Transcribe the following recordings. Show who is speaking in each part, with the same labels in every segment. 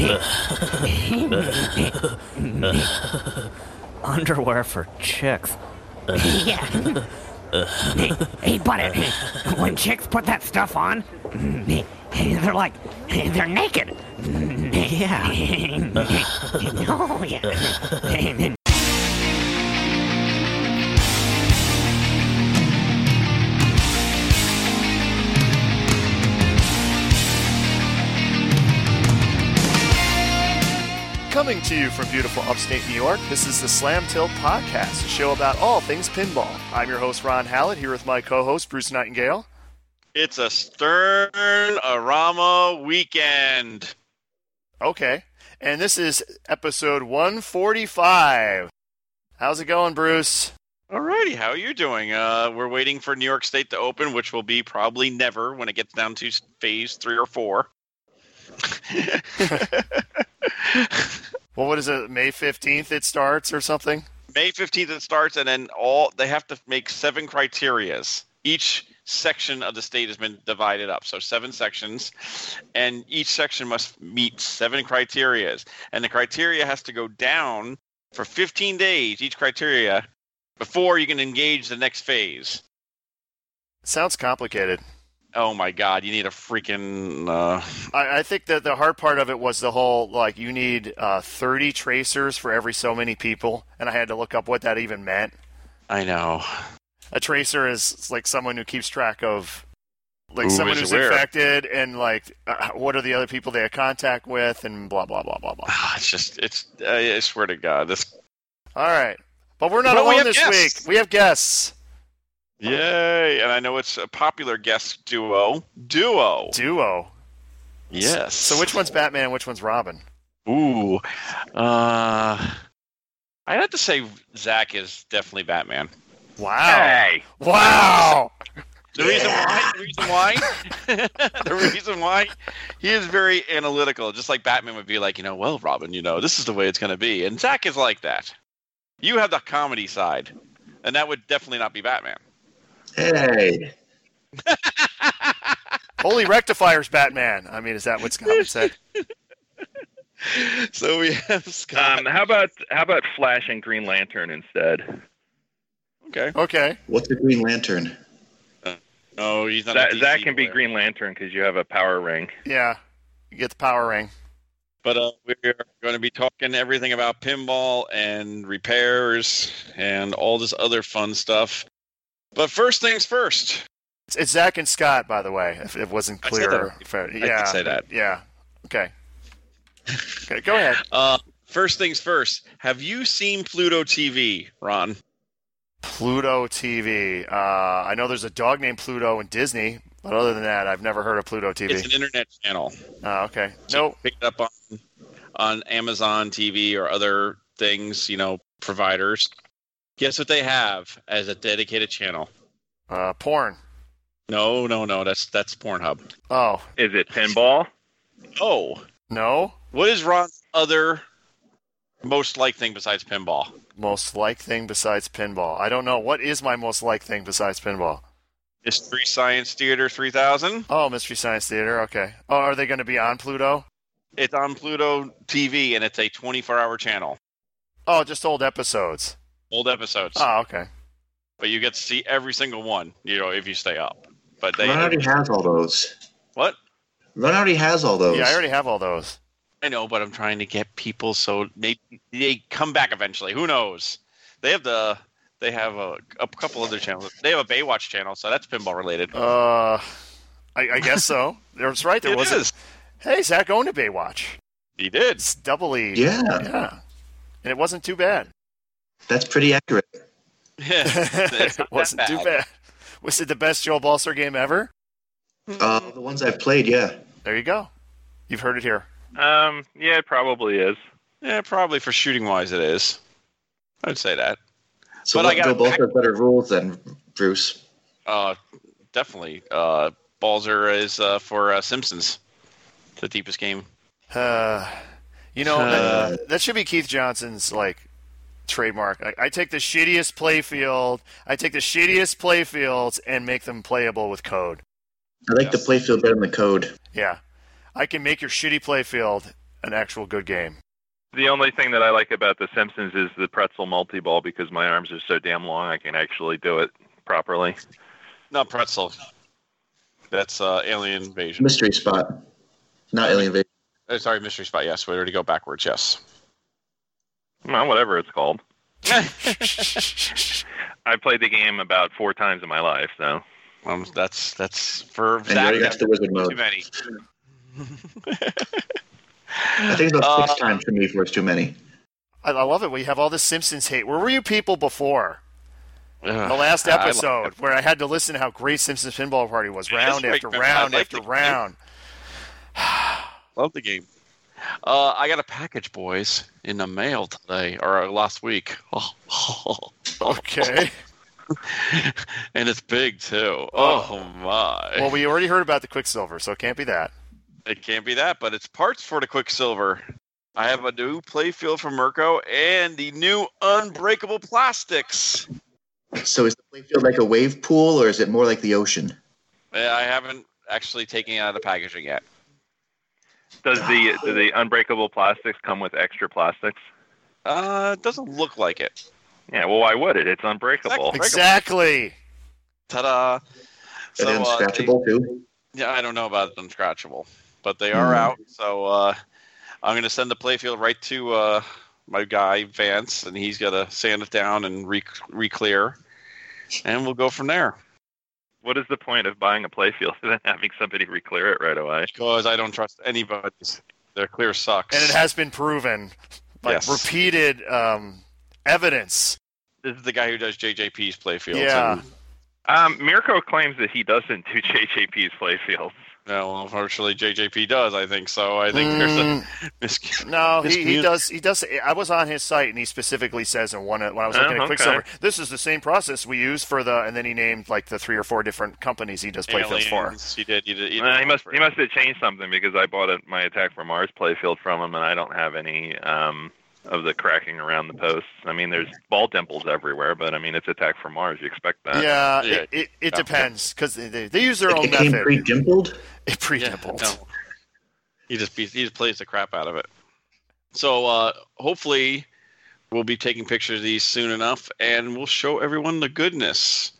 Speaker 1: Underwear for chicks.
Speaker 2: yeah. hey, butter. When chicks put that stuff on, they're like, they're naked.
Speaker 1: Yeah.
Speaker 2: oh, yeah.
Speaker 3: Coming to you from beautiful upstate New York, this is the Slam Tilt Podcast, a show about all things pinball. I'm your host, Ron Hallett, here with my co host, Bruce Nightingale.
Speaker 4: It's a stern Arama weekend.
Speaker 3: Okay. And this is episode 145. How's it going, Bruce?
Speaker 4: Alrighty, how are you doing? Uh, we're waiting for New York State to open, which will be probably never when it gets down to s- phase three or four.
Speaker 3: Well, what is it, May 15th it starts or something?
Speaker 4: May fifteenth it starts, and then all they have to make seven criterias. Each section of the state has been divided up, so seven sections, and each section must meet seven criterias, and the criteria has to go down for fifteen days each criteria before you can engage the next phase.
Speaker 3: Sounds complicated.
Speaker 4: Oh my God! You need a freaking uh,
Speaker 3: I, I think that the hard part of it was the whole like you need uh, 30 tracers for every so many people, and I had to look up what that even meant.
Speaker 4: I know.
Speaker 3: A tracer is like someone who keeps track of like
Speaker 4: Who
Speaker 3: someone
Speaker 4: is
Speaker 3: who's
Speaker 4: where.
Speaker 3: infected and like uh, what are the other people they have contact with and blah blah blah blah blah.
Speaker 4: Ah, It's just it's. I I swear to God, this.
Speaker 3: All right, but we're not
Speaker 4: But we
Speaker 3: alone
Speaker 4: have
Speaker 3: this
Speaker 4: guests.
Speaker 3: week. We have guests.
Speaker 4: Yay! And I know it's a popular guest duo. Duo.
Speaker 3: Duo.
Speaker 4: Yes.
Speaker 3: So which one's Batman and which one's Robin?
Speaker 4: Ooh. Uh, I'd have to say Zach is definitely Batman.
Speaker 3: Wow. Wow.
Speaker 4: The reason why, the reason why, the reason why, he is very analytical. Just like Batman would be like, you know, well, Robin, you know, this is the way it's going to be, and Zach is like that. You have the comedy side, and that would definitely not be Batman.
Speaker 5: Hey,
Speaker 3: Holy rectifiers, Batman. I mean, is that what Scott would say?
Speaker 4: So we have Scott.
Speaker 6: Um, how about how about Flash and Green Lantern instead?
Speaker 4: okay.
Speaker 3: Okay.
Speaker 5: what's a Green Lantern?
Speaker 4: Oh, he's not. a
Speaker 6: That
Speaker 4: DC
Speaker 6: that can be
Speaker 4: player.
Speaker 6: Green Lantern because you have a power ring.
Speaker 3: Yeah. You get the power ring.
Speaker 4: But uh, we're going to be talking everything about pinball and repairs and all this other fun stuff. But first things first.
Speaker 3: It's, it's Zach and Scott, by the way, if it wasn't
Speaker 4: I said that
Speaker 3: clear.
Speaker 4: already.
Speaker 3: If-
Speaker 4: did
Speaker 3: yeah.
Speaker 4: say that.
Speaker 3: Yeah. Okay. okay. Go ahead.
Speaker 4: Uh, first things first. Have you seen Pluto TV, Ron?
Speaker 3: Pluto TV. Uh, I know there's a dog named Pluto in Disney, but other than that, I've never heard of Pluto
Speaker 4: It's
Speaker 3: TV.
Speaker 4: an internet channel.
Speaker 3: Oh, okay.
Speaker 4: So you
Speaker 3: No.
Speaker 4: can Pick it up on on Amazon TV or other things, you know, providers. Guess what they have as a dedicated channel?
Speaker 3: Uh, porn.
Speaker 4: No, no, no. That's that's Pornhub.
Speaker 3: Oh.
Speaker 6: Is it pinball?
Speaker 4: Oh,
Speaker 3: No.
Speaker 4: What is Ron's other most like thing besides pinball?
Speaker 3: Most like thing besides pinball. I don't know. What is my most like thing besides pinball?
Speaker 4: Mystery Science Theater 3000.
Speaker 3: Oh, Mystery Science Theater. Okay. Oh, are they going to be on Pluto?
Speaker 4: It's on Pluto TV and it's a 24 hour channel.
Speaker 3: Oh, just old episodes.
Speaker 4: Old episodes.
Speaker 3: Oh, okay.
Speaker 4: But you get to see every single one, you know, if you stay up. But they.
Speaker 5: Ron already has all those.
Speaker 4: what?
Speaker 5: Ron already has all those.
Speaker 3: Yeah, I already have all those.
Speaker 4: I know, but I'm trying to get people so they they come back eventually. Who knows? They have the. They have a, a couple other channels. They have a Baywatch channel, so that's pinball related.
Speaker 3: Uh, I, I guess so. That's right. There
Speaker 4: It
Speaker 3: was. a-
Speaker 4: is.
Speaker 3: Hey, Zach owned a Baywatch.
Speaker 4: He did.
Speaker 3: It's doubly.
Speaker 5: Yeah,
Speaker 3: Yeah. And it wasn't too bad.
Speaker 5: that's pretty accurate.
Speaker 4: It's not
Speaker 3: it wasn't
Speaker 4: that
Speaker 3: too bad. Was it the best Joel Balser game ever?
Speaker 5: Uh, the ones I've played, yeah.
Speaker 3: There you go. You've heard it here.
Speaker 6: Um, yeah, it probably is.
Speaker 4: Yeah, probably for shooting wise, it is. I'd say that.
Speaker 5: So
Speaker 4: But I
Speaker 5: what
Speaker 4: gotta
Speaker 5: go both
Speaker 4: back-
Speaker 5: have better rules than Bruce.
Speaker 4: Uh, definitely. Uh, Balzer is uh, for uh, Simpsons, the deepest game.
Speaker 3: Uh, you know,
Speaker 4: Uh.
Speaker 3: that, that should be Keith Johnson's like trademark. Like, I take the shittiest playfield. I take the shittiest playfields and make them playable with code.
Speaker 5: I like the play field better than the code.
Speaker 3: Yeah. I can make your shitty playfield an actual good game.
Speaker 6: The only thing that I like about The Simpsons is the pretzel multi ball because my arms are so damn long I can actually do it properly.
Speaker 4: No pretzel. That's uh, Alien Invasion.
Speaker 5: Mystery spot. Not alien invasion.
Speaker 4: Uh, sorry, Mystery Spot. Yes, we already go backwards. Yes.
Speaker 6: Well, whatever it's called. I played the game about four times in my life, so
Speaker 4: Um, that's that's for
Speaker 5: And
Speaker 4: that.
Speaker 5: right next to wizard
Speaker 4: too
Speaker 5: mode.
Speaker 4: many.
Speaker 5: I think it's about
Speaker 4: Uh,
Speaker 5: six times for me for it's too many.
Speaker 3: I, I love it. We have all this Simpsons hate. Where were you people before
Speaker 4: Ugh,
Speaker 3: the last
Speaker 4: I love
Speaker 3: episode
Speaker 4: it.
Speaker 3: where I had to listen to how great Simpsons Pinball Party was round
Speaker 4: right,
Speaker 3: after
Speaker 4: man. I
Speaker 3: round
Speaker 4: like
Speaker 3: after
Speaker 4: the-
Speaker 3: round?
Speaker 4: Love the game. Uh, I got a package, boys, in the mail today or uh, last week. Oh,
Speaker 3: Okay.
Speaker 4: and it's big too. Oh my!
Speaker 3: well, we already heard about the Quicksilver, so it can't be that.
Speaker 4: it can't be that, but it's parts for the Quicksilver. I have a new playfield from Mirko and the new Unbreakable plastics.
Speaker 5: So is the playfield like a wave pool or is it more like the ocean?
Speaker 4: Uh, I haven't actually taken it out of the packaging yet.
Speaker 6: does the do the unbreakable plastics come with extra plastics?
Speaker 4: Uh, it doesn't look like it.
Speaker 6: Yeah, well why would it? It's unbreakable.
Speaker 4: Exactly.
Speaker 3: Exactly.
Speaker 4: Ta-da!
Speaker 5: Is
Speaker 4: So,
Speaker 5: it
Speaker 4: uh, they-
Speaker 5: unscratchable too?
Speaker 4: Yeah, I don't know about unscratchable, but they are
Speaker 5: Hmm.
Speaker 4: out. So uh, I'm going to send the playfield right to uh, my guy Vance, and he's going to sand it down and re- re-clear, and we'll go from there.
Speaker 6: What is the point of buying a playfield and then having somebody reclear it right away?
Speaker 4: Because I don't trust anybody's. Their clear sucks.
Speaker 3: And it has been proven by
Speaker 4: Yes.
Speaker 3: repeated um, evidence.
Speaker 4: this is the guy who does JJP's playfields.
Speaker 3: Yeah.
Speaker 4: and-
Speaker 6: Um, Mirko claims that he doesn't do JJP's playfields.
Speaker 4: no, well, unfortunately, JJP does. I think so. I think there's a
Speaker 3: Mm,
Speaker 4: mis-
Speaker 3: no, he, he
Speaker 4: miscommun-
Speaker 3: does. He does. I was on his site, and he specifically says in one when I was looking
Speaker 6: Oh,
Speaker 3: at
Speaker 6: okay.
Speaker 3: Quicksilver, this is the same process we use for the. And then he named like the three or four different companies he does playfields for.
Speaker 4: Aliens, He did. He did. He,
Speaker 6: Uh,
Speaker 4: did
Speaker 6: he must he must have changed something because I bought a, my Attack from Mars playfield from him, and I don't have any um, of the cracking around the posts. I mean, there's ball dimples everywhere, but I mean, it's Attack from Mars. You expect that?
Speaker 3: yeah,
Speaker 4: uh, yeah. Oh.
Speaker 3: it, it, it
Speaker 4: Yeah.
Speaker 3: depends because they, they, they use their
Speaker 5: Like
Speaker 3: own
Speaker 5: it came
Speaker 3: method.
Speaker 5: pre dimpled?
Speaker 3: it
Speaker 4: Yeah,
Speaker 3: pre-dimpled.
Speaker 4: no. He just be, he just plays the crap out of it. So uh, hopefully, we'll be taking pictures of these soon enough, and we'll show everyone the goodness.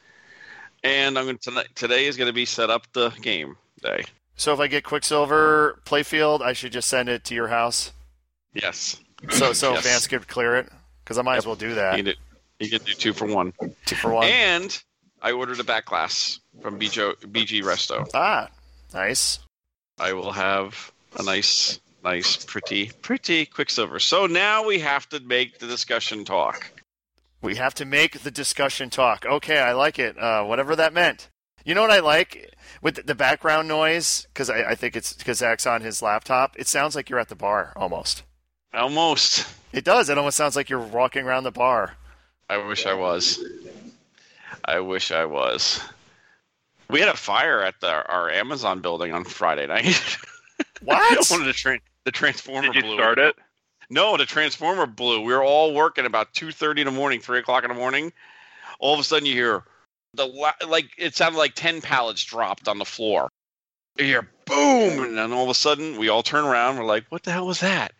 Speaker 4: And I'm going to tonight. Today is going to be set up the game day.
Speaker 3: So if I get Quicksilver playfield, I should just send it to your house,
Speaker 4: Yes,
Speaker 3: so so
Speaker 4: Yes.
Speaker 3: Vance could clear it. Because I might as well do that
Speaker 4: you can, do, you can do two for one.
Speaker 3: two for one.
Speaker 4: And I ordered a back glass from BJ, BG Resto.
Speaker 3: ah, nice.
Speaker 4: I will have a nice, nice, pretty, pretty Quicksilver. So now we have to make the discussion talk.
Speaker 3: We have to make the discussion talk. Okay, I like it. Uh, whatever that meant. You know what I like with the- the background noise because I, I think it's because Zach's on his laptop. It sounds like you're at the bar almost.
Speaker 4: Almost.
Speaker 3: It does. It almost sounds like you're walking around the bar.
Speaker 4: I wish I was. I wish I was. We had a fire at the, our Amazon building on Friday night.
Speaker 3: What?
Speaker 4: One of the, tran the transformer
Speaker 6: Did you
Speaker 4: blew.
Speaker 6: start it?
Speaker 4: No, the transformer blew. We were all working about two thirty in the morning, three o'clock in the morning. All of a sudden, you hear the la- like it sounded like ten pallets dropped on the floor. You hear boom, and then all of a sudden, we all turn around. We're like, "What the hell was that?"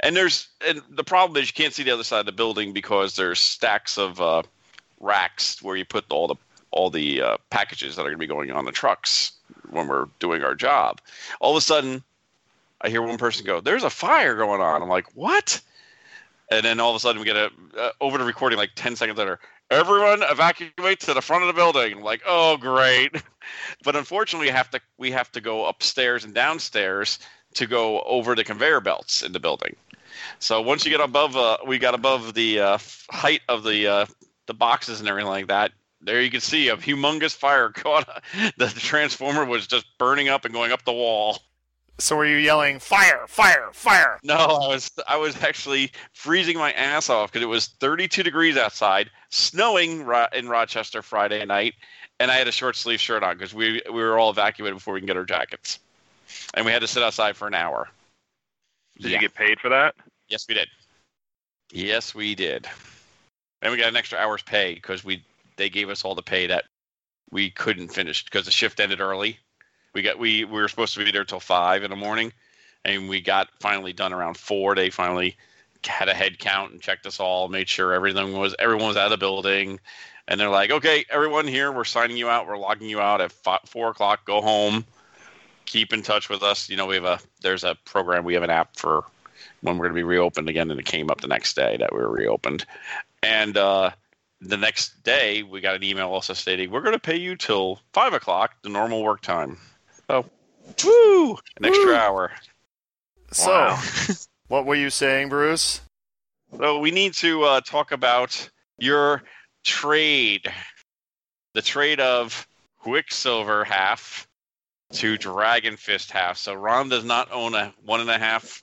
Speaker 4: And there's and the problem is you can't see the other side of the building because there's stacks of uh, racks where you put all the all the uh, packages that are going to be going on the trucks when we're doing our job. All of a sudden, I hear one person go, "There's a fire going on." I'm like, "What?" And then all of a sudden, we get a uh, over the recording like ten seconds later. Everyone evacuate to the front of the building. I'm like, "Oh, great!" But unfortunately, we have to we have to go upstairs and downstairs to go over the conveyor belts in the building. So once you get above, uh, we got above the uh, f- height of the uh, the boxes and everything like that. There you can see a humongous fire caught. The transformer was just burning up and going up the wall.
Speaker 3: So were you yelling fire, fire, fire?
Speaker 4: No, I was I was actually freezing my ass off because it was 32 degrees outside, snowing ro- in Rochester Friday night, and I had a short sleeve shirt on because we we were all evacuated before we can get our jackets, and we had to sit outside for an hour.
Speaker 6: Did
Speaker 4: Yeah.
Speaker 6: you get paid for that?
Speaker 4: Yes, we did. Yes, we did. And we got an extra hour's pay because we they gave us all the pay that we couldn't finish because the shift ended early. We got we, we were supposed to be there till five in the morning, and we got finally done around four. They finally had a head count and checked us all, made sure everything was everyone was out of the building, and they're like, "Okay, everyone here, we're signing you out. We're logging you out at five, four o'clock. Go home. Keep in touch with us. You know, we have a there's a program. We have an app for when we're going to be reopened again, and it came up the next day that we were reopened, and uh, the next day we got an email also stating we're going to pay you till five o'clock, the normal work time. So, woo, an extra hour.
Speaker 3: So, what were you saying, Bruce?
Speaker 4: So we need to uh, talk about your trade, the trade of Quicksilver half to Dragon Fist half. So Ron does not own a one and a half.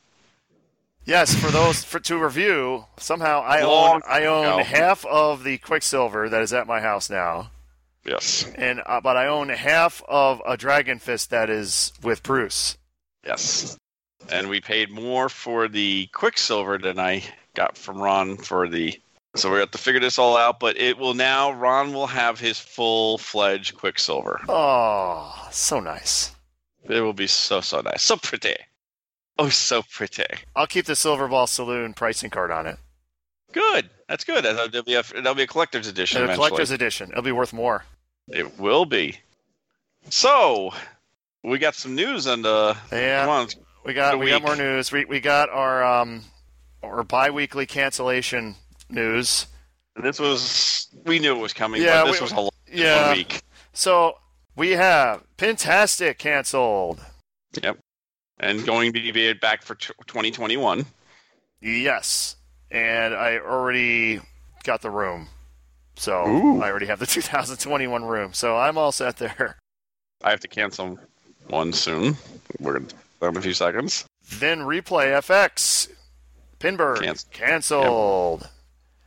Speaker 3: Yes, for those for to review, somehow I
Speaker 4: Long
Speaker 3: own I own
Speaker 4: ago.
Speaker 3: half of the Quicksilver that is at my house now,
Speaker 4: Yes,
Speaker 3: and uh, but I own half of a Dragon Fist that is with Bruce.
Speaker 4: yes. And we paid more for the Quicksilver than I got from Ron for the. So we have to figure this all out, but it will now. Ron will have his full fledged Quicksilver.
Speaker 3: Oh, so nice.
Speaker 4: It will be so so nice, so pretty. Oh, so pretty.
Speaker 3: I'll keep the Silver Ball Saloon pricing card on it.
Speaker 4: Good. That's good. That'll that'll be a, that'll be a collector's edition.
Speaker 3: The
Speaker 4: eventually.
Speaker 3: collector's edition. It'll be worth more.
Speaker 4: It will be. So, we got some news on the. Come
Speaker 3: Yeah,
Speaker 4: on.
Speaker 3: we got
Speaker 4: the
Speaker 3: we got
Speaker 4: week.
Speaker 3: more news. We we got our um our biweekly cancellation news.
Speaker 4: This was. We knew it was coming,
Speaker 3: Yeah,
Speaker 4: but this
Speaker 3: we-
Speaker 4: was a long
Speaker 3: Yeah.
Speaker 4: one week.
Speaker 3: So we have Pentastic canceled.
Speaker 4: And going to be back for t- 2021.
Speaker 3: Yes. And I already got the room. So
Speaker 4: Ooh.
Speaker 3: I already have the 2021 room. So I'm all set there.
Speaker 4: I have to cancel one soon. We're going to in a few seconds.
Speaker 3: Then replay FX. Pinbird
Speaker 4: Canc-
Speaker 3: canceled.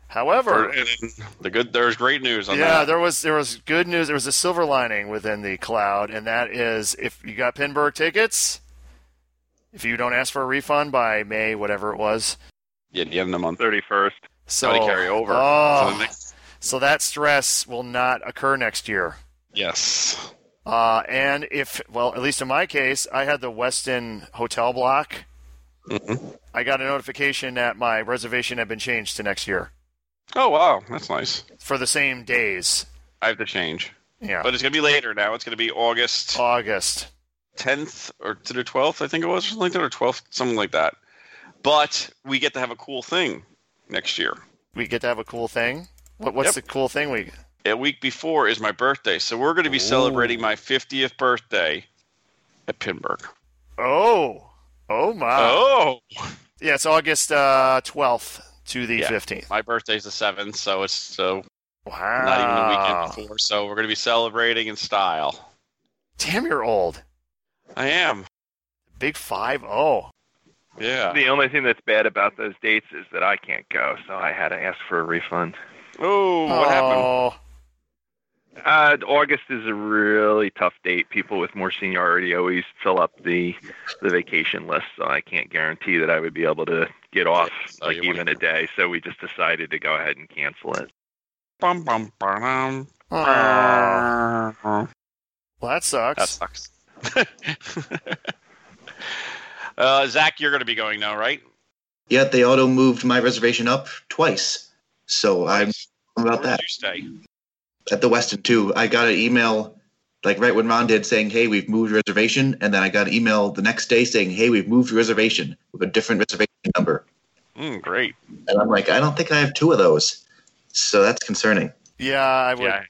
Speaker 3: However,
Speaker 4: And then the good. There's great news on
Speaker 3: yeah,
Speaker 4: that.
Speaker 3: there was there was good news. There was a silver lining within the cloud, and that is if you got Pinburg tickets, if you don't ask for a refund by May, whatever it was,
Speaker 4: Yeah, the end of the month.
Speaker 6: Thirty first.
Speaker 3: so
Speaker 4: Got to carry over.
Speaker 3: Oh,
Speaker 4: So the next-
Speaker 3: So that stress will not occur next year.
Speaker 4: yes.
Speaker 3: Uh, and if, well, at least in my case, I had the Weston hotel block.
Speaker 4: Mhm.
Speaker 3: I got a notification that my reservation had been changed to next year
Speaker 4: Oh, wow. That's nice.
Speaker 3: for the same days.
Speaker 4: I have to change.
Speaker 3: Yeah. Oh.
Speaker 4: But it's going to be later now. It's going to be August.
Speaker 3: August.
Speaker 4: tenth or to the twelfth, I think it was, or something like that, or twelfth, something like that. But we get to have a cool thing next year.
Speaker 3: We get to have a cool thing. What, what's
Speaker 4: Yep.
Speaker 3: the cool thing we.
Speaker 4: A week before is my birthday, so we're going to be celebrating my fiftieth birthday at Pinburg.
Speaker 3: Oh. Oh, my.
Speaker 4: oh,
Speaker 3: Yeah, it's August uh, 12th to the
Speaker 4: Yeah.
Speaker 3: 15th.
Speaker 4: my birthday's the seventh, so it's so
Speaker 3: Wow.
Speaker 4: not even the weekend before. So we're going to be celebrating in style.
Speaker 3: Damn, you're old.
Speaker 4: I am.
Speaker 3: Big oh. 5 0.
Speaker 4: Yeah.
Speaker 6: The only thing that's bad about those dates is that I can't go, so I had to ask for a refund.
Speaker 4: Oh, what happened?
Speaker 3: Oh.
Speaker 6: Uh, August is a really tough date. People with more seniority always fill up the the vacation list, so I can't guarantee that I would be able to get off
Speaker 4: So
Speaker 6: like
Speaker 4: you wanna-
Speaker 6: even a day. So we just decided to go ahead and cancel it.
Speaker 4: Bum, bum, ba-dum.
Speaker 3: Aw. Well, that
Speaker 4: That
Speaker 3: sucks.
Speaker 4: sucks. uh, Zach, you're going to be going now, right?
Speaker 5: Yet they auto moved my reservation up twice. So I'm bummed about
Speaker 4: Where
Speaker 5: that
Speaker 4: did you stay?
Speaker 5: at the Westin too. I got an email like right when Ron did saying, "Hey, we've moved your reservation," and then I got an email the next day saying, "Hey, we've moved your reservation with a different reservation number."
Speaker 4: Mm, great.
Speaker 5: And I'm like, I don't think I have two of those, so that's concerning.
Speaker 3: Yeah, I would. Yeah,
Speaker 4: Yeah.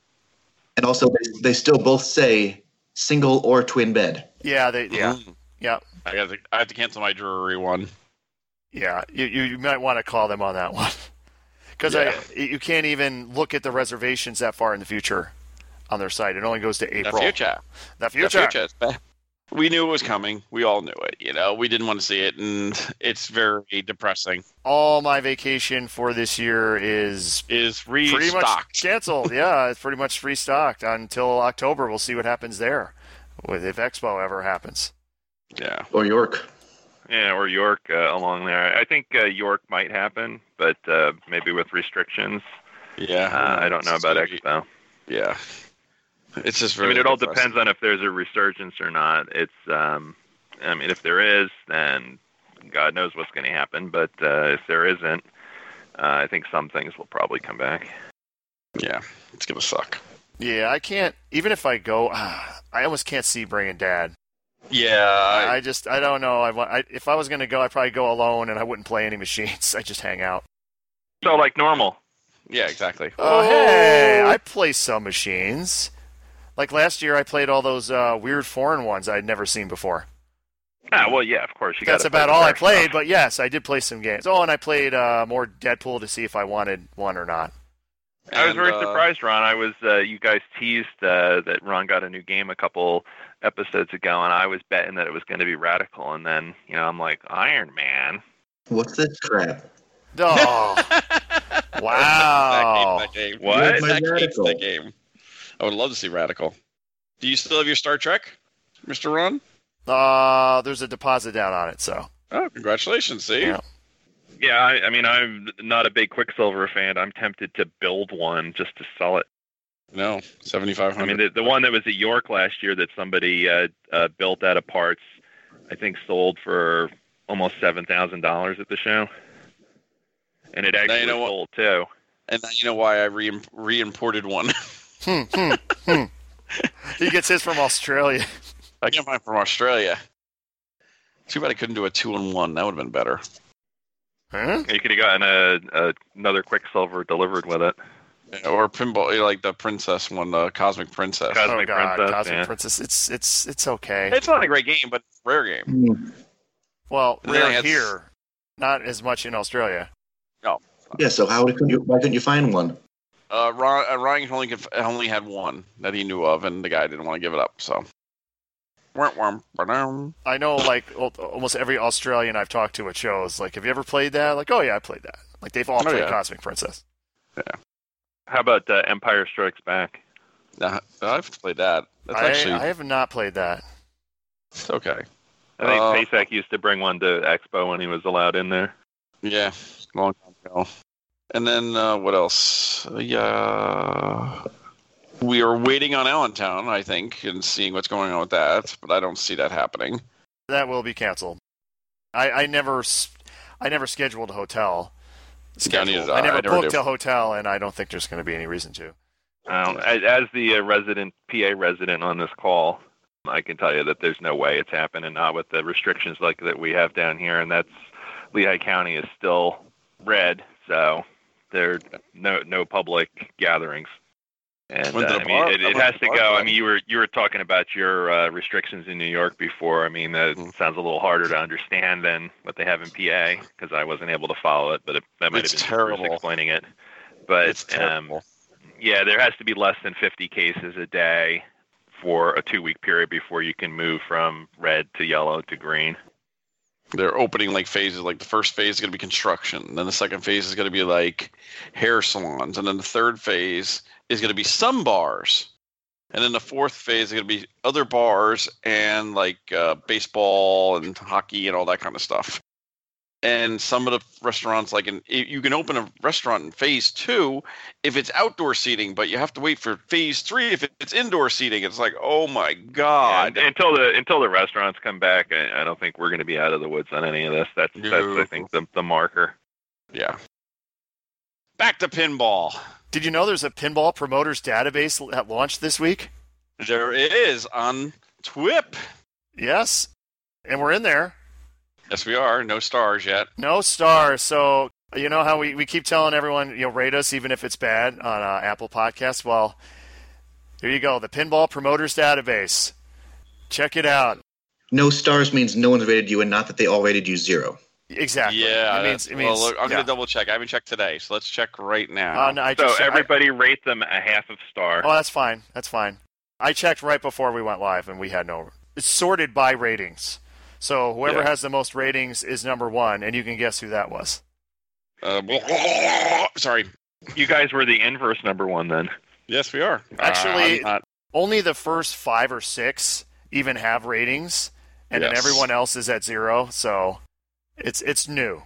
Speaker 5: And also, they, they still both say single or twin bed.
Speaker 3: they, yeah,
Speaker 4: Mm.
Speaker 3: yeah,
Speaker 4: I got. to I have to cancel my Drury one.
Speaker 3: yeah. You, you, you might want to call them on that one because
Speaker 4: Yeah.
Speaker 3: I you can't even look at the reservations that far in the future on their site. It only goes to
Speaker 4: The
Speaker 3: April.
Speaker 4: future.
Speaker 3: The
Speaker 4: The
Speaker 3: future.
Speaker 4: future. is back. We knew it was coming. We all knew it. You know, we didn't want to see it, and it's very depressing.
Speaker 3: All my vacation for this year is
Speaker 4: Is
Speaker 3: pretty much
Speaker 4: restocked.
Speaker 3: canceled. yeah, it's pretty much restocked until October. We'll see what happens there, with if Expo ever happens.
Speaker 4: Yeah.
Speaker 5: Or York.
Speaker 6: Yeah, or York uh, along there. I think uh, York might happen, but uh, maybe with restrictions.
Speaker 4: Yeah.
Speaker 6: Uh, I don't know
Speaker 4: It's
Speaker 6: about
Speaker 4: gonna be-
Speaker 6: Expo.
Speaker 4: Yeah. It's just
Speaker 6: I
Speaker 4: really.
Speaker 6: mean, it all
Speaker 4: depressing.
Speaker 6: depends on if there's a resurgence or not. It's, um, I mean, if there is, then God knows what's going to happen. But uh, if there isn't, uh, I think some things will probably come back.
Speaker 4: Yeah, it's gonna suck.
Speaker 3: Yeah, I can't. Even if I go, ah, I almost can't see Bray and Dad.
Speaker 4: Yeah,
Speaker 3: I, just, I don't know. I, want- I if I was gonna go, I'd probably go alone, and I wouldn't play any machines. I just hang out.
Speaker 6: So, like normal.
Speaker 4: yeah, exactly.
Speaker 3: Oh, hey, I play some machines. Like last year, I played all those uh, weird foreign ones I'd never seen before.
Speaker 6: Ah, well, yeah, of course. You
Speaker 3: That's
Speaker 6: gotta
Speaker 3: about
Speaker 6: play
Speaker 3: all I
Speaker 6: first
Speaker 3: played,
Speaker 6: round.
Speaker 3: but yes, I did play some games. Oh, and I played uh, more Deadpool to see if I wanted one or not.
Speaker 6: I was
Speaker 4: And,
Speaker 6: very
Speaker 4: uh,
Speaker 6: surprised, Ron. I was. Uh, you guys teased uh, that Ron got a new game a couple episodes ago, and I was betting that it was going to be Radical, and then you know I'm like Iron Man.
Speaker 5: What's this crap?
Speaker 3: Oh, wow.
Speaker 4: That game, that game.
Speaker 6: What?
Speaker 4: That
Speaker 5: My
Speaker 4: game's
Speaker 5: Radical.
Speaker 4: the game. I would love to see Radical. Do you still have your Star Trek, Mr. Ron?
Speaker 3: Uh, there's a deposit down on it, so.
Speaker 4: Oh, congratulations! See,
Speaker 3: Yeah.
Speaker 6: Yeah, I, I mean I'm not a big Quicksilver fan. I'm tempted to build one just to sell it.
Speaker 4: no, seventy five
Speaker 6: I mean
Speaker 4: hundred.
Speaker 6: the, the one that was at York last year that somebody uh, uh, built out of parts, I think sold for almost seven thousand dollars at the show, and it actually
Speaker 4: know what-
Speaker 6: sold too.
Speaker 4: and now you know why I re re-imported one.
Speaker 3: Hmm, hmm, hmm. He gets his from Australia.
Speaker 4: I got mine from Australia. Too bad I couldn't do a two in one. That would have been better.
Speaker 3: Huh?
Speaker 6: You could have gotten a, a another Quicksilver delivered with it.
Speaker 4: Or pinball, you know, like the princess one, the Cosmic Princess.
Speaker 3: oh,
Speaker 6: Cos- Cosmic
Speaker 3: God.
Speaker 6: Princess,
Speaker 3: Cosmic
Speaker 6: yeah.
Speaker 3: Princess. It's, it's, it's okay.
Speaker 4: It's not a great game, but it's a rare game.
Speaker 3: Well,
Speaker 4: And then I
Speaker 3: rare
Speaker 4: had-
Speaker 3: here, not as much in Australia.
Speaker 5: Yeah. So how couldn't you? Why couldn't you find one?
Speaker 4: Uh, Ron, uh, Ryan only could- only had one that he knew of, and the guy didn't want to give it up. So, Wah, wah, ba-dum.
Speaker 3: I know, like, al- almost every Australian I've talked to at shows, like, have you ever played that? Like, oh, yeah, I played that. Like, they've all
Speaker 4: Oh,
Speaker 3: played
Speaker 4: yeah.
Speaker 3: Cosmic Princess.
Speaker 6: How about uh, Empire Strikes Back?
Speaker 4: Nah, I've played that. That's
Speaker 3: I,
Speaker 4: actually
Speaker 3: I have not played that.
Speaker 4: it's okay.
Speaker 6: I think
Speaker 4: Uh,
Speaker 6: Pacek used to bring one to Expo when he was allowed in there.
Speaker 4: Yeah, long time ago. And then uh, what else? Uh, yeah, we are waiting on Allentown, I think, and seeing what's going on with that. But I don't see that happening.
Speaker 3: That will be canceled. I, I never, s- I never scheduled a hotel.
Speaker 4: Yeah, neither
Speaker 3: Scheduled.
Speaker 4: did I.
Speaker 3: I never
Speaker 4: I never
Speaker 3: booked
Speaker 4: do.
Speaker 3: a hotel, and I don't think there's going to be any reason to.
Speaker 6: Um, as, as the uh, resident PA resident on this call, I can tell you that there's no way it's happening. Not with the restrictions like that we have down here, and that's Lehigh County is still red, so there no no public gatherings. And
Speaker 4: Went to
Speaker 6: uh,
Speaker 4: the
Speaker 6: I mean,
Speaker 4: bar-
Speaker 6: it,
Speaker 4: I
Speaker 6: it
Speaker 4: went
Speaker 6: has
Speaker 4: to
Speaker 6: to
Speaker 4: the bar
Speaker 6: go. I
Speaker 4: today.
Speaker 6: mean, you were you were talking about your uh, restrictions in New York before. I mean, that
Speaker 4: Mhm.
Speaker 6: sounds a little harder to understand than what they have in PA because I wasn't able to follow it, but it, that might
Speaker 4: It's
Speaker 6: have been Bruce
Speaker 4: terrible.
Speaker 6: explaining it. But
Speaker 4: it's
Speaker 6: um,
Speaker 4: terrible.
Speaker 6: yeah, there has to be less than 50 cases a day for a two week period before you can move from red to yellow to green.
Speaker 4: they're opening like phases. Like the first phase is going to be construction, then the second phase is going to be like hair salons, and then the third phase is going to be some bars, and then the fourth phase is going to be other bars and like uh, baseball and hockey and all that kind of stuff. And some of the restaurants, like in, i- you can open a restaurant in phase two if it's outdoor seating, but you have to wait for phase three if it's indoor seating. It's like, oh my god,
Speaker 6: And until the until the restaurants come back, I, I don't think we're going to be out of the woods on any of this. That's that's I
Speaker 4: No.
Speaker 6: think the the marker.
Speaker 4: yeah. Back to pinball.
Speaker 3: Did you know there's a pinball promoters database l- at launch this week?
Speaker 4: There is on TWIP.
Speaker 3: Yes, and we're in there.
Speaker 4: Yes, we are. No stars yet.
Speaker 3: No stars. So you know how we, we keep telling everyone you know rate us even if it's bad on uh, Apple Podcasts. Well, there you go. The Pinball Promoters Database. Check it out.
Speaker 5: No stars means no one's rated you, and not that they all rated you zero.
Speaker 3: Exactly.
Speaker 4: Yeah.
Speaker 3: It means, it
Speaker 4: that's-
Speaker 3: means,
Speaker 4: well, look, I'm
Speaker 3: yeah.
Speaker 4: going to double check. I haven't checked today, so let's check right now.
Speaker 3: Uh, no, I
Speaker 6: So
Speaker 3: just, I-
Speaker 6: everybody rate them a half of star.
Speaker 3: oh, that's fine. That's fine. I checked right before we went live, and we had no. It's sorted by ratings. So whoever
Speaker 4: Yeah.
Speaker 3: has the most ratings is number one, and you can guess who that was.
Speaker 4: Uh, sorry.
Speaker 6: You guys were the inverse number one then.
Speaker 4: Yes, we are.
Speaker 3: Actually-
Speaker 4: Uh, I'm not-
Speaker 3: Only the first five or six even have ratings, and then
Speaker 4: Yes.
Speaker 3: everyone else is at zero. So it's it's new.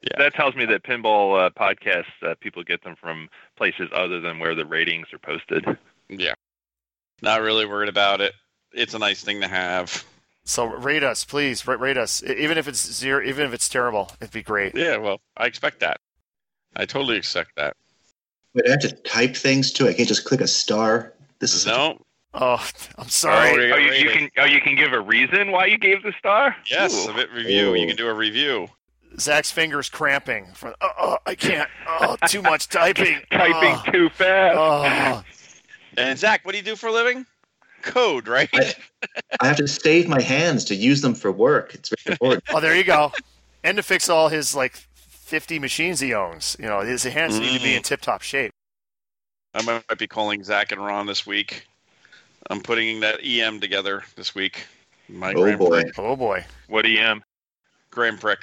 Speaker 4: Yeah.
Speaker 6: That tells me that pinball uh, podcasts uh, people get them from places other than where the ratings are posted.
Speaker 4: yeah. Not really worried about it. It's a nice thing to have.
Speaker 3: So rate us, please. Ra- Rate us, E- even if it's zero, even if it's terrible, it'd be great.
Speaker 4: Yeah, well, I expect that. I totally expect that.
Speaker 5: Wait, I have to type things too. I can't just click a star. This is such a-
Speaker 4: No.
Speaker 3: Oh, I'm sorry.
Speaker 4: we
Speaker 6: Oh,
Speaker 4: got
Speaker 6: you, you
Speaker 4: rated.
Speaker 6: can. Oh, you can give a reason why you gave the star.
Speaker 4: Yes,
Speaker 6: Ooh.
Speaker 4: a bit review. You
Speaker 5: Ooh.
Speaker 4: can do a review.
Speaker 3: Zach's fingers cramping. From oh, oh, I can't. Oh, too much typing.
Speaker 6: Typing
Speaker 3: Oh,
Speaker 6: too fast.
Speaker 3: oh.
Speaker 4: And Zach, what do you do for a living? Code, right?
Speaker 5: I- I have to save my hands to use them for work. It's very important.
Speaker 3: Oh, there you go. And to fix all his like 50 machines he owns. You know, his hands need to be
Speaker 6: Mm-hmm.
Speaker 3: in tip-top shape.
Speaker 4: I might might be calling Zach and Ron this week. I'm putting that EM together this week. My
Speaker 5: oh
Speaker 4: Grand
Speaker 5: boy.
Speaker 4: Prix.
Speaker 3: Oh boy.
Speaker 6: What EM?
Speaker 4: Grand Prix.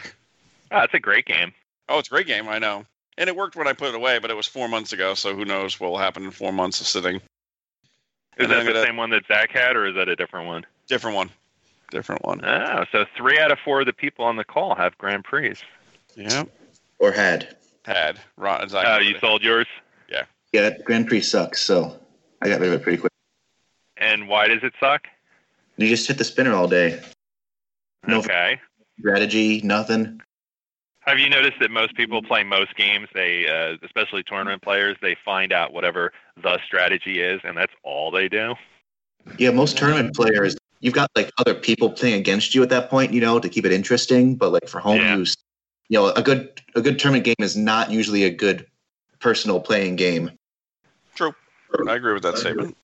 Speaker 6: Oh, that's a great game.
Speaker 4: Oh, it's a great game. I know. And it worked when I put it away, but it was four months ago, so who knows what will happen in four months of sitting.
Speaker 6: Is
Speaker 4: And
Speaker 6: that
Speaker 4: I'm
Speaker 6: the
Speaker 4: gonna-
Speaker 6: same one that Zach had, or is that a different one?
Speaker 4: Different one. Different one.
Speaker 6: Oh, so three out of four of the people on the call have Grand Prix.
Speaker 4: Yeah.
Speaker 5: Or had.
Speaker 4: Had Ron and Zach.
Speaker 6: Oh,
Speaker 4: already.
Speaker 6: you sold yours.
Speaker 5: Yeah, that Grand Prix sucks, so I got rid of it pretty quick.
Speaker 6: And why does it suck?
Speaker 5: You just hit the spinner all day. No
Speaker 6: Okay.
Speaker 5: strategy, nothing.
Speaker 6: Have you noticed that most people play most games? They, uh, especially tournament players, they find out whatever the strategy is, and that's all they do.
Speaker 5: Yeah, most tournament players, you've got like other people playing against you at that point, you know, to keep it interesting. But like for home
Speaker 6: Yeah.
Speaker 5: use, you know, a good a good tournament game is not usually a good personal playing game.
Speaker 4: I agree with that statement.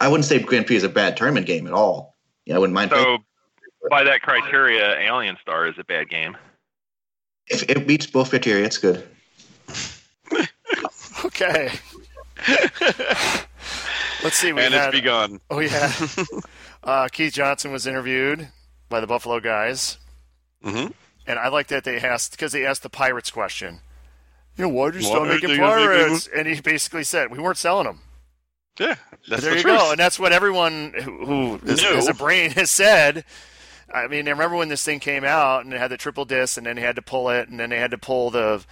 Speaker 5: I wouldn't say Grand Prix is a bad tournament game at all. Yeah, I wouldn't mind playing.
Speaker 6: So, by that criteria, Alien Star is a bad game.
Speaker 5: If it beats both criteria, it's good.
Speaker 3: Okay. Let's see. We
Speaker 4: and
Speaker 3: had,
Speaker 4: it's begun.
Speaker 3: Oh yeah. uh, Keith Johnson was interviewed by the Buffalo guys,
Speaker 4: Mhm.
Speaker 3: and I like that they asked because they asked the pirates question. You know, why did you stop
Speaker 4: Why aren't
Speaker 3: making
Speaker 4: they gonna make
Speaker 3: pirates? And he basically said, "We weren't selling them."
Speaker 4: Yeah. That's
Speaker 3: there
Speaker 4: the
Speaker 3: you
Speaker 4: truth.
Speaker 3: go, and that's what everyone who, who is,
Speaker 4: No.
Speaker 3: has a brain has said. I mean, I remember when this thing came out and it had the triple disc, and then they had to pull it, and then they had to pull the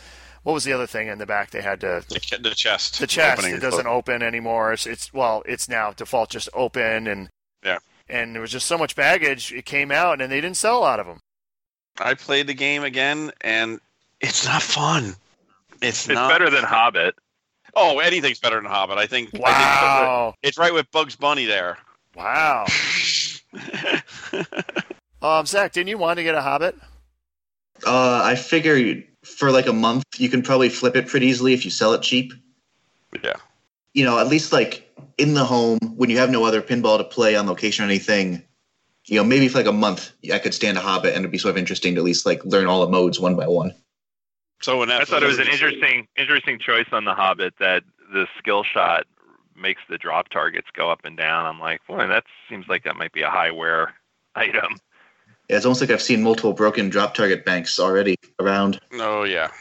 Speaker 3: what was the other thing in the back? They had to
Speaker 4: The, ch- the chest.
Speaker 3: the chest.
Speaker 4: opening
Speaker 3: It doesn't
Speaker 4: close.
Speaker 3: open anymore. It's, it's well, it's now default just open and
Speaker 4: Yeah.
Speaker 3: And there was just so much baggage. It came out and they didn't sell a lot of them.
Speaker 4: I played the game again, and it's not fun. It's,
Speaker 6: It's
Speaker 4: not.
Speaker 6: better than Hobbit.
Speaker 4: Oh, anything's better than Hobbit. I think. I think
Speaker 3: Wow,
Speaker 4: it's right with Bugs Bunny there.
Speaker 3: wow. Um, Zach, didn't you want to get a Hobbit?
Speaker 5: Uh, I figure you- for like a month, you can probably flip it pretty easily if you sell it cheap.
Speaker 4: yeah.
Speaker 5: You know, at least like in the home when you have no other pinball to play on location or anything. You know, maybe for like a month, I could stand a Hobbit, and it'd be sort of interesting to at least like learn all the modes one by one.
Speaker 4: So in that
Speaker 6: I thought it was an interesting, interesting choice on the Hobbit that the skill shot makes the drop targets go up and down. I'm like, boy, that seems like that might be a high wear item.
Speaker 5: Yeah, it's almost like I've seen multiple broken drop target banks already around.
Speaker 4: Oh yeah.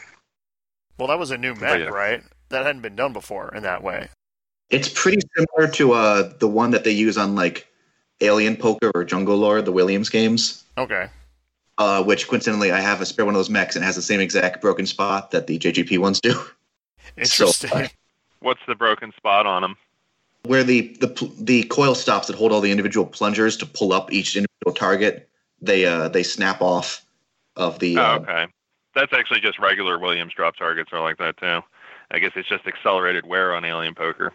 Speaker 3: Well, that was a new mech,
Speaker 4: Oh, yeah.
Speaker 3: right? That hadn't been done before in that way.
Speaker 5: It's pretty similar to uh, the one that they use on like Alien Poker or Jungle Lore, the Williams games.
Speaker 3: Okay.
Speaker 5: Uh, which coincidentally, I have a spare one of those mechs and it has the same exact broken spot that the JGP ones do.
Speaker 3: Interesting.
Speaker 5: So, uh,
Speaker 6: What's the broken spot on them?
Speaker 5: where the, the pl- the coil stops that hold all the individual plungers to pull up each individual target, they uh, they snap off of the.
Speaker 6: Oh,
Speaker 5: Uh,
Speaker 6: okay. That's actually just regular Williams drop targets are like that too. I guess it's just accelerated wear on Alien Poker.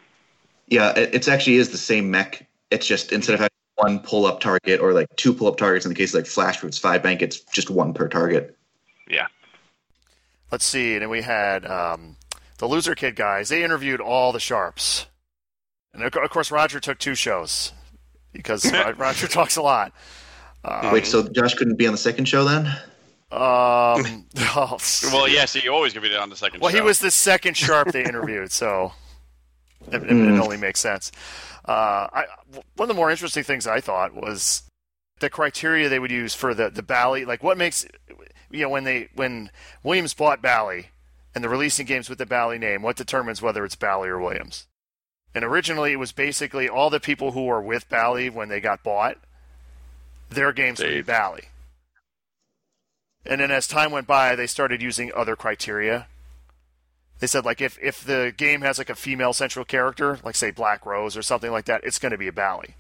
Speaker 5: Yeah, it it's actually is the same mech. It's just instead of having one pull up target or like two pull up targets in the case of like Flash, where it's five bank, it's just one per target.
Speaker 3: Let's see. And then we had um, the Loser Kid guys. They interviewed all the sharps, and of co- of course Roger took two shows because Ro- Roger talks a lot. Um,
Speaker 5: Wait, so Josh couldn't be on the second show then?
Speaker 3: Um, oh,
Speaker 4: Well, yeah. So you always gonna be on the second.
Speaker 3: well, he
Speaker 4: show.
Speaker 3: was the second sharp they interviewed, so it, it- it
Speaker 5: Hmm.
Speaker 3: only makes sense. Uh, I, one of the more interesting things I thought was the criteria they would use for the the Bally. Like, what makes you know when they when Williams bought Bally and they're releasing games with the Bally name, what determines whether it's Bally or Williams? And originally, it was basically all the people who were with Bally when they got bought, their games would be
Speaker 4: Dave.
Speaker 3: Bally. And then as time went by, they started using other criteria They said like if if the game has like a female central character, like say Black Rose or something like that, it's going to be a Bally.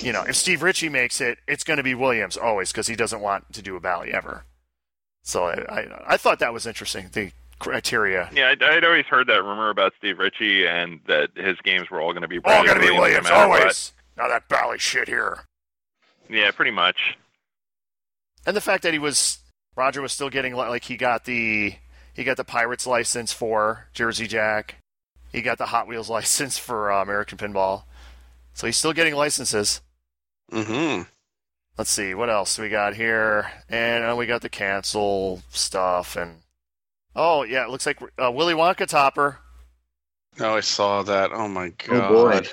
Speaker 3: You know, if Steve Ritchie makes it, it's going to be Williams always because he doesn't want to do a Bally ever. So I, I I thought that was interesting. The criteria
Speaker 6: Yeah, I'd, I'd always heard that rumor about Steve Ritchie and that his games were all going to be
Speaker 3: all
Speaker 6: Bradley
Speaker 3: going to be
Speaker 6: no
Speaker 3: Williams
Speaker 6: matter what.
Speaker 3: always. Now that Bally shit here.
Speaker 6: Yeah, pretty much.
Speaker 3: and the fact that he was Roger was still getting li- like he got the he got the Pirates license for Jersey Jack, he got the Hot Wheels license for uh, American Pinball, so he's still getting licenses.
Speaker 4: Mm-hmm.
Speaker 3: Let's see what else we got here, and uh, we got the cancel stuff and oh yeah, it looks like uh, Willy Wonka topper.
Speaker 4: Oh, I saw that. Oh my god.
Speaker 5: Oh boy.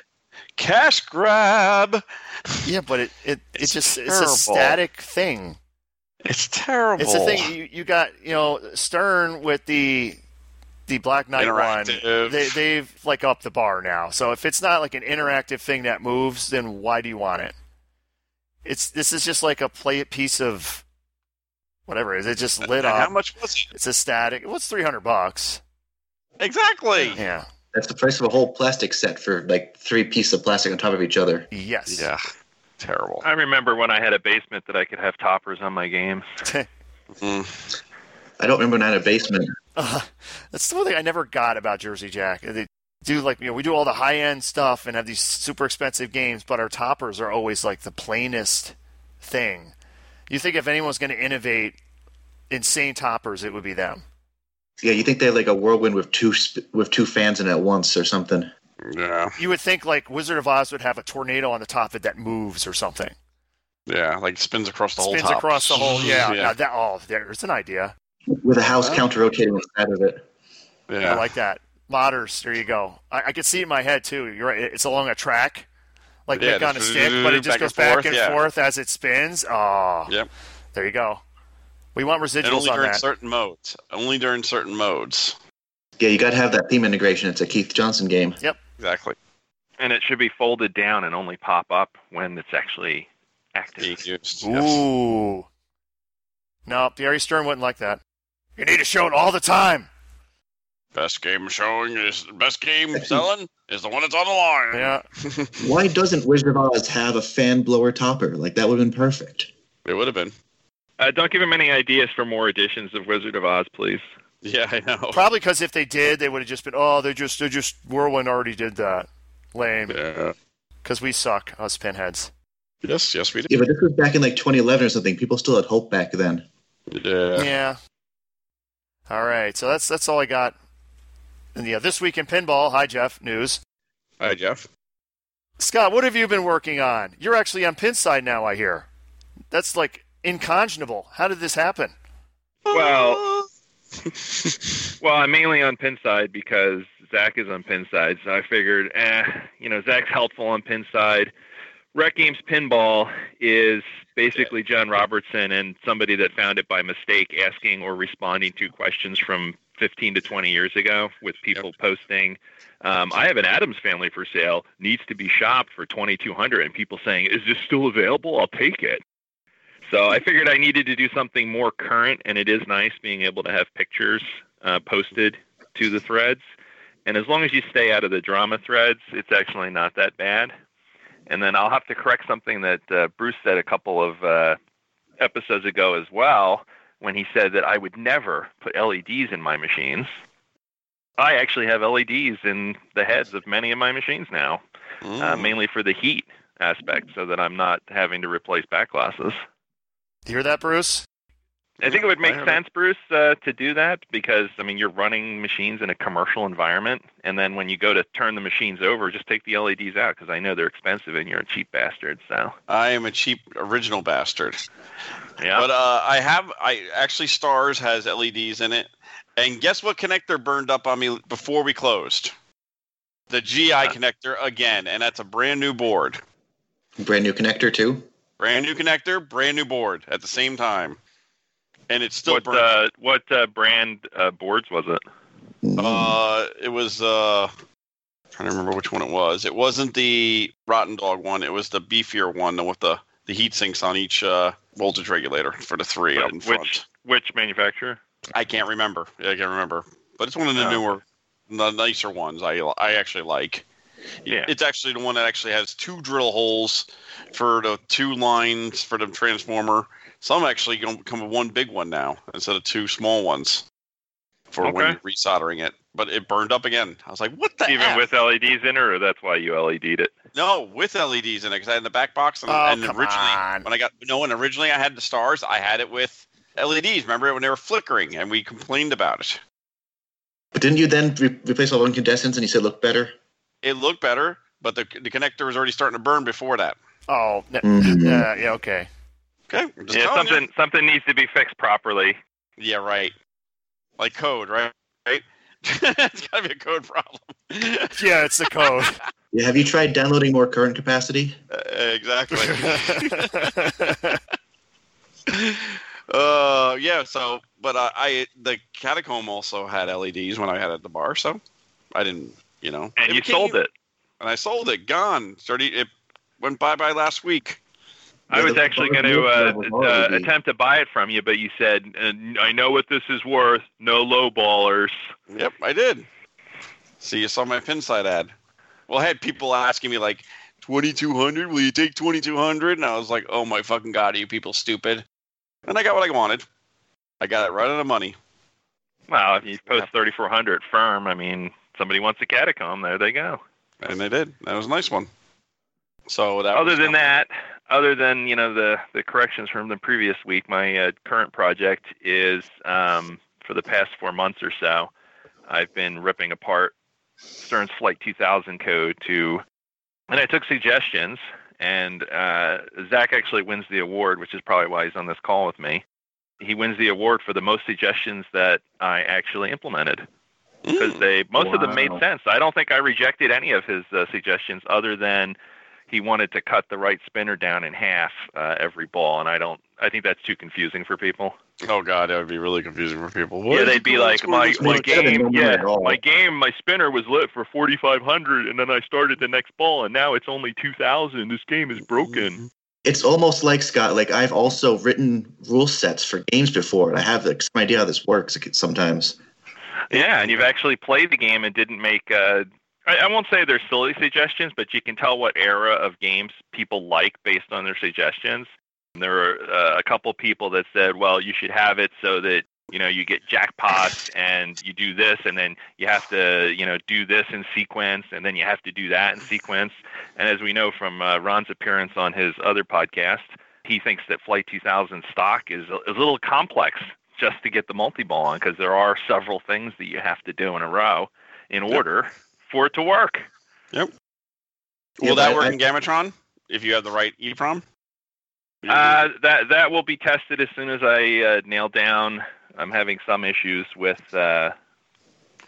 Speaker 4: Cash grab.
Speaker 3: Yeah, but it it, it
Speaker 4: It's
Speaker 3: just it's
Speaker 4: terrible.
Speaker 3: a static thing.
Speaker 4: It's terrible.
Speaker 3: It's the thing you, you got. You know, Stern with the the Black Knight one.
Speaker 4: Interactive.
Speaker 3: They they've like upped the bar now. So if it's not like an interactive thing that moves, then why do you want it? It's this is just like a play piece of whatever it is. It just lit
Speaker 4: And
Speaker 3: up.
Speaker 4: How much was it?
Speaker 3: It's a static. What's three hundred bucks?
Speaker 4: Exactly.
Speaker 3: Yeah.
Speaker 5: That's the price of a whole plastic set for like three pieces of plastic on top of each other.
Speaker 3: Yes.
Speaker 4: Yeah. Terrible.
Speaker 6: I remember when I had a basement that I could have toppers on my games.
Speaker 4: Mm.
Speaker 5: I don't remember when I had a basement.
Speaker 3: Uh, that's the one thing I never got about Jersey Jack. They do like you know we do all the high end stuff and have these super expensive games, but our toppers are always like the plainest thing. You think if anyone's going to innovate insane toppers, it would be them.
Speaker 5: Yeah, you think they had like a whirlwind with two sp- with two fans in it at once or something?
Speaker 4: Yeah.
Speaker 3: You would think like Wizard of Oz would have a tornado on the top of it that moves or something,
Speaker 4: Yeah. Like spins across the whole
Speaker 3: spins
Speaker 4: top.
Speaker 3: across the whole. Yeah,
Speaker 4: Yeah.
Speaker 3: now that oh, there's an idea.
Speaker 5: With a house counter rotating inside of it.
Speaker 4: Yeah.
Speaker 3: I like that. Modders, there you go. I, I could see it in my head too. You're right. It's along a track, like
Speaker 4: Yeah,
Speaker 3: make on a
Speaker 4: just
Speaker 3: stick, but it just
Speaker 4: back and
Speaker 3: goes back
Speaker 4: forth,
Speaker 3: and
Speaker 4: yeah.
Speaker 3: forth as it spins. Oh,
Speaker 4: Yep.
Speaker 3: there you go. We want
Speaker 4: And only
Speaker 3: residuals on
Speaker 4: during
Speaker 3: that.
Speaker 4: certain modes. Only during certain modes.
Speaker 5: Yeah, you got to have that theme integration. It's a Keith Johnson game.
Speaker 4: Exactly.
Speaker 6: And it should be folded down and only pop up when it's actually
Speaker 4: Being
Speaker 6: active.
Speaker 4: used. Yes.
Speaker 3: Ooh. No, Barry Stern wouldn't like that. You need to show it all the time.
Speaker 4: Best game showing is best game selling is the one that's on the line.
Speaker 3: Yeah,
Speaker 5: Why doesn't Wizard of Oz have a fan blower topper? Like that would have been perfect.
Speaker 4: It would have been.
Speaker 6: Uh, don't give him any ideas for more editions of Wizard of Oz, please.
Speaker 4: Yeah, I know.
Speaker 3: probably because if they did, they would have just been. Oh, they just they just Whirlwind already did that. Lame,
Speaker 4: Yeah.
Speaker 3: because we suck, us pinheads.
Speaker 4: Yes, yes, we did.
Speaker 5: Yeah, but this was back in like 2011 or something. People still had hope back then.
Speaker 4: Yeah.
Speaker 3: Yeah. All right. So that's that's all I got. And yeah, this week in pinball. Hi, Jeff. News.
Speaker 4: Hi, Jeff.
Speaker 3: Scott, what have you been working on? You're actually on Pinside now. I hear. That's like inconscionable. How did this happen?
Speaker 6: Well- Well, I'm mainly on Pinside because Zach is on Pinside, so I figured, eh, you know, Zach's helpful on Pinside. Rec Games Pinball is basically John Robertson and somebody that found it by mistake asking or responding to questions from 15 to 20 years ago with people posting, um, I have an Adams family for sale, needs to be shopped for 2200 and people saying, is this still available? I'll take it. So I figured I needed to do something more current, and it is nice being able to have pictures uh, posted to the threads. And as long as you stay out of the drama threads, it's actually not that bad. And then I'll have to correct something that uh, Bruce said a couple of uh, episodes ago as well when he said that I would never put LEDs in my machines. I actually have LEDs in the heads of many of my machines now, uh, mainly for the heat aspect, so that I'm not having to replace back glasses.
Speaker 3: You hear that, Bruce?
Speaker 6: I think it would make
Speaker 4: I don't know.
Speaker 6: sense, Bruce, uh, to do that because I mean you're running machines in a commercial environment, and then when you go to turn the machines over, just take the LEDs out because I know they're expensive and you're a cheap bastard. So
Speaker 4: I am a cheap original bastard.
Speaker 6: yeah,
Speaker 4: But uh, I have, I actually, Stars has LEDs in it. And guess what connector burned up on me before we closed? The GI connector again. And that's a brand new board.
Speaker 5: Brand new connector too.
Speaker 4: Brand new connector, brand new board at the same time. And it's still
Speaker 6: what
Speaker 4: burned up.
Speaker 6: uh, what uh, brand uh, boards was it?
Speaker 4: Uh, it was uh, trying to remember which one it was. It wasn't the Rotten Dog one. It was the beefier one, the with the the heat sinks on each uh, voltage regulator for the three out in
Speaker 6: which
Speaker 4: front.
Speaker 6: which manufacturer?
Speaker 4: I can't remember. I can't remember. but it's one of the
Speaker 6: Oh.
Speaker 4: newer, the nicer ones. I I actually like.
Speaker 6: Yeah.
Speaker 4: It's actually the one that actually has two drill holes for the two lines for the transformer. Some actually going to become one big one now instead of two small ones for when
Speaker 6: Okay.
Speaker 4: you're resoldering it. But it burned up again. I was like, "What the
Speaker 6: Even
Speaker 4: F?
Speaker 6: with LEDs in it, or that's why you LED'd it.
Speaker 4: No, with LEDs in it because I had the back box and,
Speaker 3: Oh,
Speaker 4: and
Speaker 3: come
Speaker 4: originally
Speaker 3: on.
Speaker 4: when I got no, and originally I had the stars. I had it with LEDs. Remember when they were flickering and we complained about it.
Speaker 5: But didn't you then re- replace all the incandescents and you said look better?
Speaker 4: It looked better, but the the connector was already starting to burn before that.
Speaker 3: Oh, n-
Speaker 4: Mm-hmm.
Speaker 5: Mhm.
Speaker 3: uh, yeah, okay.
Speaker 4: Okay, I'm just
Speaker 6: Yeah,
Speaker 4: telling you.
Speaker 6: something something needs to be fixed properly.
Speaker 4: Yeah, right. Like code, right? Right. it's gotta be a code problem.
Speaker 3: Yeah, it's the code.
Speaker 5: Yeah, have you tried downloading more current capacity?
Speaker 4: Uh, exactly. uh, yeah. So, but I, I the catacomb also had LEDs when I had it at the bar, so I didn't, you know.
Speaker 6: And you
Speaker 4: became-
Speaker 6: sold it.
Speaker 4: And I sold it. Gone. Thirty. It went bye bye last week.
Speaker 6: I was
Speaker 5: Yeah, the-
Speaker 6: actually
Speaker 5: the
Speaker 6: going to
Speaker 5: roof
Speaker 6: uh,
Speaker 5: level
Speaker 6: uh,
Speaker 5: LED.
Speaker 6: attempt to buy it from you, but you said, uh, "I know what this is worth. No lowballers."
Speaker 4: Yep, I did. See, you saw my pin side ad. Well, I had people asking me like, twenty two hundred. Will you take twenty two hundred? And I was like, oh my fucking god, are you people stupid? And I got what I wanted. I got it right on the money.
Speaker 6: Well, if you post 3,400 firm, I mean, somebody wants a catacomb. There they go.
Speaker 4: and they did. That was a nice one. So that
Speaker 6: other
Speaker 4: was-
Speaker 6: than that, other than you know the the corrections from the previous week, my uh, current project is um, for the past four months or so, I've been ripping apart Stern's Flight 2000 code to, and I took suggestions. And uh, Zach actually wins the award, which is probably why he's on this call with me. He wins the award for the most suggestions that I actually implemented because
Speaker 4: Mm.
Speaker 6: they most of them made
Speaker 5: Wow.
Speaker 6: sense. I don't think I rejected any of his uh, suggestions other than he wanted to cut the right spinner down in half uh, every ball, and I don't. I think that's too confusing for people.
Speaker 4: oh god, that would be really confusing for people. What
Speaker 6: yeah,
Speaker 4: is
Speaker 6: they'd be
Speaker 4: going
Speaker 6: like,
Speaker 4: on?
Speaker 6: my,
Speaker 4: What's going
Speaker 6: my
Speaker 4: on?
Speaker 5: Should've been
Speaker 6: game,
Speaker 5: no more
Speaker 6: yeah,
Speaker 5: at all.
Speaker 6: my game, my spinner was lit for 4,500, and then I started the next ball, and now it's only 2,000. This game is
Speaker 4: Mm-hmm.
Speaker 6: broken.
Speaker 5: It's almost like Scott. Like I've also written rule sets for games before, and I have like, some idea how this works like, sometimes.
Speaker 6: Yeah, and you've actually played the game and didn't make. Uh, I, I won't say they're silly suggestions, but you can tell what era of games people like based on their suggestions. And There were uh, a couple people that said, "Well, you should have it so that you know you get jackpots and you do this, and then you have to you know do this in sequence, and then you have to do that in sequence." And as we know from uh, Ron's appearance on his other podcast, he thinks that Flight 2000 stock is a, is a little complex just to get the multi ball on because there are several things that you have to do in a row in order for it to work.
Speaker 4: Will
Speaker 5: Yeah,
Speaker 4: that
Speaker 5: but
Speaker 4: work
Speaker 5: I-
Speaker 4: in Gamatron if you have the right EEPROM? Mm-hmm.
Speaker 6: Uh, that that will be tested as soon as I uh, nail down. I'm having some issues with uh,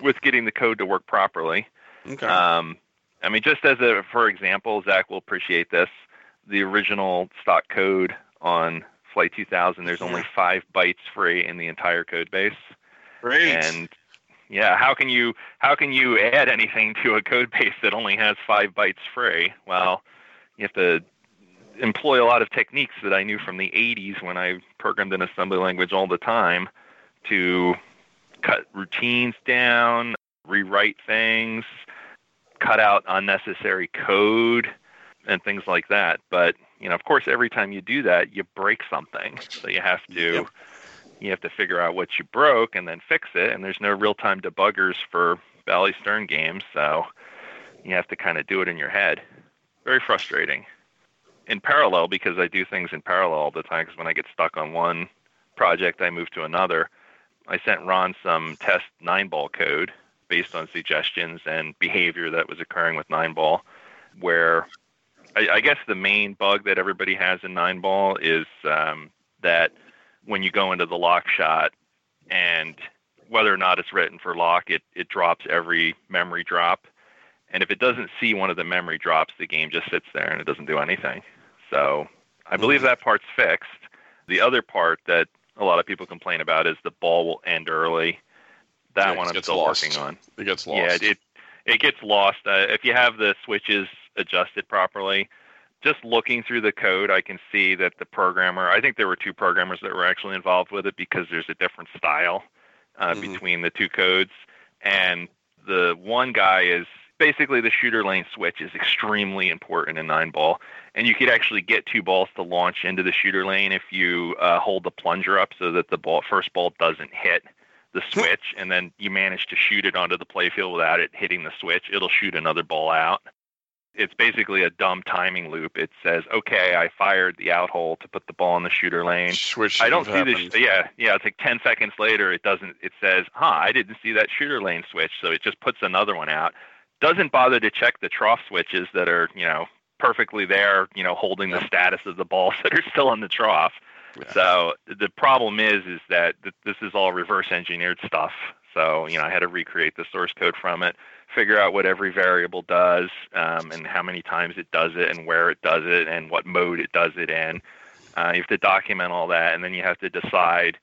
Speaker 6: with getting the code to work properly.
Speaker 4: okay.
Speaker 6: Um, I mean, just as a for example, Zach will appreciate this. The original stock code on Flight 2000, there's only five bytes free in the entire code base.
Speaker 4: Great.
Speaker 6: And yeah, how can you how can you add anything to a code base that only has five bytes free? Well, you have to employ a lot of techniques that I knew from the 80s when I programmed in assembly language all the time to cut routines down, rewrite things, cut out unnecessary code and things like that. But, you know, of course every time you do that, you break something. So you have to
Speaker 4: Yep.
Speaker 6: you have to figure out what you broke and then fix it and there's no real-time debuggers for Valley Stern games, so you have to kind of do it in your head. Very frustrating. In parallel because I do things in parallel all the time cuz when I get stuck on one project, I move to another. I sent Ron some test 9-ball code based on suggestions and behavior that was occurring with nine ball, where I, I guess the main bug that everybody has in nine ball is um, that when you go into the lock shot and whether or not it's written for lock, it, it drops every memory drop. And if it doesn't see one of the memory drops, the game just sits there and it doesn't do anything. So
Speaker 4: Mm-hmm.
Speaker 6: I believe that part's fixed. The other part that a lot of people complain about is the ball will end early. That
Speaker 4: Yeah, it
Speaker 6: one I'm
Speaker 4: gets
Speaker 6: still
Speaker 4: lost.
Speaker 6: working on.
Speaker 4: it gets lost.
Speaker 6: Yeah, it it, it gets lost uh, if you have the switches adjusted properly. Just looking through the code, I can see that the programmer. I think there were two programmers that were actually involved with it because there's a different style uh,
Speaker 4: Mhm.
Speaker 6: between the two codes, and the one guy is basically the shooter lane switch is extremely important in nine ball, and you could actually get two balls to launch into the shooter lane if you uh, hold the plunger up so that the ball first ball doesn't hit the switch, and then you manage to shoot it onto the playfield without it hitting the switch. It'll shoot another ball out. It's basically a dumb timing loop. It says, "Okay, I fired the out hole to put the ball in the shooter lane."
Speaker 4: Switch.
Speaker 6: I don't see
Speaker 4: happened.
Speaker 6: the sh- yeah yeah. It's like ten seconds later, it doesn't. It says, "Huh, I didn't see that shooter lane switch," so it just puts another one out. Doesn't bother to check the trough switches that are you know perfectly there, you know, holding the status of the balls that are still on the trough.
Speaker 4: Yeah.
Speaker 6: So the problem is, is that th- this is all reverse engineered stuff. So you know, I had to recreate the source code from it, figure out what every variable does, um, and how many times it does it, and where it does it, and what mode it does it in. Uh, you have to document all that, and then you have to decide: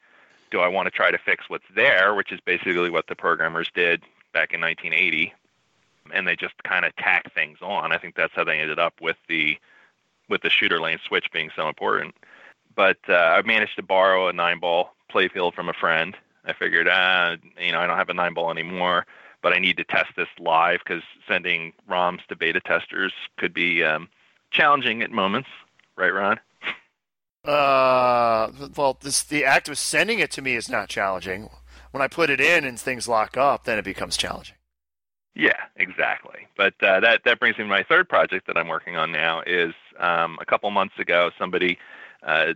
Speaker 6: Do I want to try to fix what's there, which is basically what the programmers did back in 1980, and they just kind of tack things on. I think that's how they ended up with the with the shooter lane switch being so important but uh, I managed to borrow a nine ball playfield from a friend. I figured, ah, you know, I don't have a nine ball anymore, but I need to test this live because sending ROMs to beta testers could be um, challenging at moments, right, Ron?
Speaker 3: Uh, well, this the act of sending it to me is not challenging. When I put it in and things lock up, then it becomes challenging.
Speaker 6: Yeah, exactly. But uh, that that brings me to my third project that I'm working on now. Is um, a couple months ago, somebody uh,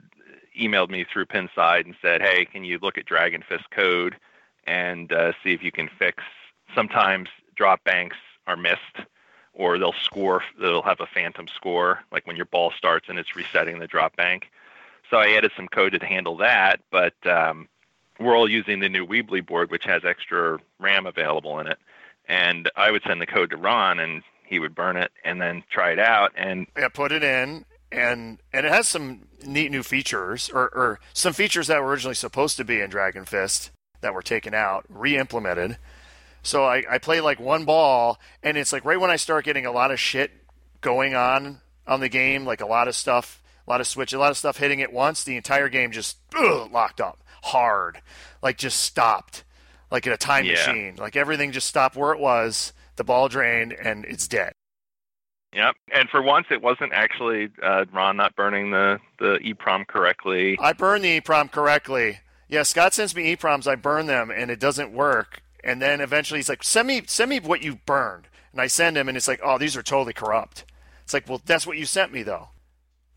Speaker 6: emailed me through Pinside and said, "Hey, can you look at Dragon Fist code and uh, see if you can fix? Sometimes drop banks are missed, or they'll score. They'll have a phantom score, like when your ball starts and it's resetting the drop bank." So I added some code to handle that, but um, we're all using the new Weebly board, which has extra RAM available in it and I would send the code to Ron, and he would burn it and then try it out. And
Speaker 3: Yeah, put it in, and and it has some neat new features, or, or some features that were originally supposed to be in Dragon Fist that were taken out, re-implemented. So I, I play like one ball, and it's like right when I start getting a lot of shit going on on the game, like a lot of stuff, a lot of switch, a lot of stuff hitting at once. The entire game just ugh, locked up hard, like just stopped, like in a time
Speaker 6: Yeah.
Speaker 3: machine. Like everything just stopped where it was. The ball drained, and it's dead.
Speaker 6: yep. And for once, it wasn't actually uh, Ron not burning the the EEPROM correctly.
Speaker 3: I burn the EEPROM correctly. Yeah, Scott sends me EEPROMs. I burn them, and it doesn't work. And then eventually he's like, "Send me, send me what you burned." And I send him, and it's like, "Oh, these are totally corrupt." It's like, "Well, that's what you sent me, though.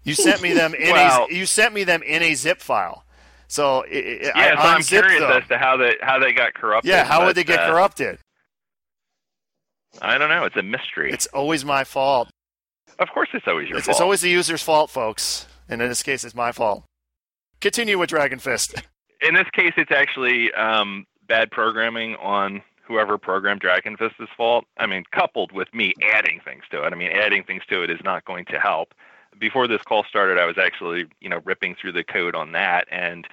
Speaker 3: You sent me them in
Speaker 6: Wow.
Speaker 3: a you sent me them in a zip file. So it, it,
Speaker 6: Yeah, so
Speaker 3: I
Speaker 6: I'm
Speaker 3: unzipped
Speaker 6: curious
Speaker 3: them.
Speaker 6: as to how they how they got corrupted.
Speaker 3: yeah, how
Speaker 6: but,
Speaker 3: would they get
Speaker 6: uh,
Speaker 3: corrupted?
Speaker 6: I don't know. It's a mystery.
Speaker 3: It's always my fault.
Speaker 6: of course, it's always your
Speaker 3: It's,
Speaker 6: fault.
Speaker 3: it's always the user's fault, folks. And in this case, it's my fault. Continue with Dragon Fist.
Speaker 6: in this case, it's actually um, bad programming on whoever programmed Dragon Fist's fault. I mean, coupled with me adding things to it. I mean, adding things to it is not going to help. Before this call started, I was actually, you know, ripping through the code on that, and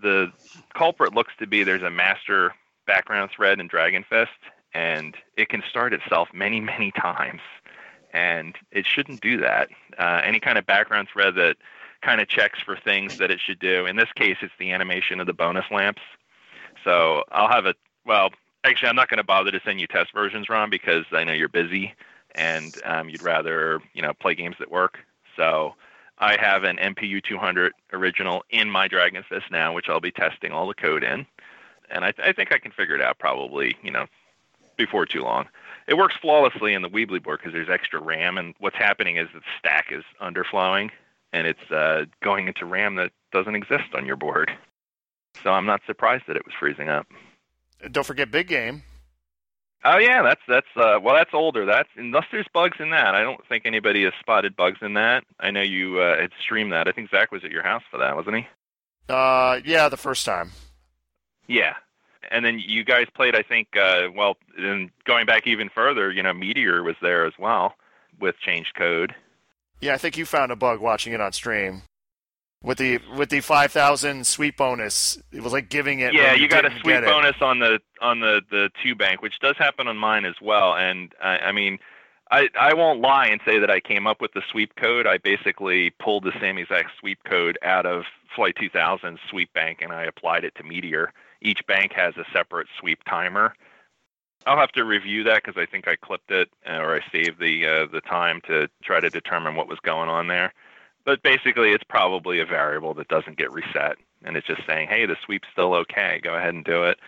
Speaker 6: the culprit looks to be there's a master background thread in Dragon Fist, and it can start itself many, many times, and it shouldn't do that. Uh, any kind of background thread that kind of checks for things that it should do. In this case, it's the animation of the bonus lamps. So I'll have a well. Actually, I'm not going to bother to send you test versions, Ron, because I know you're busy and um, you'd rather you know play games that work. So I have an MPU 200 original in my Dragon Fist now, which I'll be testing all the code in, and I, I think I can figure it out probably you know before too long. It works flawlessly in the Weebly board because there's extra RAM, and what's happening is the stack is underflowing, and it's uh, going into RAM that doesn't exist on your board. So I'm not surprised that it was freezing up.
Speaker 3: Don't forget Big Game.
Speaker 6: Oh yeah, that's that's uh, well that's older. That's unless there's bugs in that. I don't think anybody has spotted bugs in that. I know you uh, had streamed that. I think Zach was at your house for that, wasn't he?
Speaker 3: Uh, yeah, the first time.
Speaker 6: Yeah. And then you guys played, I think, uh, well, then going back even further, you know, Meteor was there as well with changed code.
Speaker 3: Yeah, I think you found a bug watching it on stream. With the with the five thousand sweep bonus, it was like giving it.
Speaker 6: yeah,
Speaker 3: when
Speaker 6: you, got a
Speaker 3: didn't
Speaker 6: sweet
Speaker 3: get it.
Speaker 6: bonus on the on the the two bank, which does happen on mine as well. And I, I mean, I I won't lie and say that I came up with the sweep code. I basically pulled the same exact sweep code out of Flight 2000's sweep bank, and I applied it to Meteor. Each bank has a separate sweep timer, I'll have to review that because I think I clipped it uh, or I saved the uh, the time to try to determine what was going on there. But basically, it's probably a variable that doesn't get reset, and it's just saying, "Hey, the sweep's still okay. Go ahead and do it."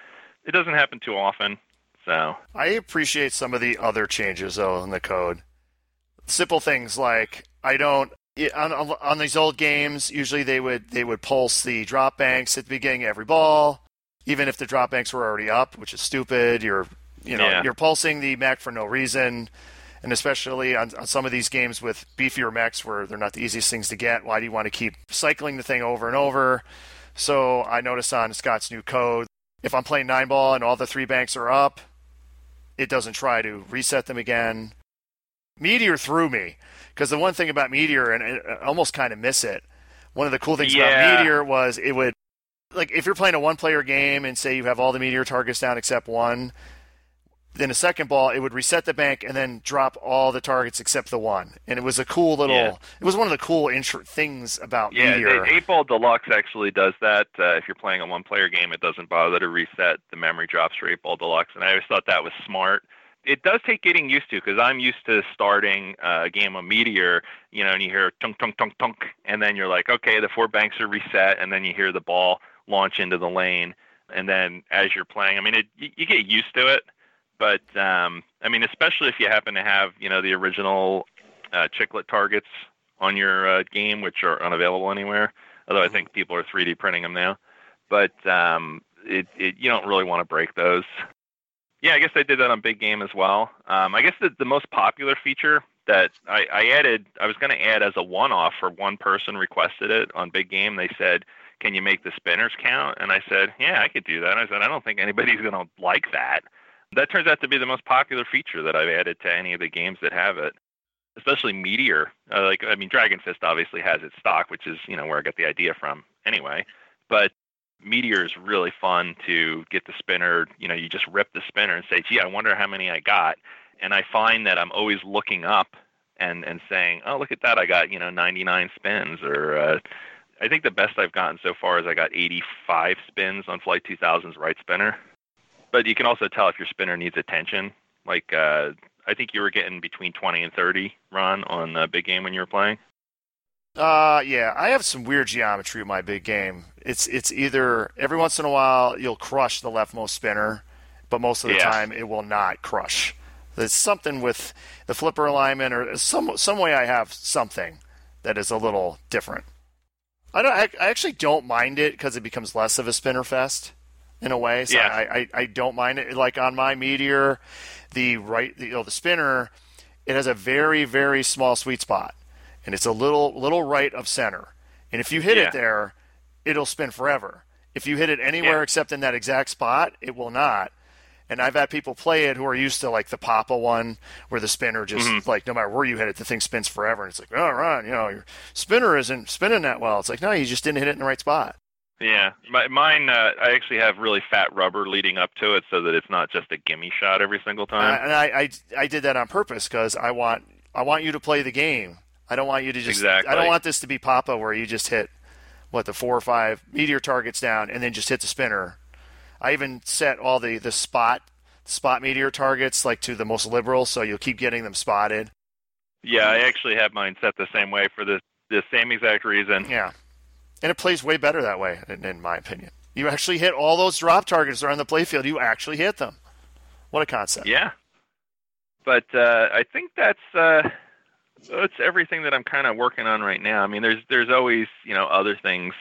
Speaker 6: It doesn't happen too often, so
Speaker 3: I appreciate some of the other changes though in the code. Simple things like I don't yeah, on, on these old games. Usually they would they would pulse the drop banks at the beginning of every ball, even if the drop banks were already up, which is stupid. You're you know
Speaker 6: Yeah.
Speaker 3: you're pulsing the mech for no reason, and especially on, on some of these games with beefier mechs where they're not the easiest things to get. Why do you want to keep cycling the thing over and over? So I noticed on Scott's new code, if I'm playing nine ball and all the three banks are up, it doesn't try to reset them again. Meteor threw me because the one thing about Meteor, and I almost kind of miss it. One of the cool things
Speaker 6: Yeah.
Speaker 3: about Meteor was it would, like, if you're playing a one-player game and say you have all the Meteor targets down except one, then a second ball it would reset the bank and then drop all the targets except the one. And it was a cool little.
Speaker 6: Yeah.
Speaker 3: It was one of the cool intro things about
Speaker 6: Yeah,
Speaker 3: Meteor.
Speaker 6: the eight ball deluxe actually does that. Uh, if you're playing a one player game, it doesn't bother to reset the memory drops for eight ball deluxe, and I always thought that was smart. It does take getting used to because I'm used to starting uh, a game of Meteor, you know, and you hear tunk tunk tunk tunk, and then you're like, okay, the four banks are reset, and then you hear the ball launch into the lane, and then as you're playing, I mean, it, you, you get used to it, but um, I mean, especially if you happen to have, you know, the original uh, chiclet targets on your uh, game, which are unavailable anywhere. Although I think people are 3D printing them now, but um, it, it you don't really want to break those. Yeah, I guess I did that on big game as well. Um, I guess the, the most popular feature that I, I added, I was going to add as a one-off for one person requested it on big game. They said, "Can you make the spinners count?" And I said, "Yeah, I could do that." I said, "I don't think anybody's going to like that." That turns out to be the most popular feature that I've added to any of the games that have it especially Meteor. Uh, like, I mean, Dragon Fist obviously has its stock, which is you know where I got the idea from anyway. But Meteor is really fun to get the spinner. You know, you just rip the spinner and say, "Gee, I wonder how many I got." And I find that I'm always looking up and and saying, "Oh, look at that! I got you know 99 spins." Or uh, I think the best I've gotten so far is I got 85 spins on Flight 2000's right spinner. But you can also tell if your spinner needs attention. Like uh, I think you were getting between 20 and 30, Ron, on uh, big game when you were playing.
Speaker 3: Uh, yeah, I have some weird geometry in my big game. It's it's either every once in a while you'll crush the leftmost spinner, but most of the
Speaker 6: Yeah.
Speaker 3: time it will not crush. There's something with the flipper alignment or some some way I have something that is a little different. I don't. I, I actually don't mind it because it becomes less of a spinner fest in a way. So
Speaker 6: Yeah.
Speaker 3: I, I I don't mind it. Like on my meteor, the right the, you know, the spinner, it has a very very small sweet spot, and it's a little little right of center. And if you hit
Speaker 6: Yeah.
Speaker 3: it there, it'll spin forever. If you hit it anywhere
Speaker 6: Yeah.
Speaker 3: except in that exact spot, it will not. And I've had people play it who are used to like the Papa one, where the spinner just
Speaker 6: Mm-hmm.
Speaker 3: like no matter where you hit it, the thing spins forever. And it's like, oh, Ron, you know, your spinner isn't spinning that well. It's like, no, you just didn't hit it in the right spot.
Speaker 6: Yeah, my, mine. Uh, I actually have really fat rubber leading up to it, so that it's not just a gimme shot every single
Speaker 3: And I,
Speaker 6: time.
Speaker 3: and I, I, I did that on purpose because I want I want you to play the game. I don't want you to just. I
Speaker 6: Exactly.
Speaker 3: don't want this to be Papa where you just hit what the four or five meteor targets down and then just hit the spinner. I even set all the the spot spot meteor targets like to the most liberal, so you'll keep getting them spotted.
Speaker 6: yeah, I actually have mine set the same way for the the same exact reason.
Speaker 3: Yeah, and it plays way better that way, in, in my opinion. You actually hit all those drop targets that are on the playfield. You actually hit them. What a concept!
Speaker 6: Yeah. But uh, I think that's uh, that's everything that I'm kind of working on right now. I mean, there's there's always you know other things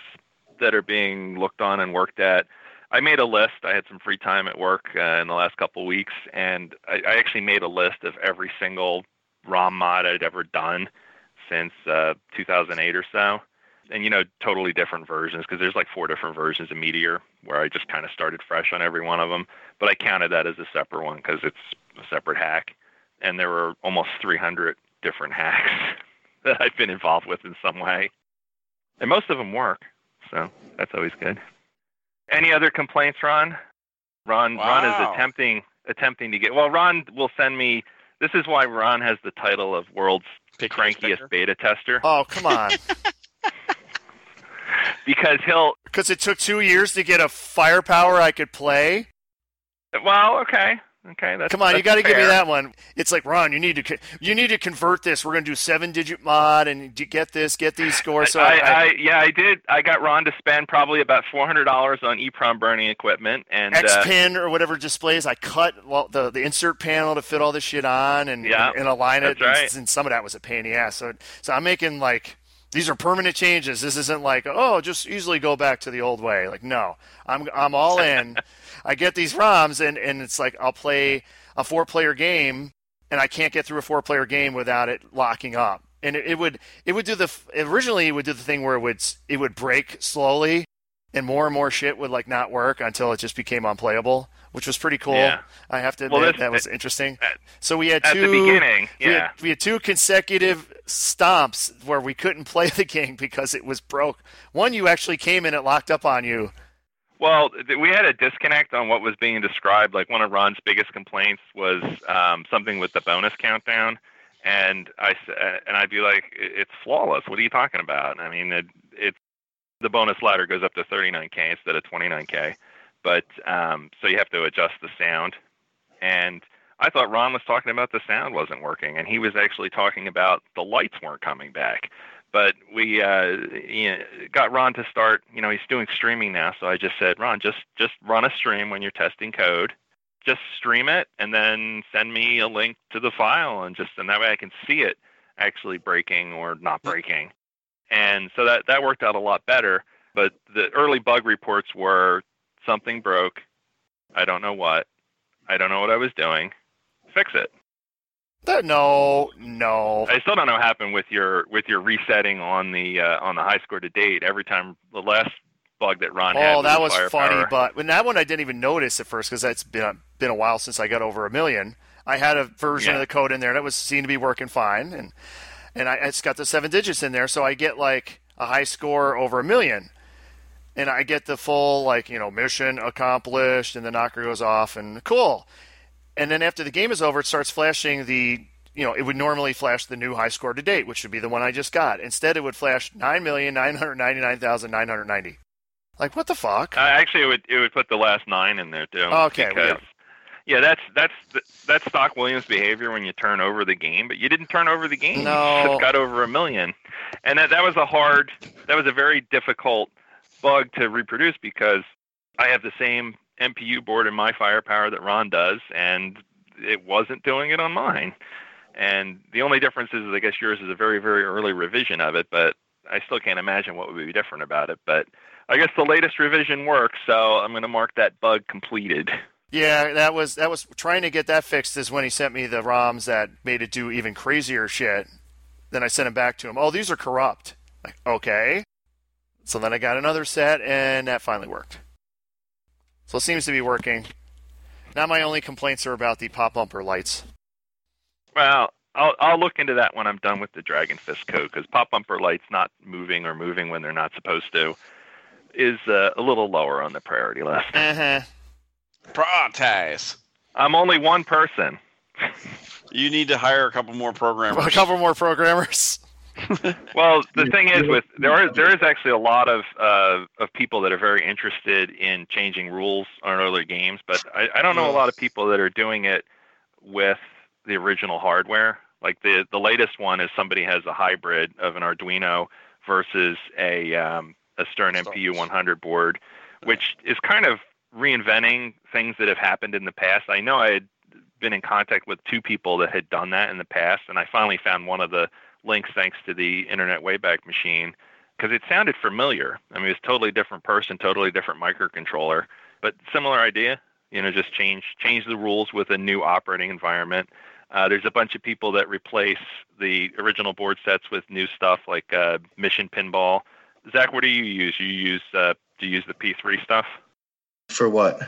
Speaker 6: that are being looked on and worked at. I made a list. I had some free time at work uh, in the last couple weeks, and I, I actually made a list of every single ROM mod I'd ever done since uh, 2008 or so. And you know, totally different versions because there's like four different versions of Meteor where I just kind of started fresh on every one of them but I counted that as a separate one because it's a separate hack. And there were almost 300 different hacks that I've been involved with in some way. And most of them work, so that's always good. Any other complaints, Ron? Ron, Ron
Speaker 4: Wow.
Speaker 6: is attempting attempting to get. Well, Ron will send me. This is why Ron has the title of world's
Speaker 4: Picky
Speaker 6: crankiest
Speaker 4: inspector.
Speaker 6: beta tester
Speaker 3: Oh come on!
Speaker 6: because he'll
Speaker 3: Because it took two years to get a firepower I could play.
Speaker 6: Well, okay. Okay, that's
Speaker 3: Come on, you
Speaker 6: that's
Speaker 3: got to give me
Speaker 6: fair.
Speaker 3: that one. It's like Ron, you need to co- you need to convert this. We're going to do seven digit mod and d- get this, get these scores. So
Speaker 6: I,
Speaker 3: I-
Speaker 6: I, yeah, I did. I got Ron to spend probably about four hundred dollars on EEPROM burning equipment, and
Speaker 3: X
Speaker 6: uh,
Speaker 3: pin or whatever displays. I cut well, the the insert panel to fit all this shit on and
Speaker 6: Yeah,
Speaker 3: and, align it.
Speaker 6: that's right.
Speaker 3: And, and some of that was a pain in the ass. So so I'm making like these are permanent changes. This isn't like oh just easily go back to the old way. Like no, I'm I'm all in. I get these ROMs and and it's like I'll play a four player game and I can't get through a four player game without it locking up. And it, it would it would do the f- originally it would do the thing where it would s- it would break slowly and more and more shit would like not work until it just became unplayable, which was pretty cool.
Speaker 6: Yeah.
Speaker 3: I have to
Speaker 6: Well,
Speaker 3: admit
Speaker 6: that's-
Speaker 3: that was interesting.
Speaker 6: at-
Speaker 3: so we had
Speaker 6: at
Speaker 3: two
Speaker 6: the beginning,
Speaker 3: we,
Speaker 6: yeah,
Speaker 3: had, we had two consecutive stomps where we couldn't play the game because it was broke. One you actually came in it locked up on you.
Speaker 6: Well, th- we had a disconnect on what was being described. Like one of Ron's biggest complaints was um, something with the bonus countdown, and I s- uh, and I'd be like, "I- "It's flawless. What are you talking about?" I mean, it, it's the bonus ladder goes up to 39k instead of 29k, but um, so you have to adjust the sound. And I thought Ron was talking about the sound wasn't working, and he was actually talking about the lights weren't coming back but we uh, you know, got Ron to start. You know, he's doing streaming now, so I just said, Ron, just just run a stream when you're testing code. Just stream it, and then send me a link to the file, and just and that way I can see it actually breaking or not breaking. And so that that worked out a lot better. But the early bug reports were something broke. I don't know what. I don't know what I was doing. Fix it.
Speaker 3: That- no, no.
Speaker 6: I still don't know what happened with your with your resetting on the uh, on the high score to date. Every time the last bug that Ron had.
Speaker 3: Oh, that was
Speaker 6: firepower.
Speaker 3: funny, but when that one I didn't even notice at first because that's been a, been a while since I got over a million. I had a version of
Speaker 6: Yeah.
Speaker 3: the code in there that was seen to be working fine, and and I it's got the seven digits in there, so I get like a high score over a million, and I get the full like you know mission accomplished, and the knocker goes off, and cool. And then after the game is over, it starts flashing the you know it would normally flash the new high score to date, which would be the one I just got. Instead, it would flash nine million nine hundred ninety nine thousand nine hundred ninety. Like what the fuck?
Speaker 6: uh, actually, it would it would put the last nine in there too.
Speaker 3: Okay,
Speaker 6: because- yeah, that's that's th- that's Stock Williams behavior when you turn over the game, but you didn't turn over the game.
Speaker 3: No.
Speaker 6: you just got over a million, and that that was a hard, that was a very difficult bug to reproduce because I have the same MPU board in my firepower that Ron does, and it wasn't doing it on mine. And the only difference is, I guess yours is a very, very early revision of it, but I still can't imagine what would be different about it. But I guess the latest revision works, so I'm going to mark that bug completed.
Speaker 3: Yeah, that was that was trying to get that fixed is when he sent me the ROMs that made it do even crazier shit. Then I sent them back to him. Oh, these are corrupt. Like, okay. So then I got another set and that finally worked. So it seems to be working. Now my only complaints are about the pop bumper lights.
Speaker 6: Well, I'll I'll look into that when I'm done with the Dragon Fist code because pop bumper lights not moving or moving when they're not supposed to is uh, a little lower on the priority list.
Speaker 3: Uh-huh.
Speaker 4: Prioritize.
Speaker 6: I'm only one person.
Speaker 4: You need to hire a couple more programmers.
Speaker 3: A couple more programmers.
Speaker 6: Well, the thing is, with there are there is actually a lot of uh, of people that are very interested in changing rules on earlier games, but I, I don't know a lot of people that are doing it with the original hardware. Like the the latest one is somebody has a hybrid of an Arduino versus a um, a Stern MPU 100 board, which is kind of reinventing things that have happened in the past. I know I had been in contact with two people that had done that in the past, and I finally found one of the links thanks to the Internet Wayback Machine because it sounded familiar. I mean, it's totally different person, totally different microcontroller, but similar idea. You know, just change change the rules with a new operating environment. Uh, there's a bunch of people that replace the original board sets with new stuff like uh, Mission Pinball. Zach, what do you use? You use uh, do you use the P3 stuff?
Speaker 5: For what?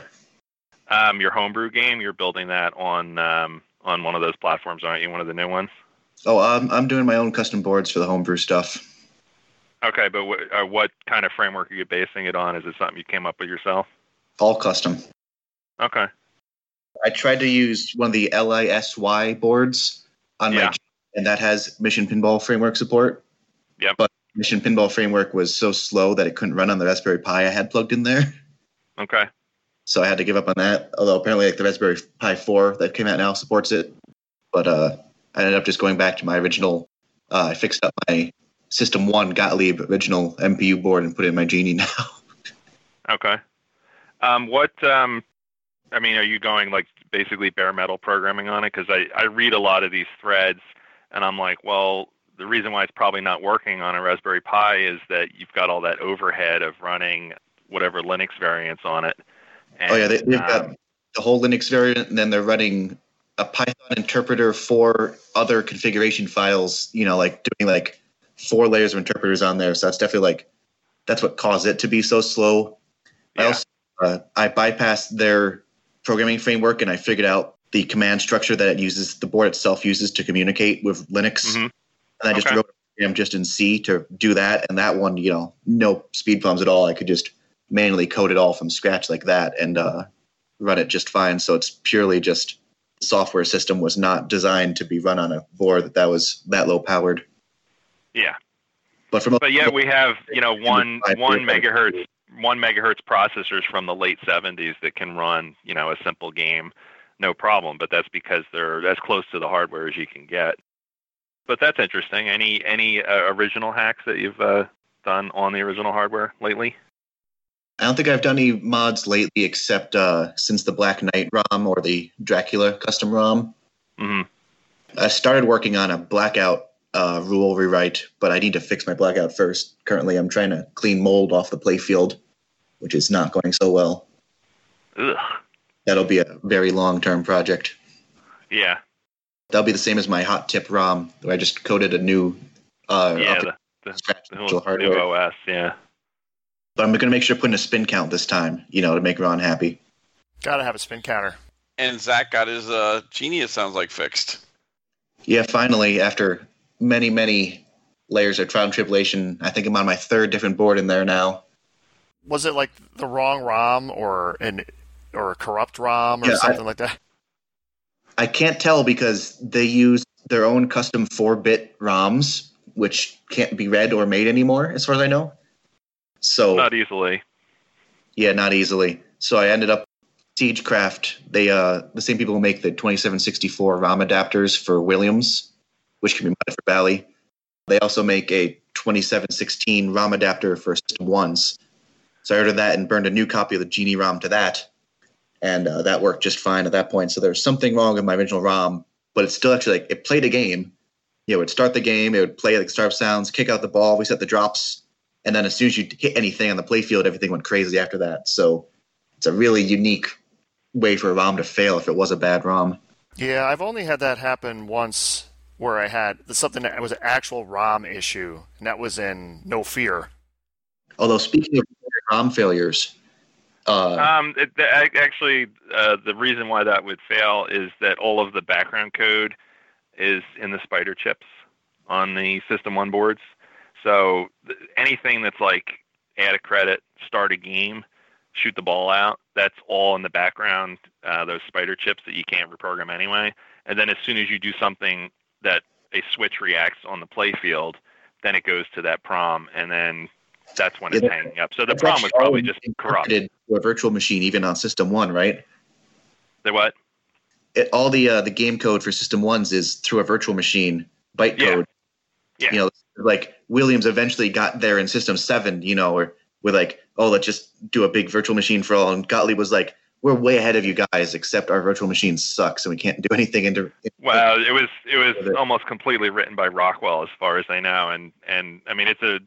Speaker 6: Um, your homebrew game, you're building that on um, on one of those platforms, aren't you? One of the new ones.
Speaker 5: Oh, I'm I'm doing my own custom boards for the homebrew stuff.
Speaker 6: Okay, but what, uh, what kind of framework are you basing it on? Is it something you came up with yourself?
Speaker 5: All custom.
Speaker 6: Okay.
Speaker 5: I tried to use one of the LISY boards on
Speaker 6: Yeah.
Speaker 5: my and that has Mission Pinball Framework support.
Speaker 6: Yep.
Speaker 5: But Mission Pinball Framework was so slow that it couldn't run on the Raspberry Pi I had plugged in there.
Speaker 6: Okay.
Speaker 5: so I had to give up on that. Although apparently, like the Raspberry Pi 4 that came out now supports it, but uh, I ended up just going back to my original. Uh, I fixed up my System One Gottlieb original MPU board and put in my Genie now.
Speaker 6: Okay. Um, what? Um, I mean, are you going like basically bare metal programming on it? Because I I read a lot of these threads, and I'm like, well, the reason why it's probably not working on a Raspberry Pi is that you've got all that overhead of running whatever Linux variants on it. And,
Speaker 5: oh yeah, they, they've
Speaker 6: um,
Speaker 5: got the whole Linux variant, and then they're running a Python interpreter for other configuration files. You know, like doing like four layers of interpreters on there. So that's definitely like that's what caused it to be so slow. I
Speaker 6: Yeah.
Speaker 5: also uh, I bypassed their programming framework and I figured out the command structure that it uses, the board itself uses to communicate with Linux.
Speaker 6: Mhm.
Speaker 5: And I just
Speaker 6: Okay.
Speaker 5: wrote a program just in C to do that. And that one, you know, no speed bumps at all. I could just manually code it all from scratch like that and uh, run it just fine. So it's purely just the software system was not designed to be run on a board that, that was that low powered.
Speaker 6: yeah.
Speaker 5: But from
Speaker 6: But yet we have you know one
Speaker 5: Five,
Speaker 6: one
Speaker 5: three, five.
Speaker 6: megahertz one megahertz processors from the late seventies that can run you know a simple game, no problem. But that's because they're as close to the hardware as you can get. But that's interesting. Any any uh, original hacks that you've uh, done on the original hardware lately?
Speaker 5: I don't think I've done any mods lately except uh, since the Black Knight ROM or the Dracula custom ROM.
Speaker 6: hmm
Speaker 5: I started working on a blackout uh, rule rewrite, but I need to fix my blackout first. Currently, I'm trying to clean mold off the playfield, which is not going so well.
Speaker 6: Ugh.
Speaker 5: That'll be a very long term project.
Speaker 6: Yeah.
Speaker 5: That'll be the same as my hot tip ROM, where I just coded a new uh,
Speaker 6: yeah.
Speaker 5: up to
Speaker 6: The, the,
Speaker 5: scratch
Speaker 6: the
Speaker 5: digital
Speaker 6: whole new uh,
Speaker 5: hardware.
Speaker 6: OS. Yeah.
Speaker 5: But I'm going to make sure to put in a spin count this time, you know, to make Ron happy.
Speaker 3: Gotta have a spin counter.
Speaker 4: And Zach got his uh, genius sounds like fixed.
Speaker 5: Yeah, finally, after many, many layers of trial and tribulation, I think I'm on my third different board in there now.
Speaker 3: Was it like the wrong ROM or an or a corrupt ROM or
Speaker 5: Yeah, I-
Speaker 3: something like that?
Speaker 5: I can't tell because they use their own custom 4 bit ROMs, which can't be read or made anymore, as far as I know. So,
Speaker 6: Not easily.
Speaker 5: yeah, not easily. So I ended up Siegecraft. They uh, the same people who make the 2764 ROM adapters for Williams, which can be modded for Valley. They also make a 2716 ROM adapter for System Ones. So I ordered that and burned a new copy of the Genie ROM to that, and uh, that worked just fine at that point. So there was something wrong with my original ROM, but it's still actually like it played a game. You know, it would start the game, it would play like start sounds, kick out the ball, reset the drops, and then as soon as you hit anything on the playfield, everything went crazy after that. So it's a really unique way for a ROM to fail if it was a bad ROM.
Speaker 3: Yeah, I've only had that happen once where I had something that was an actual ROM issue, and that was in No Fear.
Speaker 5: Although speaking of ROM failures, uh,
Speaker 6: Um, it, the, ac- actually, uh, the reason why that would fail is that all of the background code is in the spider chips on the system one boards. So th- anything that's like add a credit, start a game, shoot the ball out, that's all in the background, uh, those spider chips that you can't reprogram anyway. And then as soon as you do something that a switch reacts on the play field, then it goes to that prom, and then that's when it's
Speaker 5: Yeah.
Speaker 6: hanging up. So the
Speaker 5: It's
Speaker 6: prom was
Speaker 5: actually
Speaker 6: probably just corrupt.
Speaker 5: interpreted to a virtual machine, even on System One, right?
Speaker 6: The what?
Speaker 5: It, all the uh, the game code for System Ones is through a virtual machine bytecode.
Speaker 6: Yeah. Yeah.
Speaker 5: You know, like Williams eventually got there in System Seven. You know, or we're like, oh, let's just do a big virtual machine for all. And Gottlieb was like, we're way ahead of you guys, except our virtual machine sucks and we can't do anything. Into
Speaker 6: Well, it was it
Speaker 5: With
Speaker 6: was
Speaker 5: it.
Speaker 6: almost completely written by Rockwell, as far as I know, and and I mean it's a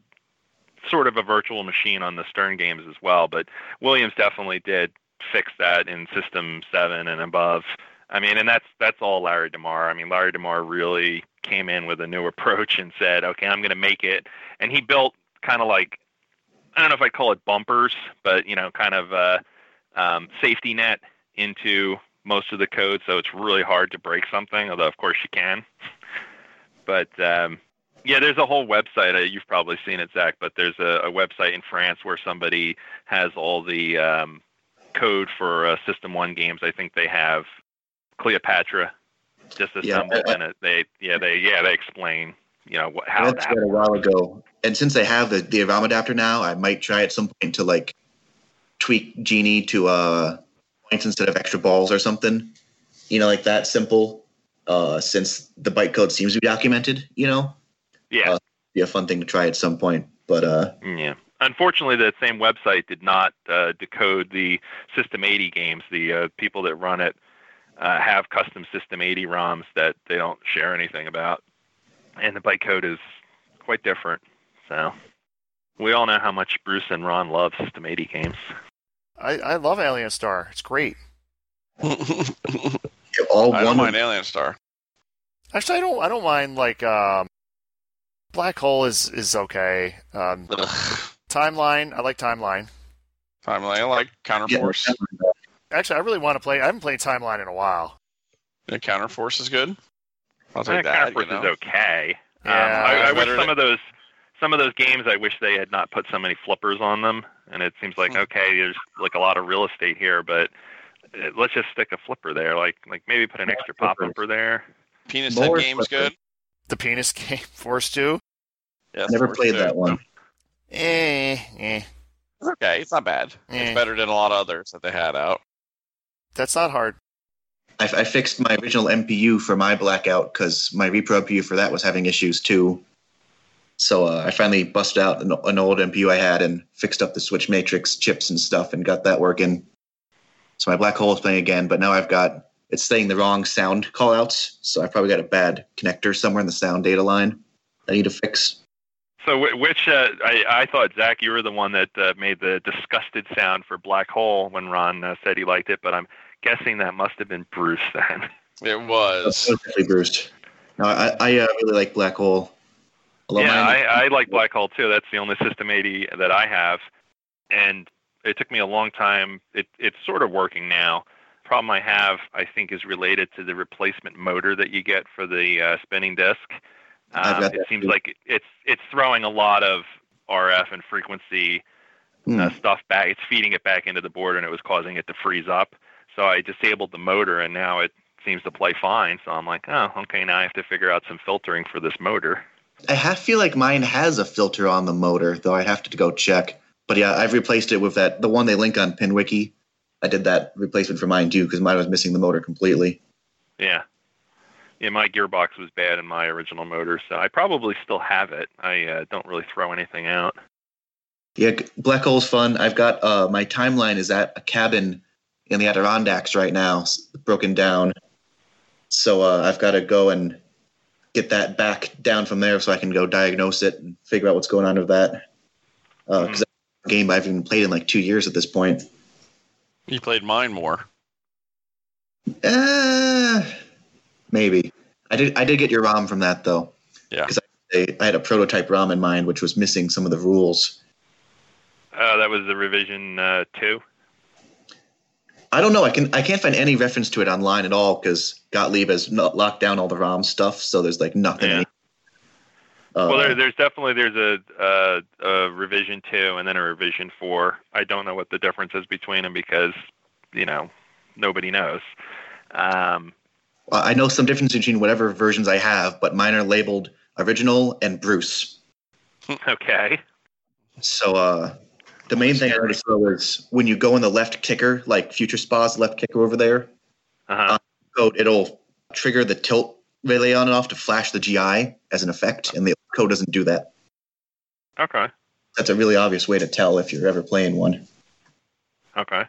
Speaker 6: sort of a virtual machine on the Stern games as well. But Williams definitely did fix that in System Seven and above. I mean, and that's that's all Larry DeMar. I mean, Larry DeMar really came in with a new approach and said, "Okay, I'm going to make it." And he built kind of like I don't know if I call it bumpers, but you know, kind of uh, um, safety net into most of the code, so it's really hard to break something. Although, of course, you can. but um, yeah, there's a whole website. Uh, you've probably seen it, Zach. But there's a, a website in France where somebody has all the um, code for uh, System One games. I think they have Cleopatra just
Speaker 5: Yeah,
Speaker 6: assembled,
Speaker 5: I- I-
Speaker 6: and it, they yeah they yeah they explain you know what, how
Speaker 5: That's
Speaker 6: that
Speaker 5: quite a while ago. And since I have the, the ROM adapter now, I might try at some point to like tweak Genie to uh, points instead of extra balls or something. You know, like that simple. Uh, since the byte code seems to be documented, you know,
Speaker 6: Yeah.
Speaker 5: Uh, be a fun thing to try at some point. But uh,
Speaker 6: Yeah. Unfortunately, that same website did not uh, decode the System 80 games. The uh, people that run it uh, have custom System 80 ROMs that they don't share anything about, and the bytecode is quite different. So we all know how much Bruce and Ron love System 80 games.
Speaker 3: I, I love Alien Star. It's great.
Speaker 4: I
Speaker 5: all
Speaker 4: don't
Speaker 5: one
Speaker 4: mind Alien Star.
Speaker 3: Actually, I don't. I don't mind. Like, um, Black Hole is is okay. Um,
Speaker 4: Ugh.
Speaker 3: timeline. I like Timeline.
Speaker 4: Timeline. I like Counterforce.
Speaker 3: Actually, I really want to play. I haven't played Timeline in a while.
Speaker 4: Yeah, Counterforce is good. I'll
Speaker 6: Eh,
Speaker 4: take that.
Speaker 6: Counterforce
Speaker 4: you know.
Speaker 6: is okay.
Speaker 3: Yeah.
Speaker 6: um, I, I wish
Speaker 4: Better
Speaker 6: some
Speaker 4: to-
Speaker 6: of those some of those games. I wish they had not put so many flippers on them. And it seems like
Speaker 4: Hmm.
Speaker 6: okay, there's like a lot of real estate here, but uh, let's just stick a flipper there. Like like maybe put an
Speaker 5: More
Speaker 6: extra pop
Speaker 5: flippers.
Speaker 6: flipper there.
Speaker 4: Penis
Speaker 5: More
Speaker 4: Head game's
Speaker 5: flippers.
Speaker 4: good.
Speaker 3: The Penis Game, Force Two.
Speaker 4: Yeah,
Speaker 5: Never
Speaker 4: Force
Speaker 5: played
Speaker 4: two.
Speaker 5: that one.
Speaker 3: Eh, eh.
Speaker 4: It's okay. It's not bad.
Speaker 3: Eh.
Speaker 4: It's better than a lot of others that they had out.
Speaker 3: That's not hard.
Speaker 5: I, I fixed my original MPU for my blackout because my repro MPU for that was having issues too. So uh, I finally busted out an, an old MPU I had and fixed up the switch matrix chips and stuff and got that working. So my black hole is playing again, but now I've got it's saying the wrong sound callouts. So I've probably got a bad connector somewhere in the sound data line. I need to fix.
Speaker 6: So wh- which uh, I I thought Zach, you were the one that uh, made the disgusted sound for black hole when Ron uh, said he liked it, but I'm guessing that must have been Bruce then.
Speaker 4: It
Speaker 5: Oh,
Speaker 4: was.
Speaker 5: definitely bruised. No, I, I uh, really like black hole. Although
Speaker 6: yeah,
Speaker 5: mine-
Speaker 6: I, I like Black Hole too. That's the only System 80 that I have, and it took me a long time. It, it's sort of working now. Problem I have, I think, is related to the replacement motor that you get for the uh, spinning disc.
Speaker 5: I've
Speaker 6: Um,
Speaker 5: got
Speaker 6: it
Speaker 5: that
Speaker 6: seems
Speaker 5: too.
Speaker 6: like it's it's throwing a lot of RF and frequency
Speaker 5: Hmm.
Speaker 6: uh, stuff back. It's feeding it back into the board, and it was causing it to freeze up. So I disabled the motor, and now it seems to play fine. So I'm like, oh, okay. Now I have to figure out some filtering for this motor.
Speaker 5: I have, feel like mine has a filter on the motor, though I'd have to go check. But yeah, I've replaced it with that the one they link on PinWiki. I did that replacement for mine too because mine was missing the motor completely.
Speaker 6: Yeah. Yeah, my gearbox was bad in my original motor, so I probably still have it. I uh, don't really throw anything out.
Speaker 5: Yeah, g- black hole's fun. I've got uh, my timeline is at a cabin in the Adirondacks right now, s- broken down. So uh, I've got to go and get that back down from there so I can go diagnose it and figure out what's going on with that. Because a game I've even played in like two years at this point.
Speaker 4: You played mine more.
Speaker 5: Uh, maybe. I did. I did get your ROM from that though.
Speaker 4: Yeah.
Speaker 5: 'Cause I, I had a prototype ROM in mind, which was missing some of the rules.
Speaker 6: Uh, that was the revision uh, two.
Speaker 5: I don't know. I can. I can't find any reference to it online at all because Gottlieb has not locked down all the ROM stuff, so there's like nothing.
Speaker 6: Yeah.
Speaker 5: Uh,
Speaker 6: well, there, there's definitely there's a, uh, a revision two and then a revision four. I don't know what the difference is between them because you know nobody knows. Um,
Speaker 5: I know some difference between whatever versions I have, but mine are labeled original and Bruce.
Speaker 6: okay.
Speaker 5: So uh, the main thing I noticed though is when you go in the left kicker, like Future Spa's left kicker over there,
Speaker 6: Uh-huh.
Speaker 5: code it'll trigger the tilt relay on and off to flash the GI as an effect, and the code doesn't do that.
Speaker 6: Okay.
Speaker 5: That's a really obvious way to tell if you're ever playing one,
Speaker 6: Okay.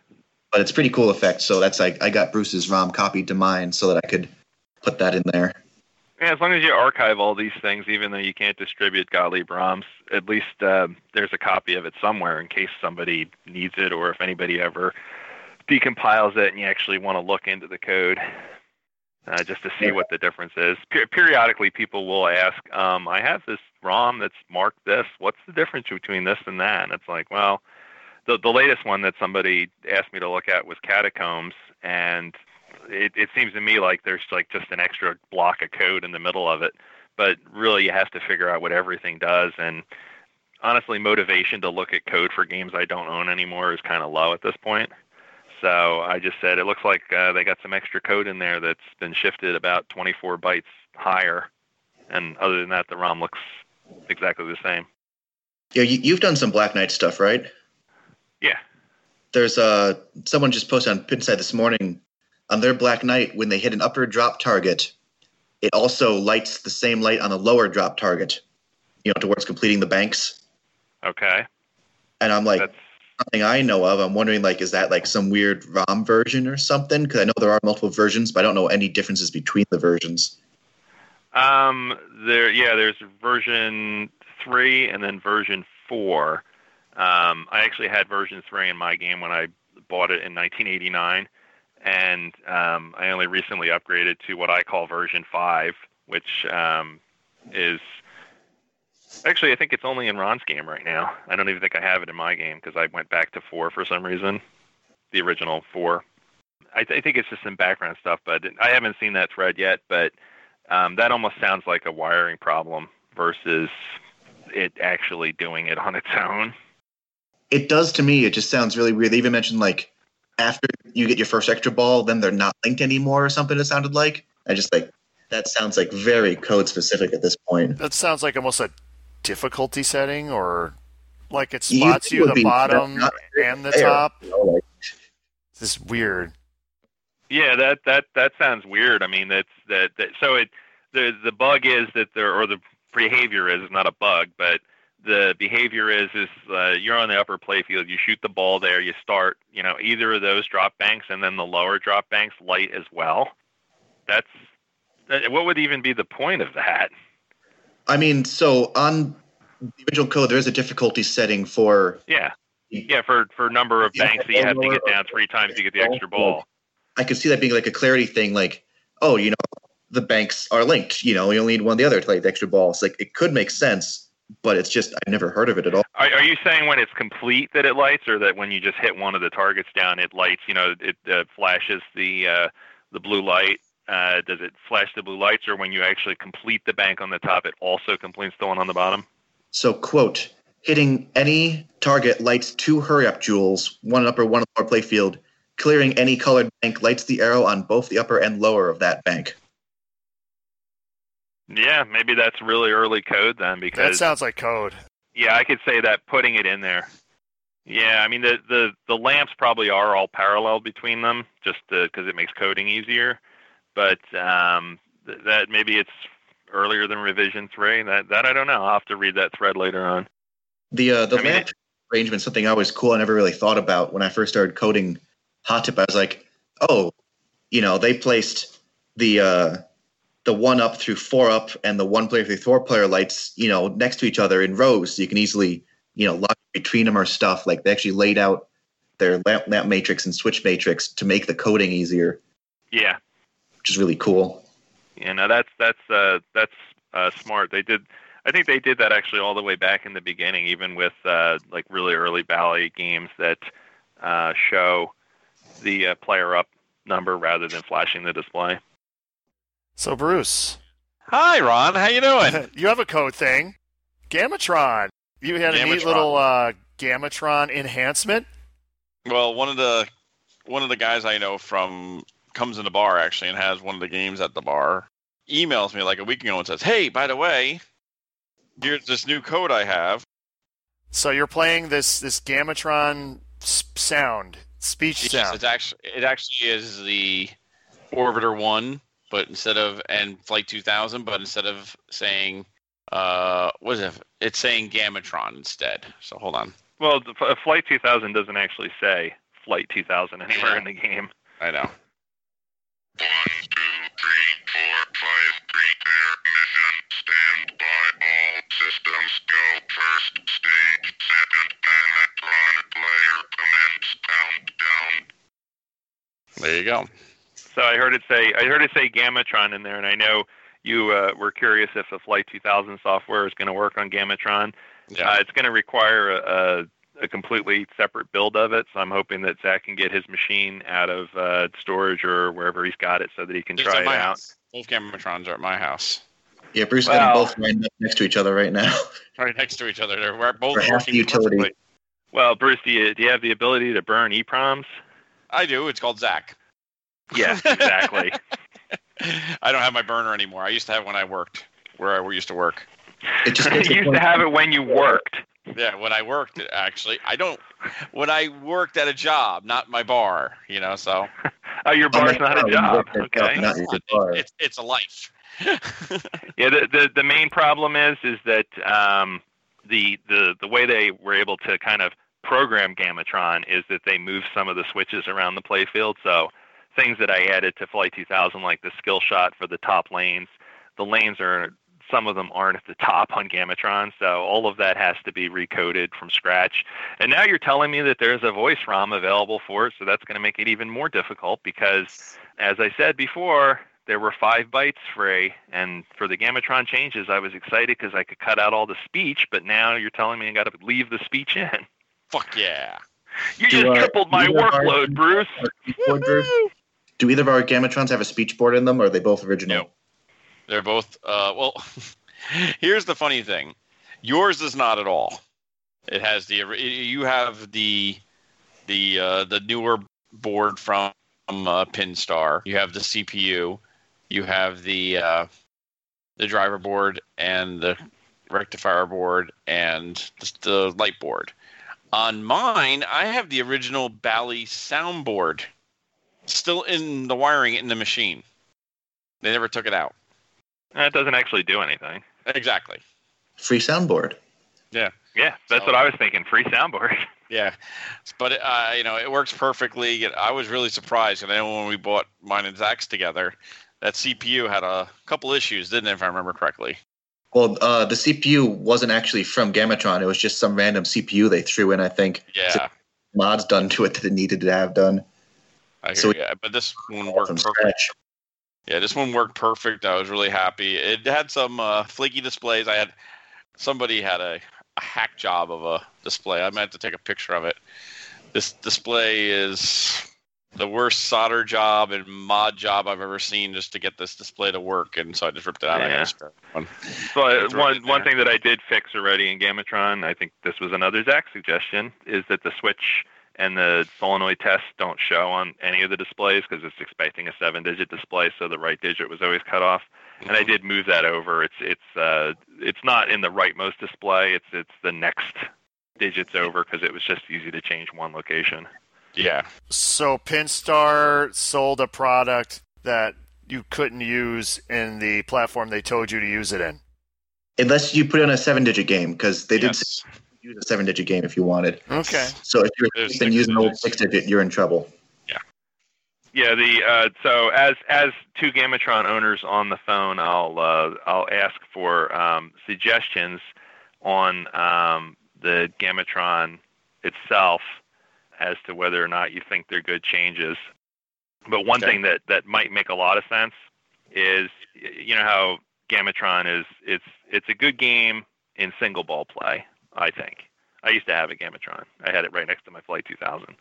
Speaker 5: but it's a pretty cool effect. So that's like I got Bruce's ROM copied to mine so that I could put that in there.
Speaker 6: Yeah, as long as you archive all these things, even though you can't distribute Gottlieb ROMs, at least uh, there's a copy of it somewhere in case somebody needs it or if anybody ever decompiles it and you actually want to look into the code uh, just to see
Speaker 5: Yeah.
Speaker 6: what the difference is. Per- periodically, people will ask, um, I have this ROM that's marked this. What's the difference between this and that? And it's like, well, the, the latest one that somebody asked me to look at was Catacombs, and it, it seems to me like there's like just an extra block of code in the middle of it. But really, you have to figure out what everything does. And honestly, motivation to look at code for games I don't own anymore is kind of low at this point. So I just said it looks like uh, they got some extra code in there that's been shifted about 24 bytes higher. And other than that, the ROM looks exactly the same.
Speaker 5: Yeah, you, you've done some Black Knight stuff, right?
Speaker 6: Yeah.
Speaker 5: There's uh, someone just posted on Pinside this morning on their Black Knight when they hit an upper drop target, it also lights the same light on the lower drop target, you know, towards completing the banks.
Speaker 6: Okay.
Speaker 5: And I'm like,
Speaker 6: That's
Speaker 5: nothing I know of. I'm wondering, like, is that like some weird ROM version or something? Because I know there are multiple versions, but I don't know any differences between the versions.
Speaker 6: Um, there, yeah, there's version three and then version four. Um, I actually had version three in my game when I bought it in 1989, and um, I only recently upgraded to what I call version five, which um, is actually I think it's only in Ron's game right now. I don't even think I have it in my game because I went back to four for some reason, the original four. I, I think it's just some background stuff, but I haven't seen that thread yet, but um, that almost sounds like a wiring problem versus it actually doing it on its own.
Speaker 5: It does to me. It just sounds really weird. They even mentioned like after you get your first extra ball, then they're not linked anymore or something. It sounded like I just like that sounds like very code specific at this point.
Speaker 3: That sounds like almost a difficulty setting, or like it
Speaker 5: You
Speaker 3: spots
Speaker 5: would
Speaker 3: you the
Speaker 5: be uh,
Speaker 3: bottom
Speaker 5: not
Speaker 3: and the
Speaker 5: fair.
Speaker 3: top.
Speaker 5: You know, like,
Speaker 3: This is weird.
Speaker 6: Yeah, that that that sounds weird. I mean, that's that, that. So it the the bug is that there or the behavior is not a bug, but the behavior is is uh, you're on the upper playfield. You shoot the ball there. You start. You know, either of those drop banks and then the lower drop banks light as well. That's that, what would even be the point of that?
Speaker 5: I mean, so on the original code, there is a difficulty setting for
Speaker 6: Yeah. Yeah, for for number of
Speaker 5: Yeah,
Speaker 6: banks that you have to get down three times to get the extra ball.
Speaker 5: I could see that being like a clarity thing, like, oh, you know, the banks are linked. You know, you only need one or the other to light the extra ball. It's like it could make sense, but it's just I've never heard of it at all.
Speaker 6: Are, are you saying when it's complete that it lights, or that when you just hit one of the targets down, it lights? You know, it uh, flashes the uh, the blue light. Uh, does it flash the blue lights, or when you actually complete the bank on the top, it also completes the one on the bottom?
Speaker 5: So, quote, hitting any target lights two hurry up jewels, one upper, one lower playfield. Clearing any colored bank lights the arrow on both the upper and lower of that bank.
Speaker 6: Yeah, maybe that's really early code then,
Speaker 3: That
Speaker 6: because
Speaker 3: sounds like code.
Speaker 6: Yeah, I could say that putting it in there. Yeah, I mean the the the lamps probably are all parallel between them, just because it makes coding easier. But um, th- that maybe it's earlier than revision three. That that I don't know. I'll have to read that thread later on.
Speaker 5: The uh, the
Speaker 6: I mean,
Speaker 5: lamp arrangement something I was cool. I never really thought about when I first started coding Hot Tip. I was like, oh, you know, they placed the uh, the one up through four up and the one player through four player lights, you know, next to each other in rows, so you can easily, you know, lock between them or stuff. Like they actually laid out their lamp, lamp matrix and switch matrix to make the coding easier,
Speaker 6: Yeah,
Speaker 5: which is really cool.
Speaker 6: You know, that's that's uh, that's uh, smart. They did. I think they did that actually all the way back in the beginning, even with uh, like really early Valley games that uh, show the uh, player up number rather than flashing the display.
Speaker 3: So Bruce,
Speaker 4: Hi, Ron. How you doing?
Speaker 3: you have a code thing, Gamatron. You had a neat
Speaker 4: Gamatron.
Speaker 3: little uh, Gamatron enhancement.
Speaker 4: well, one of the one of the guys I know from comes in the bar actually and has one of the games at the bar. Emails me like a week ago and says, "Hey, by the way, here's this new code I have."
Speaker 3: So you're playing this this Gamatron s- sound, speech
Speaker 4: Yes,
Speaker 3: sound.
Speaker 4: it's actually it actually is the Orbiter One, but instead of and Flight Two Thousand, but instead of saying uh, what is it? It's saying Gamatron instead. So hold on,
Speaker 6: Well, the, F- uh, Flight 2000 doesn't actually say Flight 2000 anywhere in the game.
Speaker 4: I know. There you go.
Speaker 6: So I heard it say I heard it say Gamatron in there, and I know you uh, were curious if the Flight 2000 software is going to work on Gamatron.
Speaker 4: Yeah.
Speaker 6: Uh, it's going to require a, a, a completely separate build of it, so I'm hoping that Zach can get his machine out of uh, storage or wherever he's got it so that he can
Speaker 4: It's
Speaker 6: try
Speaker 4: at
Speaker 6: it
Speaker 4: my
Speaker 6: out.
Speaker 4: house. Both Gamatrons are at my house,
Speaker 5: Yeah, Bruce and I are
Speaker 6: Wow.
Speaker 5: both lined up next to each other right now.
Speaker 4: right next to each other. They're we're both
Speaker 5: For half
Speaker 4: working
Speaker 5: the utility.
Speaker 4: perfectly.
Speaker 6: Well, Bruce, do you, do you have the ability to burn EPROMs?
Speaker 4: I do. It's called Zach.
Speaker 6: Yeah, exactly.
Speaker 4: I don't have my burner anymore. I used to have when I worked where I used to work.
Speaker 5: It just
Speaker 6: you
Speaker 5: gets to the
Speaker 6: used
Speaker 5: point-
Speaker 6: to have it when you worked.
Speaker 4: Yeah, when I worked, actually, I don't. When I worked at a job, not my bar, you know. So
Speaker 6: Oh, your bar's not a job. Okay.
Speaker 5: Not your bar.
Speaker 4: it's it's a life.
Speaker 6: Yeah, the, the the main problem is is that um, the the the way they were able to kind of program Gamatron is that they moved some of the switches around the playfield. So things that I added to Flight 2000, like the skill shot for the top lanes, the lanes are some of them aren't at the top on Gamatron. So all of that has to be recoded from scratch. And now you're telling me that there's a voice ROM available for it, so that's going to make it even more difficult because as I said before, there were five bytes free, and for the Gamatron changes, I was excited because I could cut out all the speech. But now you're telling me I got to leave the speech in.
Speaker 4: Fuck yeah!
Speaker 6: You
Speaker 5: Do,
Speaker 6: just
Speaker 5: uh,
Speaker 6: tripled my
Speaker 5: you have our-
Speaker 6: workload, Bruce.
Speaker 5: Board, Bruce? Do either of our Gamatrons have a speech board in them, or are they both original?
Speaker 4: No. They're both. Uh, well, here's the funny thing. Yours does not at all. It has the. You have the the uh, the newer board from uh, Pinstar. You have the CPU. You have the uh, the driver board and the rectifier board and the, the light board. On mine, I have the original Bally soundboard still in the wiring in the machine. They never took it out.
Speaker 6: That doesn't actually do anything.
Speaker 4: Exactly.
Speaker 5: Free soundboard.
Speaker 6: Yeah, that's
Speaker 4: So-
Speaker 6: what I was thinking. Free soundboard.
Speaker 4: Yeah, but uh, you know it works perfectly. I was really surprised, and I know when we bought mine and Zach's together, that CPU had a couple issues, didn't it? If I remember correctly.
Speaker 5: Well, uh, the CPU wasn't actually from Gamatron. It was just some random CPU they threw in, I think.
Speaker 4: Yeah,
Speaker 5: Mods done to it that it needed to have done
Speaker 4: I hear
Speaker 5: So-
Speaker 4: you. But this one worked
Speaker 5: from
Speaker 4: perfect.
Speaker 5: scratch.
Speaker 4: Yeah, this one worked perfect. I was really happy. It had some uh, flaky displays. I had somebody had a, a hack job of a display. I might have to take a picture of it. This display is the worst solder job and mod job I've ever seen just to get this display to work. And so I just ripped it out. I got
Speaker 6: Yeah.
Speaker 4: a spare one.
Speaker 6: So uh,
Speaker 4: It's right
Speaker 6: one
Speaker 4: in
Speaker 6: one
Speaker 4: there.
Speaker 6: thing that I did fix already in Gamatron, I think this was another Zach suggestion, is that the switch and the solenoid tests don't show on any of the displays because it's expecting a seven-digit display, so the right digit was always cut off. And I did move that over. It's it's uh it's not in the rightmost display. It's it's the next digits over because it was just easy to change one location.
Speaker 4: Yeah.
Speaker 3: So Pinstar sold a product that you couldn't use in the platform they told you to use it in.
Speaker 5: Unless you put in a seven digit game, because they did
Speaker 4: Yes.
Speaker 5: use a seven digit game if you wanted.
Speaker 3: Okay.
Speaker 5: So if you're
Speaker 4: There's
Speaker 5: been
Speaker 4: six
Speaker 5: using an old
Speaker 4: digits.
Speaker 5: six digit, you're in trouble.
Speaker 6: Yeah, the uh, so as as two Gamatron owners on the phone, I'll uh, I'll ask for um, suggestions on um, the Gamatron itself as to whether or not you think they're good changes. But one
Speaker 4: Okay.
Speaker 6: thing that that might make a lot of sense is y- you know how Gamatron is it's it's a good game in single ball play. I think I used to have a Gamatron. I had it right next to my Flight 2000.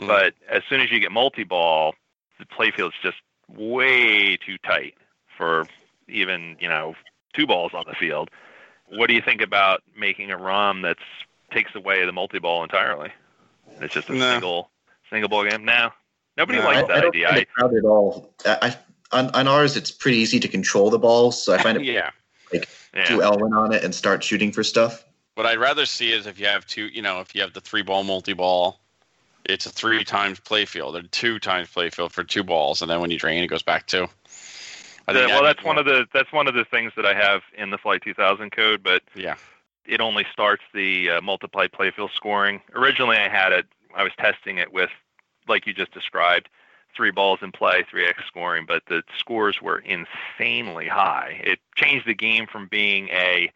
Speaker 4: Mhm.
Speaker 6: But as soon as you get multi ball, the playfield's just way too tight for even you know two balls on the field. What do you think about making a ROM that's takes away the multi ball entirely? And it's just a
Speaker 4: No.
Speaker 6: single single ball game. No, nobody
Speaker 4: No,
Speaker 6: likes
Speaker 5: I
Speaker 6: that
Speaker 5: don't
Speaker 6: idea.
Speaker 5: find
Speaker 6: I,
Speaker 5: it crowded at all. I, I, on, on ours, it's pretty easy to control the ball, so I find it
Speaker 4: Yeah.
Speaker 5: do
Speaker 6: yeah.
Speaker 5: Elwin on it and start shooting for stuff.
Speaker 4: What I'd rather see is if you have two, you know, if you have the three ball multi ball, it's a three times play field or two times play field for two balls. And then when you drain, it goes back to. I
Speaker 6: The-
Speaker 4: think
Speaker 6: well, that's one of the that's one of the things that I have in the Flight 2000 code, but
Speaker 4: Yeah.
Speaker 6: it only starts the uh, multiply playfield scoring. Originally, I had it. I was testing it with, like you just described, three balls in play, three X scoring, but the scores were insanely high. It changed the game from being a.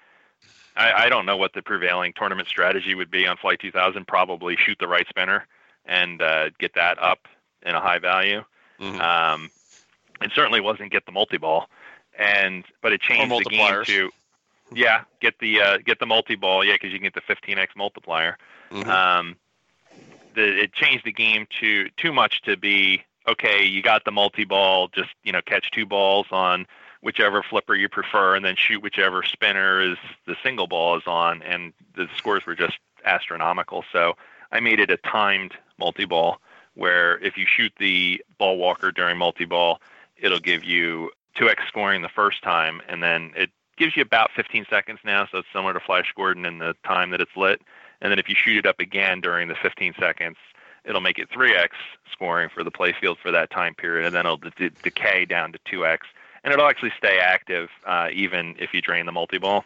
Speaker 6: I, I don't know what the prevailing tournament strategy would be on Flight 2000. Probably shoot the right spinner and uh, get that up in a high value.
Speaker 4: Mhm.
Speaker 6: Um, it certainly wasn't get the multi ball, and but it changed the game
Speaker 4: multipliers.
Speaker 6: to yeah get the uh, get the multi ball yeah because you can get the 15x multiplier.
Speaker 4: Mhm.
Speaker 6: Um, the, it changed the game to too much to be okay. You got the multi ball, just you know catch two balls on whichever flipper you prefer, and then shoot whichever spinner is the single ball is on, and the scores were just astronomical. So I made it a timed multi ball where if you shoot the ball walker during multi ball, it'll give you 2x scoring the first time, and then it gives you about 15 seconds now, so it's similar to Flash Gordon in the time that it's lit. And then if you shoot it up again during the 15 seconds, it'll make it 3x scoring for the play field for that time period, and then it'll d- d- decay down to 2x, and it'll actually stay active uh, even if you drain the multi ball.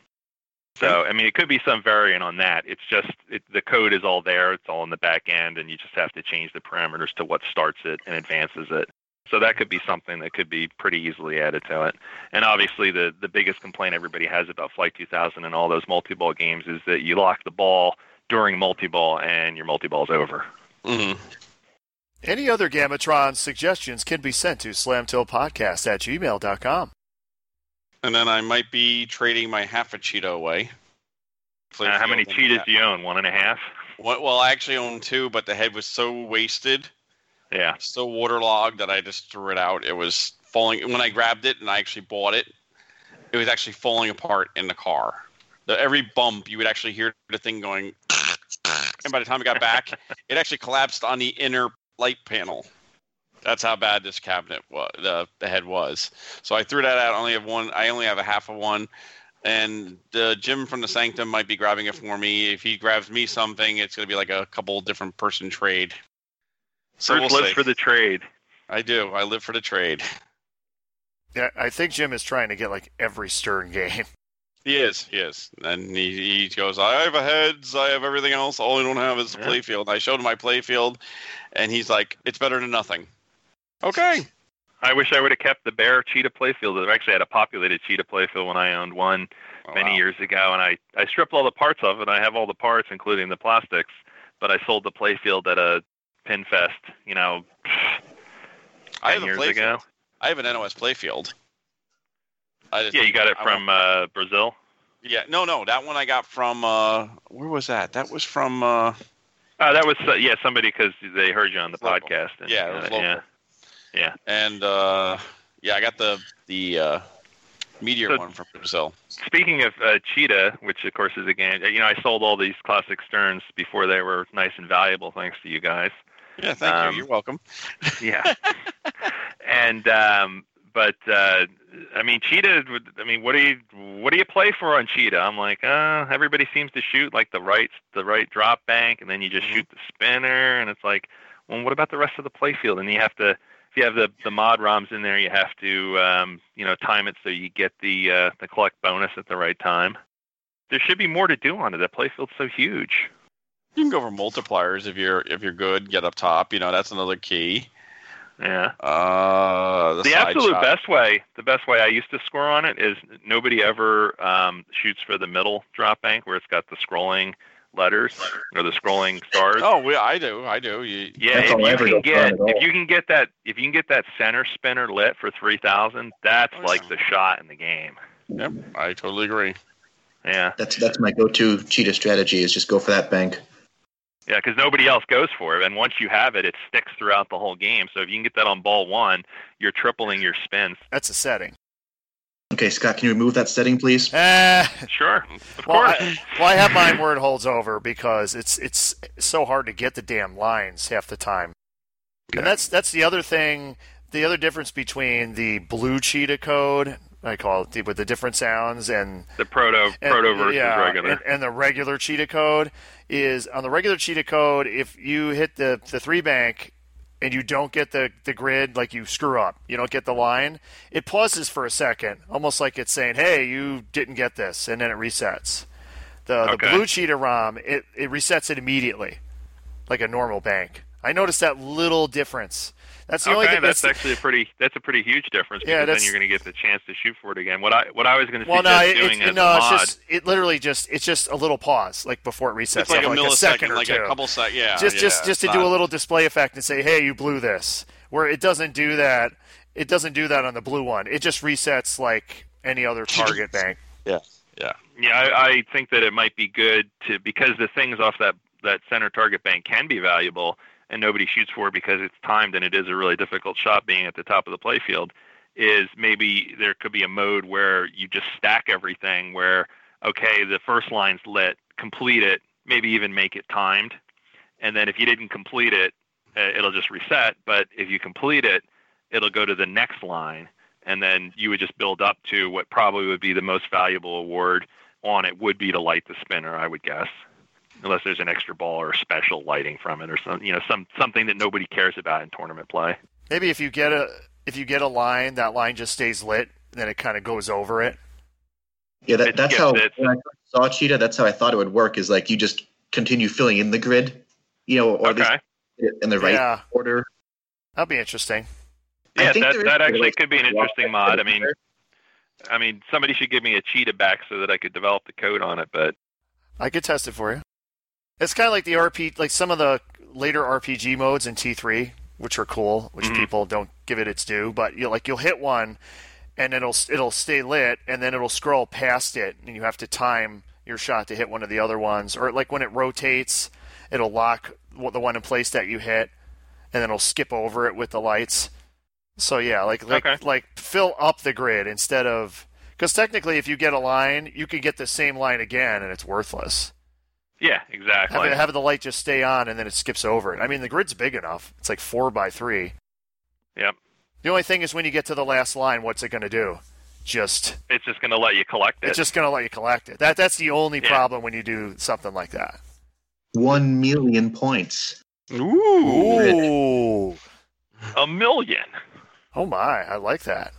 Speaker 6: So I mean, it could be some variant on that. It's just it, the code is all there. It's all in the back end, and you just have to change the parameters to what starts it and advances it. So that could be something that could be pretty easily added to it. And obviously, the the biggest complaint everybody has about Flight 2000 and all those multi-ball games is that you lock the ball during multi-ball, and your multi-ball's over.
Speaker 4: Mhm.
Speaker 3: Any other Gamatron suggestions can be sent to slamtailpodcast at gmail.com.
Speaker 4: And then I might be trading my half a Cheeto away. Play
Speaker 6: Uh, how many
Speaker 4: field and-
Speaker 6: cheetahs do you own? One and a half.
Speaker 4: Well, well, I actually own two, but the head was so wasted,
Speaker 6: Yeah.
Speaker 4: so waterlogged that I just threw it out. It was falling when I grabbed it and I actually bought it. It was actually falling apart in the car. The, every bump, you would actually hear the thing going. and by the time it got back, it actually collapsed on the inner light panel. That's how bad this cabinet was. The, the head was. So I threw that out. I only have one. I only have a half of one and uh, Jim from the Sanctum might be grabbing it for me. If he grabs me something, it's going to be like a couple different person trade. So
Speaker 6: Bruce
Speaker 4: we'll
Speaker 6: lives
Speaker 4: see.
Speaker 6: for the trade.
Speaker 4: I do. I live for the trade.
Speaker 3: Yeah, I think Jim is trying to get like every Stern game.
Speaker 4: He is. He is. And he, he goes, I have a heads. I have everything else. All I don't have is the
Speaker 6: Yeah.
Speaker 4: play field. I showed him my play field, and he's like, it's better than nothing. Okay.
Speaker 6: I wish I would have kept the bear cheetah playfield. I actually had a populated cheetah playfield when I owned one many
Speaker 4: Oh, Wow.
Speaker 6: years ago, and I, I stripped all the parts of it. I have all the parts, including the plastics, but I sold the playfield at a pinfest, you know,
Speaker 4: I have
Speaker 6: ten
Speaker 4: a
Speaker 6: years
Speaker 4: play
Speaker 6: ago.
Speaker 4: field. I have an NOS play field. I just
Speaker 6: Yeah, you got it
Speaker 4: I want-
Speaker 6: from uh, Brazil.
Speaker 4: Yeah, no, no, that one I got from uh, where was that? That was from uh,
Speaker 6: Uh, that was uh, yeah somebody because they heard you on the
Speaker 4: It's local.
Speaker 6: podcast. And,
Speaker 4: Yeah, it was
Speaker 6: uh,
Speaker 4: local.
Speaker 6: yeah.
Speaker 4: and uh, yeah, I got the the uh, meteor
Speaker 6: So-
Speaker 4: one from Brazil.
Speaker 6: Speaking of uh, Cheetah, which of course is a game, you know, I sold all these classic Sterns before they were nice and valuable, thanks to you guys.
Speaker 4: Yeah, thank
Speaker 6: Um,
Speaker 4: you. You're welcome.
Speaker 6: yeah. and um, but uh, I mean, cheetah. would- I mean, what do you what do you play for on cheetah? I'm like, uh, everybody seems to shoot like the right the right drop bank, and then you just shoot the spinner, and it's like, well, what about the rest of the play field? And you have to. If you have the, the mod ROMs in there, you have to um, you know time it so you get the uh, the collect bonus at the right time. There should be more to do on it. That playfield's so huge.
Speaker 4: You can go for multipliers if you're if you're good. Get up top. You know that's another key.
Speaker 6: Yeah.
Speaker 4: Uh, the
Speaker 6: the
Speaker 4: side
Speaker 6: absolute
Speaker 4: shot.
Speaker 6: best way the best way i used to score on it is nobody ever um, shoots for the middle drop bank where it's got the scrolling letters or the scrolling stars
Speaker 4: Oh, we, I do. I do. You,
Speaker 6: yeah
Speaker 5: That's
Speaker 6: if
Speaker 5: all I
Speaker 6: you
Speaker 5: ever
Speaker 6: can
Speaker 5: go for
Speaker 6: get
Speaker 5: at all.
Speaker 6: if you can get that if you can get that center spinner lit for 3000 that's
Speaker 4: Oh,
Speaker 6: like
Speaker 4: yeah.
Speaker 6: the shot in the game
Speaker 4: yep. I totally agree.
Speaker 6: yeah
Speaker 5: That's that's my go-to cheetah strategy is just go for that bank.
Speaker 6: yeah because nobody else goes for it and once you have it it sticks throughout the whole game so if you can get that on ball one you're tripling your spins
Speaker 3: That's a setting.
Speaker 5: Okay, Scott, can you remove that setting, please?
Speaker 3: Eh,
Speaker 6: sure of
Speaker 3: well,
Speaker 6: course
Speaker 3: I, well, I have mine where it holds over because it's it's so hard to get the damn lines half the time. And that's that's the other thing, the other difference between the blue cheetah code, I call it, the, with the different sounds and
Speaker 6: the proto
Speaker 3: and-
Speaker 6: proto versus
Speaker 3: yeah,
Speaker 6: regular
Speaker 3: And, and the regular cheetah code is on the regular cheetah code. If you hit the the three bank and you don't get the the grid, like you screw up, you don't get the line. It pauses for a second, almost like it's saying, "Hey, you didn't get this," and then it resets. The
Speaker 6: Okay.
Speaker 3: the blue cheetah ROM it it resets it immediately, like a normal bank. I noticed that little difference. That's the only
Speaker 6: okay,
Speaker 3: thing
Speaker 6: that's, actually a pretty that's a pretty huge difference
Speaker 3: Yeah,
Speaker 6: because then
Speaker 3: that's-
Speaker 6: you're going to get the chance to shoot for it again. What I what I was going to
Speaker 3: Well,
Speaker 6: suggest
Speaker 3: no, it,
Speaker 6: doing
Speaker 3: it's-
Speaker 6: as
Speaker 3: no,
Speaker 6: a
Speaker 3: it's
Speaker 6: mod,
Speaker 3: just it literally just it's just a little pause, like before it resets,
Speaker 4: It's like, a
Speaker 3: like
Speaker 4: millisecond,
Speaker 3: second or
Speaker 4: like
Speaker 3: two.
Speaker 4: a couple seconds. Yeah.
Speaker 3: just
Speaker 4: yeah,
Speaker 3: just just to
Speaker 4: it's
Speaker 3: do
Speaker 4: not-
Speaker 3: a little display effect and say, "Hey, you blew this." Where it doesn't do that. It doesn't do that on the blue one. It just resets like any other target bank.
Speaker 6: yeah, I, I think that it might be good to because the things off that that center target bank can be valuable and nobody shoots for it because it's timed and it is a really difficult shot being at the top of the play field. Is maybe there could be a mode where you just stack everything where okay, the first line's lit, complete it, maybe even make it timed. And then if you didn't complete it, uh, it'll just reset. But if you complete it, it'll go to the next line. and then you would just build up to what probably would be the most valuable award on it would be to light the spinner, I would guess, unless there's an extra ball or special lighting from it or some you know some something that nobody cares about in tournament play.
Speaker 3: Maybe if you get a if you get a line, that line just stays lit, then it kind of goes over it.
Speaker 5: Yeah, that,
Speaker 6: It's-
Speaker 5: that's
Speaker 6: yeah,
Speaker 5: how
Speaker 6: that's-
Speaker 5: when I saw Cheetah. That's how I thought it would work. Is like you just continue filling in the grid, you know, or at least
Speaker 6: okay,
Speaker 5: in the right
Speaker 3: Yeah,
Speaker 5: order.
Speaker 3: that'd be interesting.
Speaker 5: I
Speaker 6: yeah,
Speaker 5: think
Speaker 6: that
Speaker 5: there is
Speaker 6: that
Speaker 5: a way
Speaker 6: actually
Speaker 5: to
Speaker 6: could be an
Speaker 5: walk
Speaker 6: interesting
Speaker 5: that
Speaker 6: mod.
Speaker 5: grid
Speaker 6: I mean,
Speaker 5: there.
Speaker 6: I mean, somebody should give me a cheetah back so that I could develop the code on it. But
Speaker 3: I could test it for you. It's kind of like the RP, like some of the later RPG modes in T3, which are cool, which
Speaker 6: Mhm.
Speaker 3: people don't give it its due. But you like you'll hit one, and it'll it'll stay lit, and then it'll scroll past it, and you have to time your shot to hit one of the other ones. Or like when it rotates, it'll lock what- the one in place that you hit, and then it'll skip over it with the lights. So yeah, like like
Speaker 6: Okay.
Speaker 3: like fill up the grid instead of because technically, if you get a line, you could get the same line again, and it's worthless.
Speaker 6: yeah, exactly.
Speaker 3: Having, having the light just stay on and then it skips over it. I mean, the grid's big enough. It's like four by three.
Speaker 6: Yep.
Speaker 3: The only thing is when you get to the last line, what's it going to do? Just
Speaker 6: It's just going to let you collect it.
Speaker 3: it's just going to let you collect it. That that's the only
Speaker 6: Yeah.
Speaker 3: problem when you do something like that.
Speaker 5: One million points.
Speaker 4: Ooh.
Speaker 3: Ooh.
Speaker 6: a million.
Speaker 3: Oh my, I like that.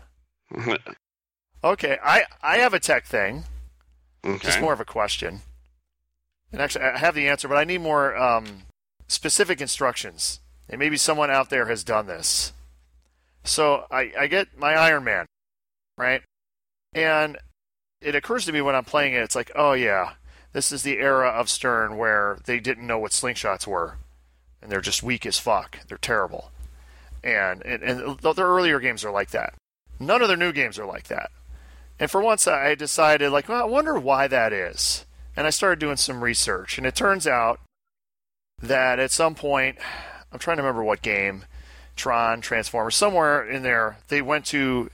Speaker 3: Okay, I I have a tech thing. Just
Speaker 4: okay.
Speaker 3: more of a question. And actually, I have the answer, but I need more um, specific instructions. And maybe someone out there has done this. So I, I get my Iron Man, right? And it occurs to me when I'm playing it, it's like, oh yeah, this is the era of Stern where they didn't know what slingshots were. And they're just weak as fuck. They're terrible. And, and, and th- their earlier games are like that. None of their new games are like that. And for once, I decided, like, well, I wonder why that is. And I started doing some research, and it turns out that at some point, I'm trying to remember what game, Tron, Transformers, somewhere in there, they went to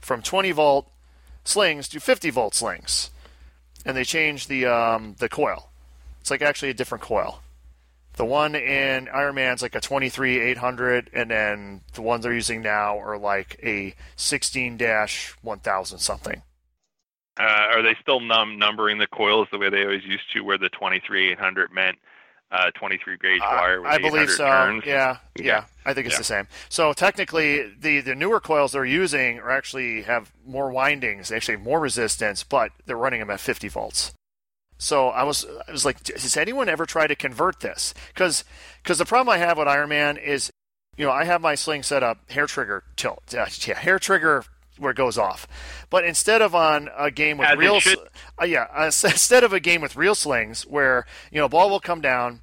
Speaker 3: from 20 volt slings to 50 volt slings, and they changed the um, the coil. It's like actually a different coil. The one in Iron Man's like a 23 800, and then the ones they're using now are like a 16 1000 something.
Speaker 6: Uh, are they still num- numbering the coils the way they always used to, where the 23-800 meant uh, 23 gauge
Speaker 3: Uh,
Speaker 6: wire with
Speaker 3: I
Speaker 6: 800
Speaker 3: believe so.
Speaker 6: turns?
Speaker 3: Yeah, yeah,
Speaker 6: Yeah.
Speaker 3: I think it's
Speaker 6: Yeah.
Speaker 3: the same. So technically, the the newer coils they're using are actually have more windings, they actually have more resistance, but they're running them at 50 volts. So I was I was like, has anyone ever tried to convert this? Because the problem I have with Iron Man is, you know, I have my sling set up hair trigger tilt, uh, yeah, hair trigger where it goes off, but instead of on a game with
Speaker 6: As it
Speaker 3: real,
Speaker 6: should.
Speaker 3: s- uh, yeah, uh, s- instead of a game with real slings where you know ball will come down,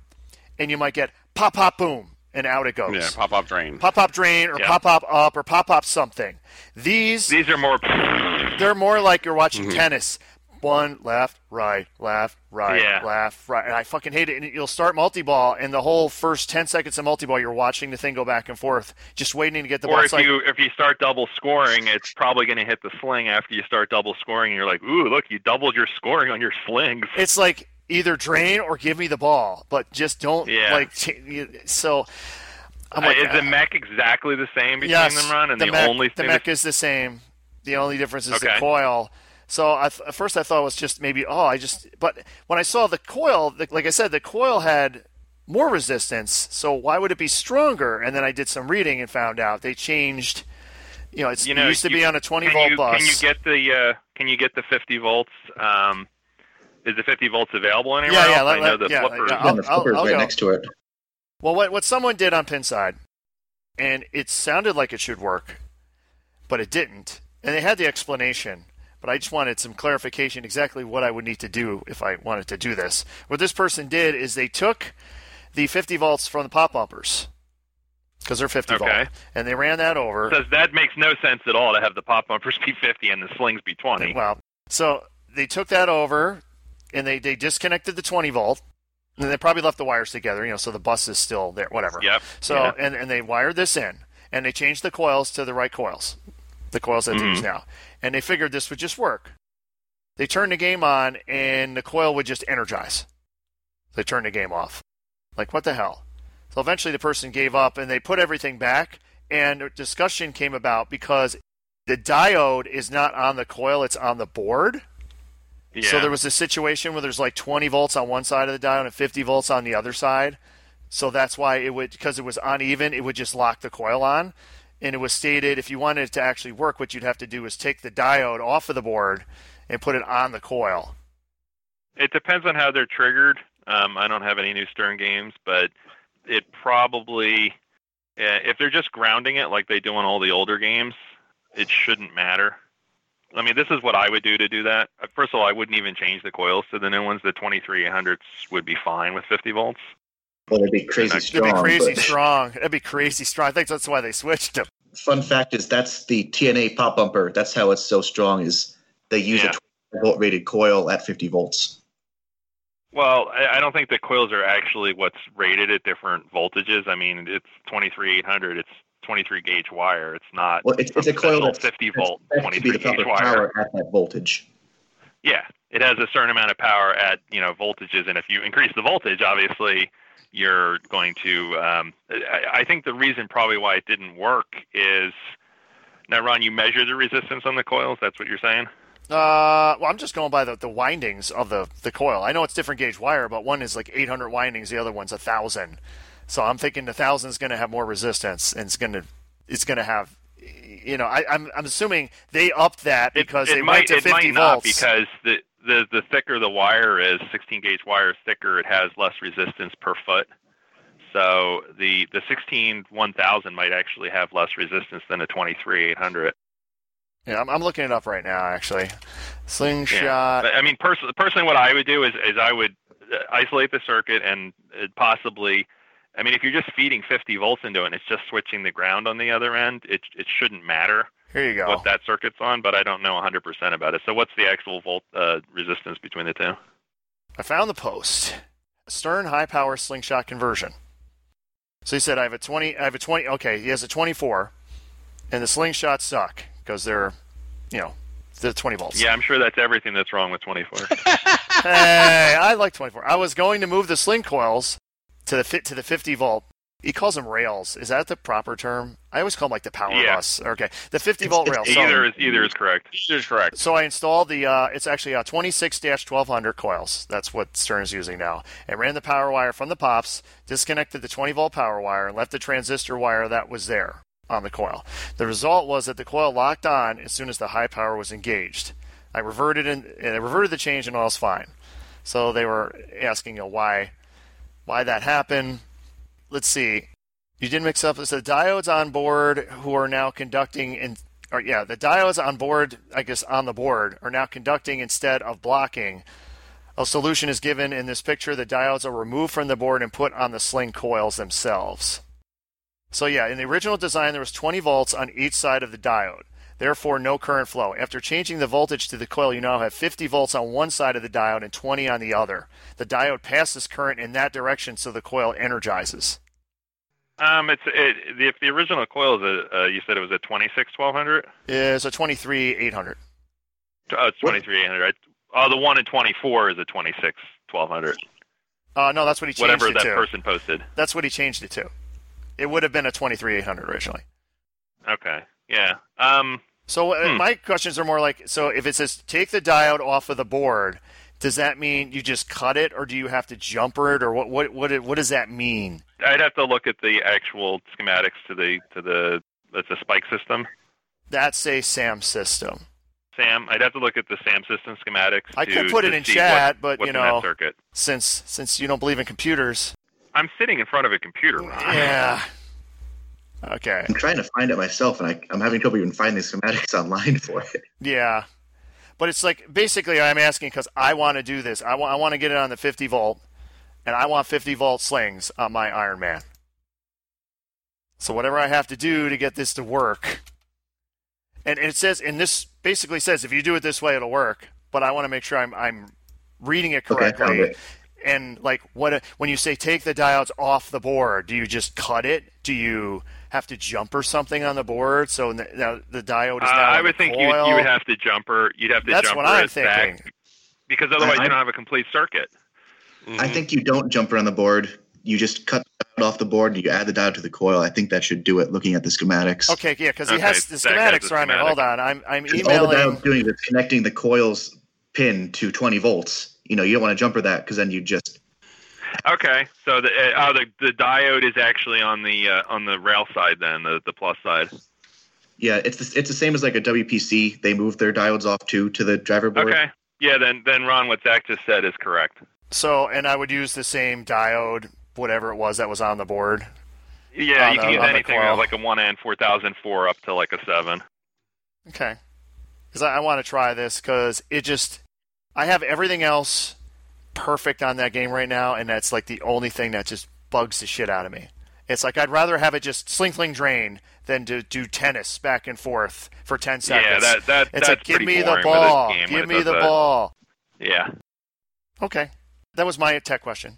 Speaker 3: and you might get pop pop boom and out it goes.
Speaker 4: Yeah, pop up drain.
Speaker 3: Pop pop drain or
Speaker 6: Yeah.
Speaker 3: pop pop up or pop pop something. These
Speaker 6: These Mm-hmm. are more.
Speaker 3: they're more like you're watching tennis. One left, right, left, right,
Speaker 6: Yeah.
Speaker 3: left, right. And I fucking hate it. And you'll start multi ball and the whole first ten seconds of multi ball you're watching the thing go back and forth, just waiting to get the ball.
Speaker 6: Or
Speaker 3: It's
Speaker 6: if
Speaker 3: like-
Speaker 6: you if you start double scoring, it's probably going to hit the sling after you start double scoring. And you're like, ooh, look, you doubled your scoring on your slings.
Speaker 3: it's like either drain or give me the ball, but just don't
Speaker 6: Yeah.
Speaker 3: like t- you- so I'm
Speaker 6: Uh,
Speaker 3: like,
Speaker 6: is
Speaker 3: uh,
Speaker 6: the mech exactly the same between
Speaker 3: yes,
Speaker 6: them, Ron? And the,
Speaker 3: mech,
Speaker 6: only
Speaker 3: the
Speaker 6: thing
Speaker 3: mech is the same. The only difference is the
Speaker 6: Okay.
Speaker 3: coil. So I th- at first I thought it was just maybe oh I just but when I saw the coil the, like I said the coil had more resistance so why would it be stronger and then I did some reading and found out they changed you know it's,
Speaker 6: You know,
Speaker 3: it used to
Speaker 6: you-
Speaker 3: be on a 20
Speaker 6: can
Speaker 3: volt
Speaker 6: you,
Speaker 3: bus
Speaker 6: Can you get the uh, Can you get the 50 volts? Um, is the 50 volts available anywhere
Speaker 3: Yeah, yeah,
Speaker 6: else?
Speaker 3: let-
Speaker 6: I know
Speaker 3: let-
Speaker 6: the
Speaker 3: yeah,
Speaker 6: flippers.
Speaker 3: yeah, I'll-
Speaker 5: and the flipper's
Speaker 3: I'll
Speaker 5: right
Speaker 3: go.
Speaker 5: next to it.
Speaker 3: Well, what what someone did on Pinside, and it sounded like it should work, but it didn't, and they had the explanation. But I just wanted some clarification exactly what I would need to do if I wanted to do this. What this person did is they took the 50 volts from the pop bumpers because they're 50 volt,
Speaker 6: Okay.
Speaker 3: and they ran that over.
Speaker 6: Because that makes no sense at all to have the pop bumpers be 50 and the slings be 20.
Speaker 3: Well, so they took that over, and they they disconnected the 20 volt, and they probably left the wires together, you know, so the bus is still there, whatever.
Speaker 6: Yep.
Speaker 3: So
Speaker 6: Yeah.
Speaker 3: and, and they wired this in and they changed the coils to the right coils, the coils that they
Speaker 6: Mhm.
Speaker 3: use now, and they figured this would just work. They turned the game on and the coil would just energize. They turned the game off. Like what the hell? So eventually the person gave up and they put everything back and a discussion came about because the diode is not on the coil; it's on the board.
Speaker 6: Yeah.
Speaker 3: So there was a situation where there's like 20 volts on one side of the diode and 50 volts on the other side. So that's why it would, because it was uneven, it would just lock the coil on. And it was stated if you wanted it to actually work, what you'd have to do is take the diode off of the board and put it on the coil.
Speaker 6: It depends on how they're triggered. Um, I don't have any new Stern games, but it probably, eh, if they're just grounding it like they do on all the older games, it shouldn't matter. I mean, this is what I would do to do that. Uh, First of all, I wouldn't even change the coils to the new ones. The 2300s would be fine with 50 volts.
Speaker 5: Well, it'd be crazy
Speaker 3: It'd
Speaker 5: strong.
Speaker 3: be crazy
Speaker 5: but-
Speaker 3: strong. That'd be crazy strong. I think that's why they switched them.
Speaker 5: Fun fact is that's the TNA pop bumper. That's how it's so strong. Is they use
Speaker 6: Yeah.
Speaker 5: a 12 volt rated coil at 50 volts.
Speaker 6: Well, I, I don't think the coils are actually what's rated at different voltages. I mean, it's 23800. It's 23 gauge wire. It's not
Speaker 5: Well, it's, it's a coil
Speaker 6: special
Speaker 5: that's
Speaker 6: 50 volt
Speaker 5: that's to be
Speaker 6: 23
Speaker 5: the
Speaker 6: gauge
Speaker 5: proper
Speaker 6: wire.
Speaker 5: power at that voltage.
Speaker 6: Yeah, it has a certain amount of power at you know voltages, and if you increase the voltage, obviously you're going to. Um, I, I think the reason probably why it didn't work is now, Ron, you measure the resistance on the coils. That's what you're saying.
Speaker 3: Uh, well, I'm just going by the, the windings of the, the coil. I know it's different gauge wire, but one is like 800 windings, the other one's a thousand. So I'm thinking the thousand's going to have more resistance, and it's going to it's going to have, you know, I, I'm I'm assuming they upped that
Speaker 6: It-
Speaker 3: because
Speaker 6: it,
Speaker 3: they went
Speaker 6: might
Speaker 3: to
Speaker 6: it
Speaker 3: 50
Speaker 6: might not
Speaker 3: volts.
Speaker 6: because the, the the thicker the wire is, 16 gauge wire is thicker. It has less resistance per foot. So the the 16 1000 might actually have less resistance than a 23 800.
Speaker 3: yeah, I'm, I'm looking it up right now actually. Slingshot.
Speaker 6: Yeah. But, I mean, personally, personally, what I would do is, is I would uh, isolate the circuit and uh, possibly, I mean, if you're just feeding 50 volts into it and it's just switching the ground on the other end, it it shouldn't matter
Speaker 3: Here you go.
Speaker 6: what that circuit's on. But I don't know 100% about it. So what's the actual volt uh, resistance between the two?
Speaker 3: I found the post. Stern high power slingshot conversion. So he said, I have a 20, I have a 20, okay, he has a 24, and the slingshots suck because they're, you know, they're 20 volts.
Speaker 6: Yeah, I'm sure that's everything that's wrong with 24.
Speaker 3: hey, I like 24. I was going to move the sling coils to the fit to the 50 volt. He calls them rails. Is that the proper term? I always call them like the power
Speaker 6: Yeah.
Speaker 3: bus. Okay, the 50 volt
Speaker 5: It's-
Speaker 3: rail.
Speaker 5: it's
Speaker 3: So-
Speaker 6: either is either is correct.
Speaker 4: You're correct.
Speaker 3: so I installed the. Uh, it's actually uh, 26-1200 coils. That's what Stern's using now. And ran the power wire from the pops, disconnected the 20 volt power wire, and left the transistor wire that was there on the coil. The result was that the coil locked on as soon as the high power was engaged. I reverted and, and I reverted the change, and all's fine. So they were asking you know, why, why that happened. Let's see. You did mix up. So the diodes on board who are now conducting in, or yeah, the diodes on board, I guess on the board, are now conducting instead of blocking. A solution is given in this picture. The diodes are removed from the board and put on the sling coils themselves. So yeah, in the original design, there was 20 volts on each side of the diode. Therefore, no current flow. After changing the voltage to the coil, you now have 50 volts on one side of the diode and 20 on the other. The diode passes current in that direction, so the coil energizes.
Speaker 6: Um, it's it, if the original coil is a uh, you said it was a 26 1200.
Speaker 3: is a 23800.
Speaker 6: Oh, it's 23 800. Oh, the one in 24 is a 26 1200.
Speaker 3: Uh, no, that's what he changed
Speaker 6: Whatever
Speaker 3: it
Speaker 6: that
Speaker 3: to.
Speaker 6: person posted.
Speaker 3: That's what he changed it to. It would have been a 23800 originally.
Speaker 6: Okay. Yeah. Um.
Speaker 3: So uh,
Speaker 6: Hmm.
Speaker 3: my questions are more like so if it says take the diode off of the board, does that mean you just cut it or do you have to jumper it or what what what what does that mean?
Speaker 6: I'd have to look at the actual schematics to the to the that's a spike system.
Speaker 3: That's a SAM system.
Speaker 6: Sam, I'd have to look at the SAM system schematics.
Speaker 3: I
Speaker 6: to-
Speaker 3: could put
Speaker 6: to
Speaker 3: it in
Speaker 6: see
Speaker 3: chat,
Speaker 6: what-
Speaker 3: but,
Speaker 6: what's
Speaker 3: you
Speaker 6: in that
Speaker 3: know.
Speaker 6: circuit.
Speaker 3: Since since you don't believe in computers.
Speaker 6: I'm sitting in front of a computer. Ron.
Speaker 3: Yeah. Okay.
Speaker 5: I'm trying to find it myself, and I, I'm having trouble even finding the schematics online for it.
Speaker 3: Yeah. But it's like basically I'm asking because I want to do this. I want I want to get it on the 50 volt, and I want 50 volt slings on my Iron Man. So whatever I have to do to get this to work, and, and it says and this basically says if you do it this way it'll work. But I want to make sure I'm I'm reading it
Speaker 5: Okay, I
Speaker 3: correctly.
Speaker 5: found it.
Speaker 3: And like what when you say take the diodes off the board, do you just cut it? Do you have to jump or something on the board so n- now the diode
Speaker 6: Uh,
Speaker 3: is now on
Speaker 6: I
Speaker 3: the
Speaker 6: would think you
Speaker 3: coil?
Speaker 6: you would have to jumper. You'd have to
Speaker 3: That's
Speaker 6: jumper
Speaker 3: what I'm
Speaker 6: it back,
Speaker 3: thinking.
Speaker 6: because otherwise
Speaker 5: I-
Speaker 6: you don't have a complete circuit.
Speaker 4: Mm-hmm.
Speaker 5: I think you don't jumper on the board. You just cut the it off the board, you add the dial to the coil. I think that should do it. Looking at the schematics,
Speaker 3: Okay, yeah, because he
Speaker 6: Okay,
Speaker 3: has the
Speaker 6: Zach has the
Speaker 3: schematics around it.
Speaker 6: schematic.
Speaker 3: Hold on, I'm I'm
Speaker 5: all the dial's
Speaker 3: emailing.
Speaker 5: doing is connecting the coil's pin to 20 volts. You know, you don't want to jumper that because then you just
Speaker 6: Okay, so the uh, oh, the the diode is actually on the uh, on the rail side then, the, the plus side.
Speaker 5: yeah, it's the, it's the same as like a WPC. They move their diodes off too to the driver board.
Speaker 6: Okay, yeah, then then Ron, what Zach just said is correct.
Speaker 3: So, and I would use the same diode, whatever it was that was on the board.
Speaker 6: Yeah,
Speaker 3: On
Speaker 6: you
Speaker 3: the-
Speaker 6: can use
Speaker 3: on the
Speaker 6: anything
Speaker 3: coil.
Speaker 6: like a one and four thousand four up to like a seven.
Speaker 3: Okay, because I, I want to try this because it just I have everything else perfect on that game right now, and that's like the only thing that just bugs the shit out of me. It's like I'd rather have it just sling fling drain than to do tennis back and forth for ten seconds.
Speaker 6: Yeah, that that
Speaker 3: it's
Speaker 6: that's
Speaker 3: like give
Speaker 6: pretty
Speaker 3: me the
Speaker 6: boring with this
Speaker 3: ball,
Speaker 6: game when
Speaker 3: give
Speaker 6: it
Speaker 3: me
Speaker 6: does
Speaker 3: the
Speaker 6: that.
Speaker 3: ball.
Speaker 6: Yeah.
Speaker 3: Okay, that was my tech question.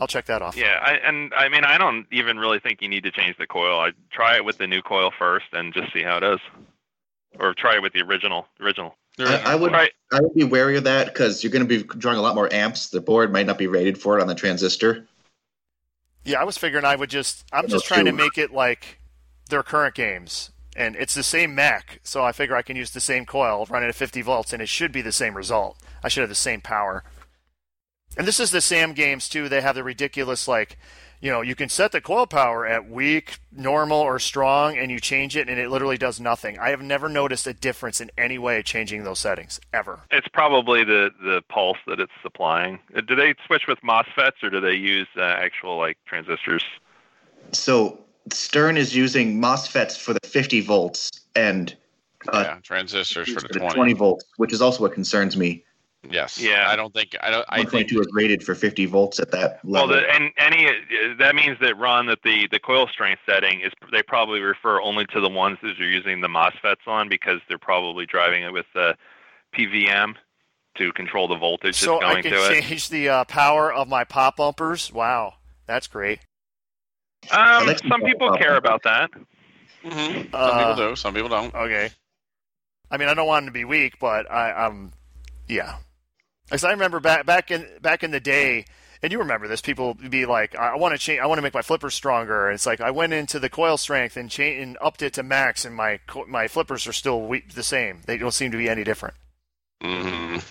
Speaker 3: I'll check that off.
Speaker 6: Yeah, I, and I mean, I don't even really think you need to change the coil. I try it with the new coil first and just see how it is, or try it with the original. Original.
Speaker 5: I- I would-
Speaker 6: All right.
Speaker 5: I would be wary of that because you're going to be drawing a lot more amps. The board might not be rated for it on the transistor.
Speaker 3: Yeah, I was figuring I would just. I'm
Speaker 5: Or
Speaker 3: just trying to
Speaker 5: two.
Speaker 3: make it like their current games, and it's the same Mac, so I figure I can use the same coil, run it at 50 volts, and it should be the same result. I should have the same power. And this is the Sam games too. They have the ridiculous like, you know, you can set the coil power at weak, normal, or strong, and you change it, and it literally does nothing. I have never noticed a difference in any way changing those settings ever.
Speaker 6: It's probably the the pulse that it's supplying. Uh, Do they switch with MOSFETs or do they use uh, actual like transistors?
Speaker 5: So Stern is using MOSFETs for the 50 volts and uh,
Speaker 4: yeah, transistors for the
Speaker 5: for the
Speaker 4: 20.
Speaker 5: 20 volts, which is also what concerns me.
Speaker 4: Yes.
Speaker 6: Yeah.
Speaker 4: I don't think I don't. I think
Speaker 5: 1.2 is rated for 50 volts at that
Speaker 6: Well,
Speaker 5: level.
Speaker 6: the, and any uh, that means that Ron, that the the coil strength setting is they probably refer only to the ones that you're using the MOSFETs on because they're probably driving it with uh, PVM to control the voltage
Speaker 3: so
Speaker 6: that's
Speaker 3: I
Speaker 6: going
Speaker 3: can
Speaker 6: to it.
Speaker 3: change the uh, power of my pop bumpers. Wow, that's great.
Speaker 6: Um,
Speaker 5: Let's
Speaker 6: some
Speaker 5: talk
Speaker 6: people
Speaker 5: about
Speaker 6: care
Speaker 5: that.
Speaker 6: about that.
Speaker 4: mhm. some
Speaker 3: Uh,
Speaker 4: people do. Some people don't.
Speaker 3: Okay. I mean, I don't want him to be weak, but I, um, yeah. Because I remember back back in back in the day, and you remember this. People would be like, "I want to change. I want to make my flippers stronger." And it's like I went into the coil strength and cha- and upped it to max, and my co- my flippers are still we- the same. They don't seem to be any different.
Speaker 4: Mhm.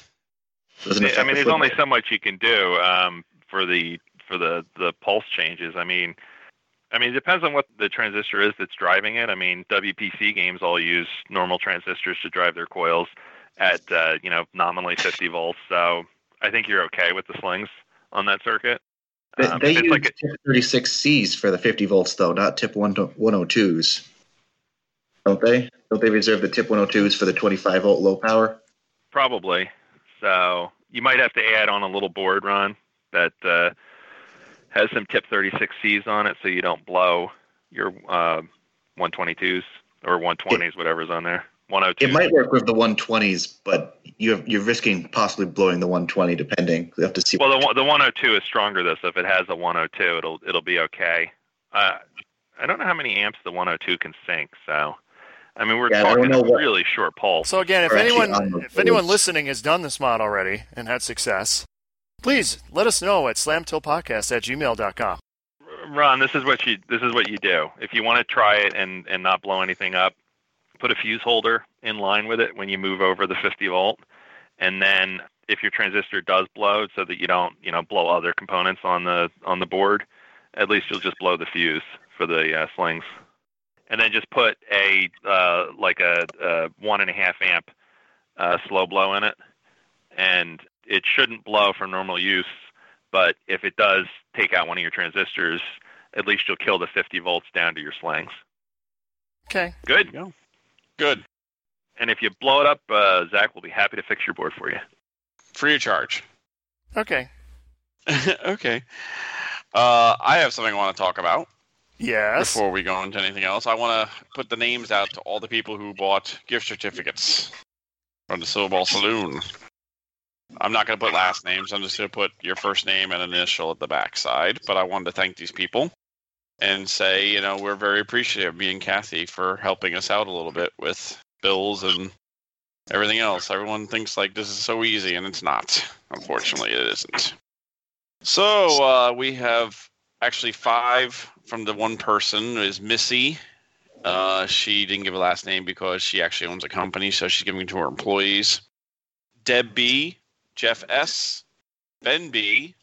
Speaker 5: Doesn't
Speaker 6: I
Speaker 5: affect
Speaker 6: mean,
Speaker 5: the
Speaker 6: there's only
Speaker 5: footprint.
Speaker 6: so much you can do um, for the for the the pulse changes. I mean, I mean, it depends on what the transistor is that's driving it. I mean, WPC games all use normal transistors to drive their coils at uh, you know nominally 50 volts. So I think you're okay with the slings on that circuit.
Speaker 5: They,
Speaker 6: Um, if
Speaker 5: they
Speaker 6: it's
Speaker 5: use
Speaker 6: like a-
Speaker 5: tip 36Cs for the 50 volts, though, not tip 10- 102s. Don't they? Don't they reserve the tip 102s for the 25 volt low power?
Speaker 6: Probably. So you might have to add on a little board run that uh, has some tip 36Cs on it so you don't blow your uh, 122s or 120s, whatever's on there. 102s.
Speaker 5: It might work with the 120s, but you're you're risking possibly blowing the 120 depending. We have to see.
Speaker 6: Well, the, one- the 102 is stronger though, so if it has a 102, it'll it'll be okay. Uh, I don't know how many amps the 102 can sink, so I mean we're
Speaker 5: Yeah, I don't
Speaker 6: talking
Speaker 5: know what-
Speaker 6: really short pulse.
Speaker 3: So again, if
Speaker 5: Or actually on
Speaker 3: anyone
Speaker 5: the
Speaker 3: if anyone
Speaker 5: boards.
Speaker 3: listening has done this mod already and had success, please let us know at slamtillpodcast at gmail.com.
Speaker 6: Ron, this is what you this is what you do. If you want to try it and and not blow anything up, put a fuse holder in line with it when you move over the 50 volt, and then if your transistor does blow, so that you don't you know blow other components on the on the board, at least you'll just blow the fuse for the uh, slings, and then just put a uh, like a, a one and a half amp uh, slow blow in it, and it shouldn't blow from normal use but if it does take out one of your transistors, at least you'll kill the 50 volts down to your slings.
Speaker 3: Okay.
Speaker 6: Good.
Speaker 4: Good.
Speaker 6: And if you blow it up, uh, Zach will be happy to fix your board for you.
Speaker 4: Free of charge.
Speaker 3: Okay.
Speaker 4: okay. Uh, I have something I want to talk about.
Speaker 3: Yes.
Speaker 4: Before we go into anything else, I want to put the names out to all the people who bought gift certificates from the Silverball Saloon. I'm not going to put last names. I'm just going to put your first name and initial at the backside. But I wanted to thank these people and say, you know, we're very appreciative, me and Kathy, for helping us out a little bit with bills and everything else. Everyone thinks like this is so easy, and it's not. Unfortunately, it isn't. So uh, we have actually five from the one person is Missy. Uh, she didn't give a last name because she actually owns a company, so she's giving to her employees. Deb B, Jeff S, Ben B,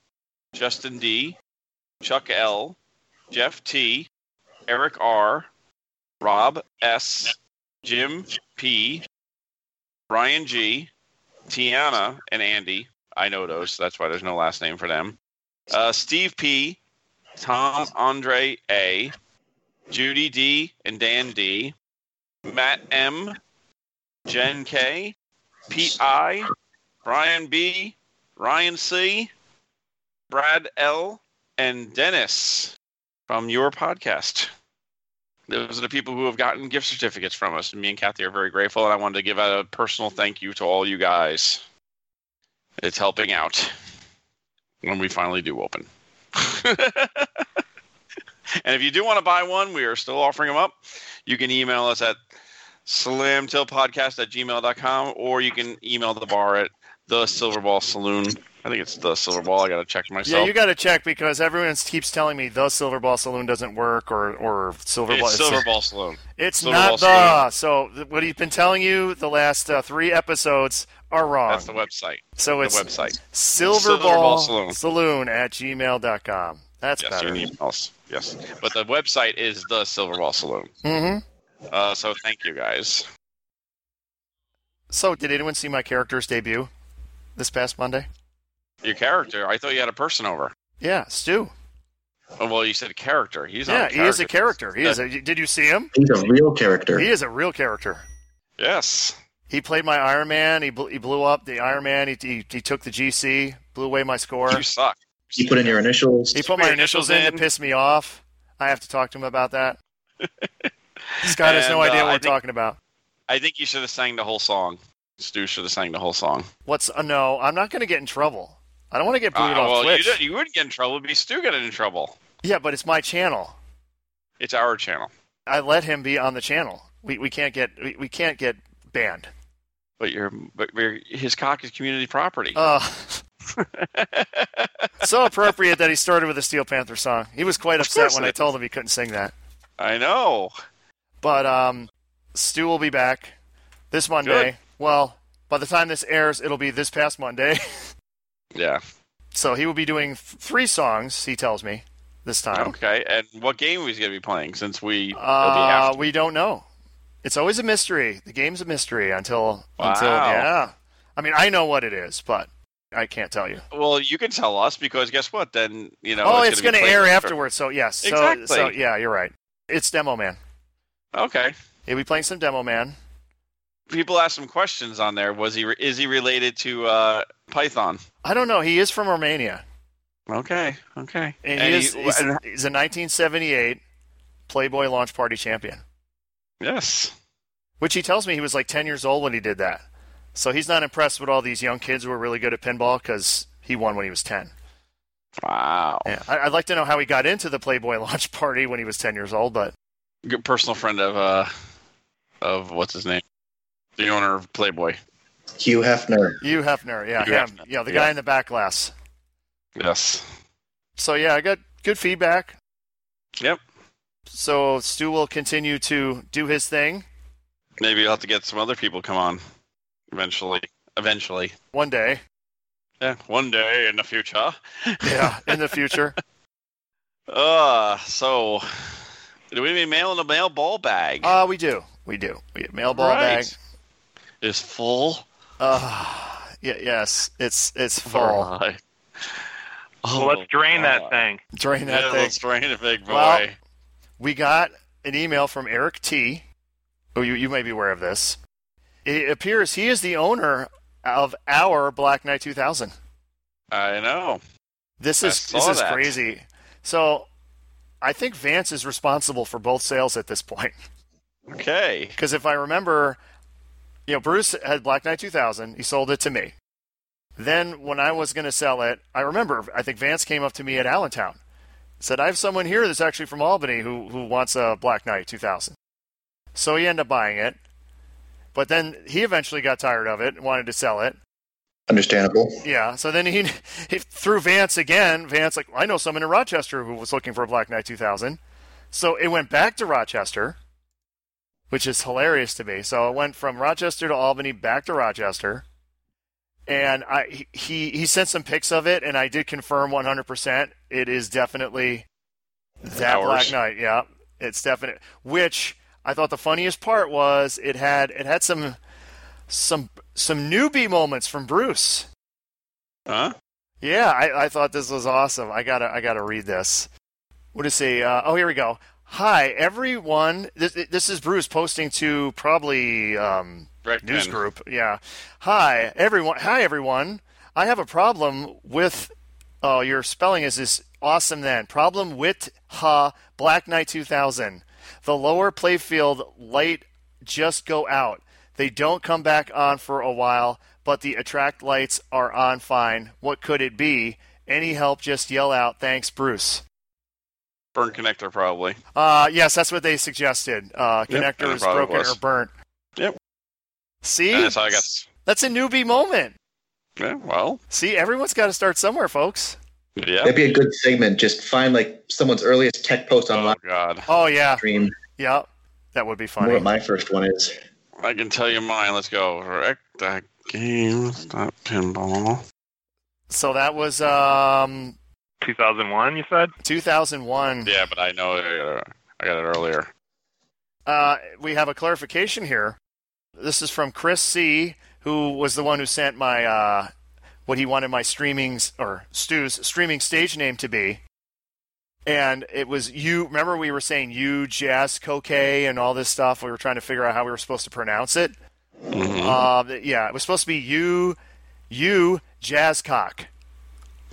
Speaker 4: Justin D, Chuck L, Jeff T, Eric R, Rob S, Jim P, Brian G, Tiana, and Andy. I know those. so that's why there's no last name for them. Uh, Steve P, Tom Andre A, Judy D, and Dan D, Matt M, Jen K, Pete I, Brian B, Ryan C, Brad L, and Dennis from your podcast. Those are the people who have gotten gift certificates from us, and me and Kathy are very grateful. And I wanted to give out a personal thank you to all you guys. It's helping out when we finally do open. and if you do want to buy one, we are still offering them up. You can email us at slamtillpodcast at gmail.com or you can email the bar at the Silver Ball Saloon. I think it's the Silver Ball. I got to check myself.
Speaker 3: yeah, you got to check because everyone keeps telling me the Silver Ball Saloon doesn't work or or Silver Ball.
Speaker 4: it's Silver Ball Saloon.
Speaker 3: It's
Speaker 4: Silver
Speaker 3: not
Speaker 4: Ball
Speaker 3: the. So th- what he's been telling you the last uh, three episodes are wrong.
Speaker 4: That's the website.
Speaker 3: so
Speaker 4: The
Speaker 3: it's
Speaker 4: website.
Speaker 3: Silver,
Speaker 4: Silver
Speaker 3: Ball,
Speaker 4: Ball
Speaker 3: Saloon.
Speaker 4: Saloon.
Speaker 3: at gmail.com. That's
Speaker 4: Yes,
Speaker 3: better.
Speaker 4: your emails. Yes. But the website is the Silver Ball Saloon.
Speaker 3: hmm
Speaker 4: Uh, so thank you guys.
Speaker 3: So did anyone see my character's debut this past Monday?
Speaker 4: Your character, I thought you had a person over.
Speaker 3: Yeah, Stu.
Speaker 4: Oh, well, you said character. He's
Speaker 3: yeah,
Speaker 4: not a
Speaker 3: he is a character. He is.
Speaker 4: Uh,
Speaker 3: A, did you see him?
Speaker 5: He's a real character.
Speaker 3: He is a real character.
Speaker 4: Yes.
Speaker 3: He played my Iron Man. He, bl- he blew up the Iron Man. He, he, he took the GC, blew away my score.
Speaker 4: You suck.
Speaker 5: You put in your initials.
Speaker 3: He put my initials in to piss me off. I have to talk to him about that. Scott has no
Speaker 4: And, uh,
Speaker 3: idea what
Speaker 4: I
Speaker 3: we're
Speaker 4: think-
Speaker 3: talking about.
Speaker 4: I think you should have sang the whole song. Stu should have sang the whole song.
Speaker 3: What's uh, no? I'm not going to get in trouble. I don't want to get booted
Speaker 4: Uh,
Speaker 3: off
Speaker 4: well,
Speaker 3: Twitch.
Speaker 4: you, did, you wouldn't get in trouble. It'd be Stu getting in trouble.
Speaker 3: Yeah, but it's my channel.
Speaker 4: It's our channel.
Speaker 3: I let him be on the channel. We we can't get we, we can't get banned.
Speaker 4: But your but your his cock is community property.
Speaker 3: Uh, so appropriate that he started with a Steel Panther song. He was quite
Speaker 4: Of
Speaker 3: upset
Speaker 4: course
Speaker 3: when
Speaker 4: it
Speaker 3: I
Speaker 4: is.
Speaker 3: told him he couldn't sing that.
Speaker 4: I know.
Speaker 3: But um, Stu will be back this Monday.
Speaker 4: Good.
Speaker 3: Well, by the time this airs, it'll be this past Monday.
Speaker 4: Yeah.
Speaker 3: so he will be doing th- three songs. He tells me this time.
Speaker 4: Okay. And what game was he going to be playing? Since we it'll be
Speaker 3: Uh,
Speaker 4: after.
Speaker 3: we don't know. It's always a mystery. The game's a mystery until
Speaker 4: Wow.
Speaker 3: until yeah. I mean, I know what it is, but I can't tell you.
Speaker 4: well, you can tell us because guess what? Then you know.
Speaker 3: oh, it's going
Speaker 4: gonna
Speaker 3: to
Speaker 4: be played
Speaker 3: air
Speaker 4: after.
Speaker 3: afterwards. So yes, so,
Speaker 4: Exactly.
Speaker 3: so yeah, you're right. It's Demo Man.
Speaker 4: Okay.
Speaker 3: He'll be playing some Demo Man.
Speaker 4: People asked some questions on there. Was he? Is he related to uh, Python?
Speaker 3: I don't know. He is from Romania.
Speaker 4: Okay. Okay.
Speaker 3: And
Speaker 4: And
Speaker 3: he is,
Speaker 4: he-
Speaker 3: he's,
Speaker 4: and-
Speaker 3: he's a 1978 Playboy Launch Party champion,
Speaker 4: yes.
Speaker 3: which he tells me he was like 10 years old when he did that. So he's not impressed with all these young kids who are really good at pinball because he won when he was 10.
Speaker 4: Wow.
Speaker 3: Yeah. I, I'd like to know how he got into the Playboy Launch Party when he was 10 years old, but
Speaker 4: Good personal friend of uh of what's his name? The owner of Playboy.
Speaker 5: Hugh Hefner.
Speaker 3: you, Hefner, yeah,
Speaker 4: Hugh
Speaker 3: him,
Speaker 4: Hefner,
Speaker 3: yeah, the
Speaker 4: yeah.
Speaker 3: guy in the back glass.
Speaker 4: Yes.
Speaker 3: So yeah, I got good feedback.
Speaker 4: Yep.
Speaker 3: So Stu will continue to do his thing
Speaker 4: Maybe you'll have to get some other people come on eventually. Eventually.
Speaker 3: one day,
Speaker 4: Yeah. One day in the future.
Speaker 3: yeah, in the future.
Speaker 4: Uh so do we be mailing a mail ball bag?
Speaker 3: Uh, we do, we do. We get mail ball bag.
Speaker 4: Is full.
Speaker 3: Uh, yeah, yes, it's it's full.
Speaker 4: Alright.
Speaker 6: Well, let's drain
Speaker 4: Oh.
Speaker 6: that thing.
Speaker 3: Drain that
Speaker 4: Yeah,
Speaker 3: thing.
Speaker 4: let's drain it, big boy.
Speaker 3: Well- We got an email from Eric T. Oh, you you may be aware of this. It appears he is the owner of our Black Knight 2000.
Speaker 4: I know.
Speaker 3: This
Speaker 4: I
Speaker 3: is this
Speaker 4: saw
Speaker 3: is
Speaker 4: that.
Speaker 3: crazy. So, I think Vance is responsible for both sales at this point.
Speaker 4: Okay.
Speaker 3: Because if I remember, you know, Bruce had Black Knight 2000. He sold it to me. Then when I was going to sell it, I remember I think Vance came up to me at Allentown, said, "I have someone here that's actually from Albany who who wants a Black Knight 2000." So he ended up buying it, but then he eventually got tired of it and wanted to sell it.
Speaker 5: Understandable.
Speaker 3: Yeah. So then he, he threw Vance again. Vance like I know someone in Rochester who was looking for a Black Knight 2000. So it went back to Rochester, which is hilarious to me. So it went from Rochester to Albany, back to Rochester, and I he he sent some pics of it, and I did confirm 100%. It is definitely that
Speaker 4: Ours.
Speaker 3: Black Knight. Yeah, it's definite. Which I thought the funniest part was it had it had some some some newbie moments from Bruce.
Speaker 4: Huh?
Speaker 3: Yeah, I, I thought this was awesome. I gotta I gotta read this. What is he? Uh, oh, here we go. Hi everyone. This, this is Bruce posting to probably um,
Speaker 4: Right
Speaker 3: news
Speaker 4: then.
Speaker 3: group. Yeah. Hi everyone. Hi everyone. I have a problem with. Oh, your spelling is this awesome. Then problem with ha Black Knight 2000. The lower playfield light just go out. They don't come back on for a while, but the attract lights are on fine. What could it be? Any help? Just yell out. Thanks, Bruce.
Speaker 4: Burn connector, probably.
Speaker 3: Uh, yes, that's what they suggested. Uh,
Speaker 4: Yep,
Speaker 3: connector
Speaker 4: and it
Speaker 3: is
Speaker 4: probably
Speaker 3: broken
Speaker 4: was.
Speaker 3: or burnt.
Speaker 4: Yep.
Speaker 3: See,
Speaker 4: And that's how I got.
Speaker 3: that's a newbie moment.
Speaker 4: Yeah, well,
Speaker 3: See, everyone's got to start somewhere, folks.
Speaker 4: yeah.
Speaker 5: That'd be a good segment. Just find like someone's earliest tech post on
Speaker 4: Oh
Speaker 5: live
Speaker 4: God,
Speaker 3: Oh yeah,
Speaker 5: stream.
Speaker 3: yeah, that would be
Speaker 5: I know
Speaker 3: funny.
Speaker 5: what my first one is.
Speaker 4: I can tell you mine. Let's go. Recta game. Stop pinball.
Speaker 3: so that was um
Speaker 6: 2001, you said?
Speaker 3: 2001.
Speaker 4: Yeah, but I know uh, I got it earlier.
Speaker 3: Uh, we have a clarification here. This is from Chris C, who was the one who sent my uh, what he wanted my streamings or Stu's streaming stage name to be. And it was you. Remember, we were saying you, jazz, coke, and all this stuff. We were trying to figure out how we were supposed to pronounce it.
Speaker 4: Mhm.
Speaker 3: Uh, yeah, it was supposed to be you, you, jazzcock.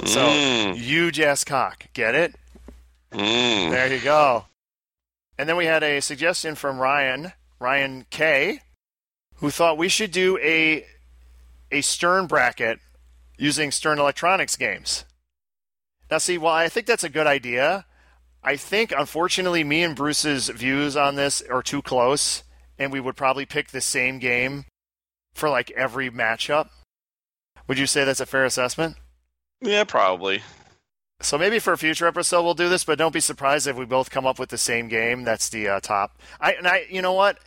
Speaker 3: Oh, So
Speaker 4: Mm.
Speaker 3: you, jazzcock. Get it?
Speaker 4: Mm.
Speaker 3: There you go. And then we had a suggestion from Ryan, Ryan K, who thought we should do a a Stern bracket using Stern Electronics games. Now, see, while I think that's a good idea, I think unfortunately me and Bruce's views on this are too close, and we would probably pick the same game for like every matchup. Would you say that's a fair assessment?
Speaker 4: Yeah, probably.
Speaker 3: So maybe for a future episode we'll do this, but don't be surprised if we both come up with the same game. That's the uh, top. I and I, you know what?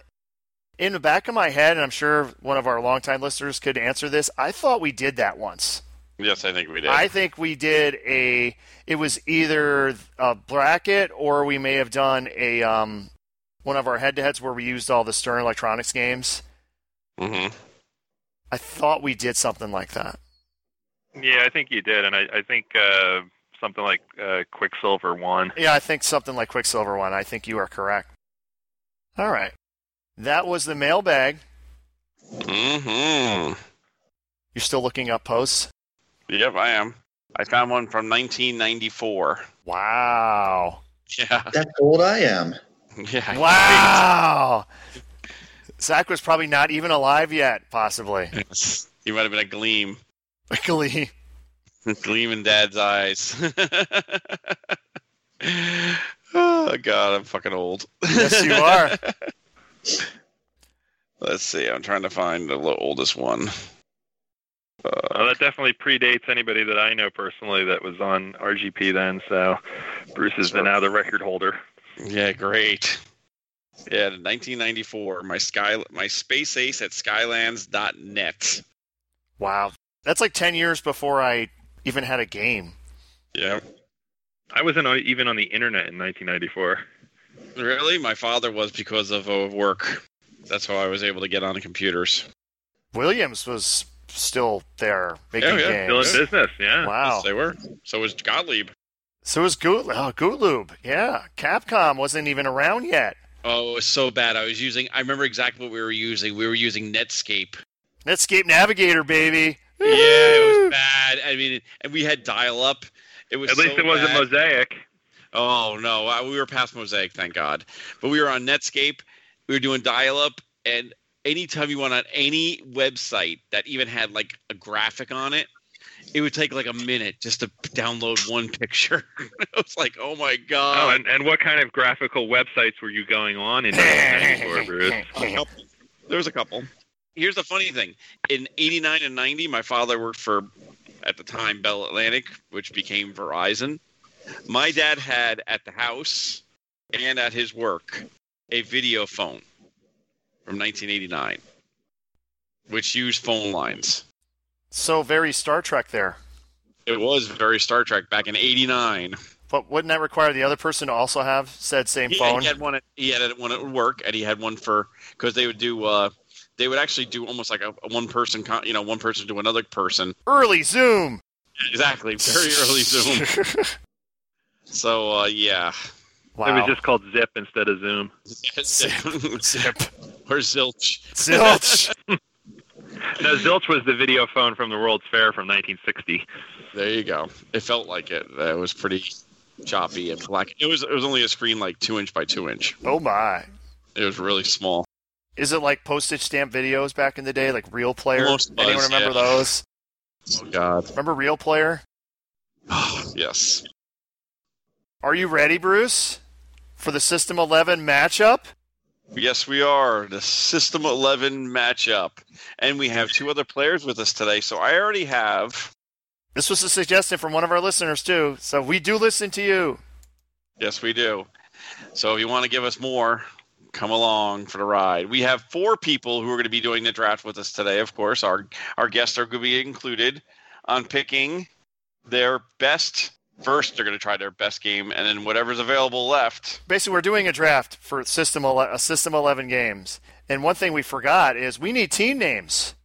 Speaker 3: In the back of my head, and I'm sure one of our longtime listeners could answer this. I thought we did that once.
Speaker 4: Yes, I think we did.
Speaker 3: I think we did a. It was either a bracket or we may have done a um, one of our head-to-heads where we used all the Stern Electronics games.
Speaker 4: hmm
Speaker 3: I thought we did something like that.
Speaker 6: Yeah, I think you did. And I, I think uh, something like uh, Quicksilver won.
Speaker 3: Yeah, I think something like Quicksilver one. I think you are correct. All right, that was the mailbag.
Speaker 4: hmm
Speaker 3: You're still looking up posts?
Speaker 4: Yep, I am. I found one from 1994.
Speaker 3: Wow.
Speaker 4: Yeah.
Speaker 5: That's old I am.
Speaker 4: Yeah.
Speaker 3: Wow. Zach was probably not even alive yet, possibly.
Speaker 4: Yes. He might have been a gleam.
Speaker 3: Luckily.
Speaker 4: gleam in dad's eyes. oh, God, I'm fucking old.
Speaker 3: Yes, you are.
Speaker 4: Let's see. I'm trying to find the lo- oldest one.
Speaker 6: Well, Uh, that definitely predates anybody that I know personally that was on RGP then. So Bruce has been now the record holder.
Speaker 4: Yeah, great. Yeah, 1994. My sky, my space ace at skylands.net.
Speaker 3: Wow. That's like 10 years before I even had a game.
Speaker 4: Yeah,
Speaker 6: I wasn't on- even on the internet in 1994.
Speaker 4: really. My father was because of uh, work. That's how I was able to get on the computers.
Speaker 3: Williams was still there making
Speaker 4: Yeah, yeah,
Speaker 6: Oh, Still in
Speaker 3: games.
Speaker 6: business, yeah.
Speaker 3: Wow.
Speaker 4: Yes, they were. So was Gottlieb.
Speaker 3: So was Gut- oh, Gutlube. Yeah. Capcom wasn't even around yet.
Speaker 4: Oh, it was so bad. I was using. I remember exactly what we were using. We were using Netscape.
Speaker 3: Netscape Navigator, baby.
Speaker 4: Yeah, it was bad. I mean, and we had dial-up. It was
Speaker 6: At least
Speaker 4: so
Speaker 6: it wasn't
Speaker 4: bad.
Speaker 6: Mosaic.
Speaker 4: Oh no, I- we were past Mosaic, thank God. But we were on Netscape. We were doing dial-up, and anytime you went on any website that even had like a graphic on it, it would take like a minute just to download one picture. I was like, oh my
Speaker 6: Oh,
Speaker 4: god.
Speaker 6: and, and what kind of graphical websites were you going on in 1994, Bruce?
Speaker 4: There was a couple. here's the funny thing: in '89 and '90, my father worked for, at the time, Bell Atlantic, which became Verizon. My dad had at the house and at his work a video phone from 1989, which used phone lines.
Speaker 3: So very Star Trek there.
Speaker 4: It was very Star Trek back in '89.
Speaker 3: But wouldn't that require the other person to also have said same
Speaker 4: He,
Speaker 3: phone?
Speaker 4: he had one. At, he had it- one at work, and he had one for because they would do. Uh, they would actually do almost like a, a one person, con, you know, one person to another person.
Speaker 3: Early Zoom.
Speaker 4: Exactly, very early Zoom. So uh, yeah,
Speaker 3: wow.
Speaker 6: It was just called Zip instead of Zoom.
Speaker 3: Zip.
Speaker 4: or zilch.
Speaker 3: Zilch.
Speaker 6: No, Zilch was the video phone from the World's Fair from 1960.
Speaker 4: There you go. It felt like it. Uh, It was pretty choppy and black. It was. It was only a screen like two inch by two inch.
Speaker 3: oh my.
Speaker 4: It was really small.
Speaker 3: Is it like postage stamp videos back in the day, like Real Player?
Speaker 4: Almost was,
Speaker 3: Anyone remember
Speaker 4: yeah.
Speaker 3: those?
Speaker 4: Oh God.
Speaker 3: Remember Real Player?
Speaker 4: yes.
Speaker 3: Are you ready, Bruce, for the System 11 matchup?
Speaker 4: Yes, we are. The System 11 matchup. And we have two other players with us today. So I already have.
Speaker 3: This was a suggestion from one of our listeners, too. So we do listen to you.
Speaker 4: Yes, we do. So if you want to give us more, come along for the ride. We have four people who are going to be doing the draft with us today, of course. Our, our guests are going to be included on picking their best. First, they're going to try their best game, and then whatever's available left.
Speaker 3: Basically, we're doing a draft for System 11, uh, System 11 games. And one thing we forgot is we need team names.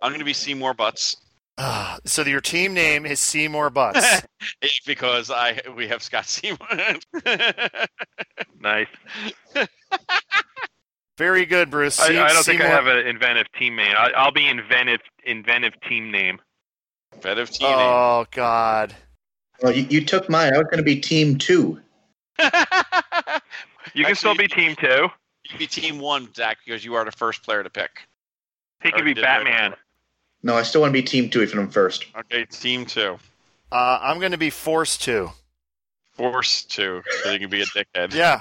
Speaker 4: I'm going to be Seymour Butts
Speaker 3: Ah, so your team name is Seymour Butts.
Speaker 4: because I we have Scott Seymour.
Speaker 6: Nice.
Speaker 3: Very good, Bruce.
Speaker 6: I,
Speaker 3: Se-
Speaker 6: I don't think I
Speaker 3: Seymour-
Speaker 6: have an inventive team name. I, I'll be inventive, inventive team name.
Speaker 4: Fed of team name.
Speaker 3: Oh, God.
Speaker 5: Well, you, you took mine. I was going to be team two.
Speaker 6: You can still
Speaker 4: Actually,
Speaker 6: be team two.
Speaker 4: You'd be team one, Zach, because you are the first player to pick.
Speaker 6: He could
Speaker 4: already
Speaker 6: be
Speaker 4: did that.
Speaker 6: Batman.
Speaker 5: No, I still want to be team two if I'm first.
Speaker 4: Okay, team two.
Speaker 3: Uh, I'm going to be forced to.
Speaker 4: Force two, so you can be a dickhead.
Speaker 3: Yeah.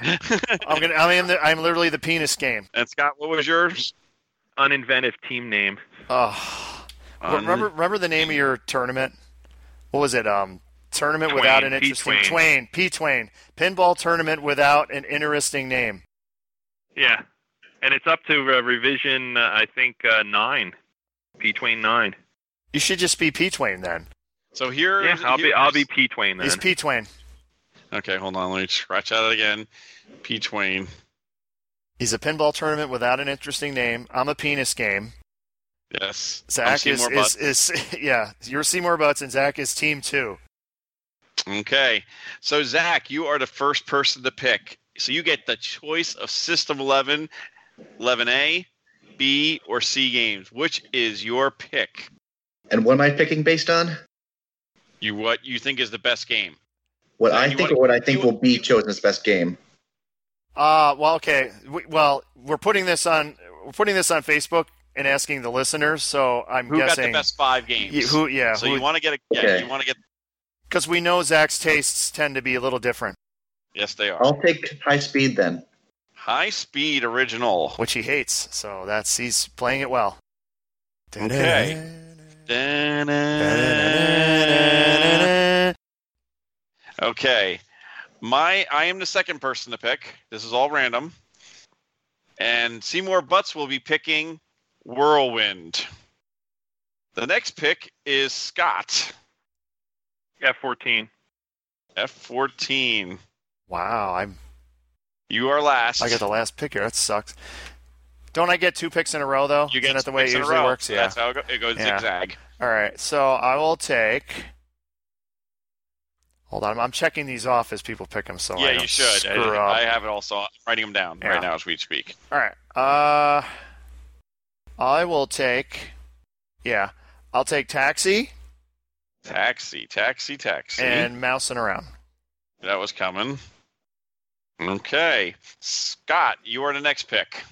Speaker 3: I'm gonna. I'm in the, I'm literally the penis game.
Speaker 4: And Scott, what was yours?
Speaker 6: Uninventive team name.
Speaker 3: Oh.
Speaker 4: Um,
Speaker 3: remember, remember the name of your tournament? What was it? Um, tournament
Speaker 6: Twain,
Speaker 3: without an
Speaker 6: P.
Speaker 3: interesting
Speaker 6: Twain.
Speaker 3: Twain. P. Twain. Pinball tournament without an interesting name.
Speaker 6: Yeah, and it's up to uh, revision. Uh, I think uh, nine. P Twain nine.
Speaker 3: You should just be P. Twain then.
Speaker 4: So here.
Speaker 6: Yeah, I'll be
Speaker 4: here's-
Speaker 6: I'll be P Twain then.
Speaker 3: He's P. Twain.
Speaker 4: Okay, hold on. Let me scratch out it again. P. Twain.
Speaker 3: He's a pinball tournament without an interesting name. I'm a penis game.
Speaker 4: Yes. I'm
Speaker 3: Zach is,
Speaker 4: Seymour
Speaker 3: is, is yeah. You're Seymour Butts and Zach is team two.
Speaker 4: Butts. Okay. So Zach, you are the first person to pick. So you get the choice of System 11, 11A, B, or C games. Which is your pick?
Speaker 5: And what am I picking based on?
Speaker 4: You what you think is the best game?
Speaker 5: What
Speaker 4: Yeah,
Speaker 5: I
Speaker 4: Uh, you
Speaker 5: think
Speaker 4: wanna-
Speaker 5: or what I think
Speaker 4: you-
Speaker 5: will be chosen as best game.
Speaker 3: Uh, well, okay. We, well, we're putting this on we're putting this on Facebook and asking the listeners. So I'm
Speaker 4: Who got the
Speaker 3: guessing
Speaker 4: best five games?
Speaker 3: y- who, yeah,
Speaker 4: so you want to get a yeah,
Speaker 5: Okay.
Speaker 4: you want to get
Speaker 3: because we know Zach's tastes tend to be a little different,
Speaker 4: yes they are
Speaker 5: I'll take high speed then.
Speaker 4: high speed original.
Speaker 3: which he hates. So that's he's playing it well.
Speaker 4: Okay. Okay,
Speaker 3: All
Speaker 4: my I am the second person to pick. This is all random, and Seymour Butts will be picking Whirlwind. The next pick is Scott
Speaker 6: F fourteen.
Speaker 4: F14.
Speaker 3: Wow, I'm
Speaker 4: You are last.
Speaker 3: I got the last pick here. That sucks. Don't I get two picks in a row though?
Speaker 4: you
Speaker 3: Isn't
Speaker 4: get
Speaker 3: that the way it
Speaker 4: picks in a
Speaker 3: usually
Speaker 4: row.
Speaker 3: works? Yeah.
Speaker 4: That's how it, go- it goes
Speaker 3: Yeah.
Speaker 4: zigzag.
Speaker 3: All right, so I will take. Hold on, I'm checking these off as people pick them. So I
Speaker 4: yeah,
Speaker 3: don't
Speaker 4: you should. I,
Speaker 3: Screw up.
Speaker 4: I have it also. I'm writing them down
Speaker 3: Yeah.
Speaker 4: right now as we speak.
Speaker 3: All right. Uh, I will take. Yeah, I'll take taxi
Speaker 4: Taxi, taxi, taxi.
Speaker 3: and mousing around.
Speaker 4: that was coming. Okay, Scott, you are the next pick.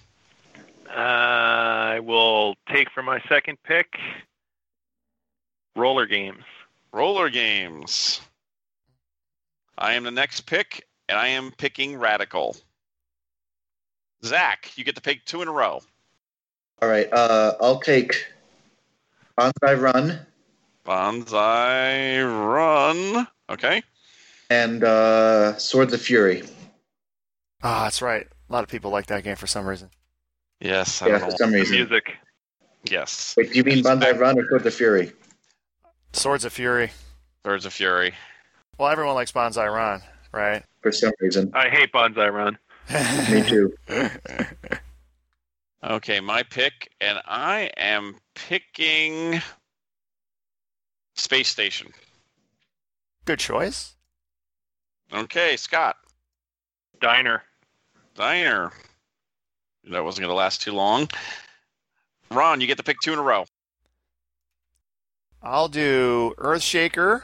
Speaker 6: Uh, I will take for my second pick. Roller games.
Speaker 4: Roller games. I am the next pick, and I am picking Radical. Zach, you get to pick two in a row.
Speaker 5: All right. Uh, I'll take Bonsai Run
Speaker 4: Bonsai Run. Okay.
Speaker 5: and uh, Swords of Fury.
Speaker 3: Ah, that's right. A lot of people like that game for some reason.
Speaker 4: Yes. I
Speaker 5: Yeah,
Speaker 4: don't
Speaker 5: for
Speaker 4: know.
Speaker 5: some
Speaker 6: The
Speaker 5: reason.
Speaker 6: music.
Speaker 4: Yes.
Speaker 5: Wait, do you mean
Speaker 4: Back-
Speaker 5: Bonsai Run or Swords of Fury?
Speaker 3: Swords of Fury.
Speaker 4: Birds of Fury.
Speaker 3: Well, everyone likes Bonsai Ron, right?
Speaker 5: For some reason.
Speaker 6: I hate Bonsai Run.
Speaker 5: Me too.
Speaker 4: Okay, my pick, and I am picking Space Station.
Speaker 3: Good choice.
Speaker 4: Okay, Scott.
Speaker 6: Diner.
Speaker 4: Diner. That wasn't going to last too long. Ron, you get to pick two in a row.
Speaker 3: I'll do Earthshaker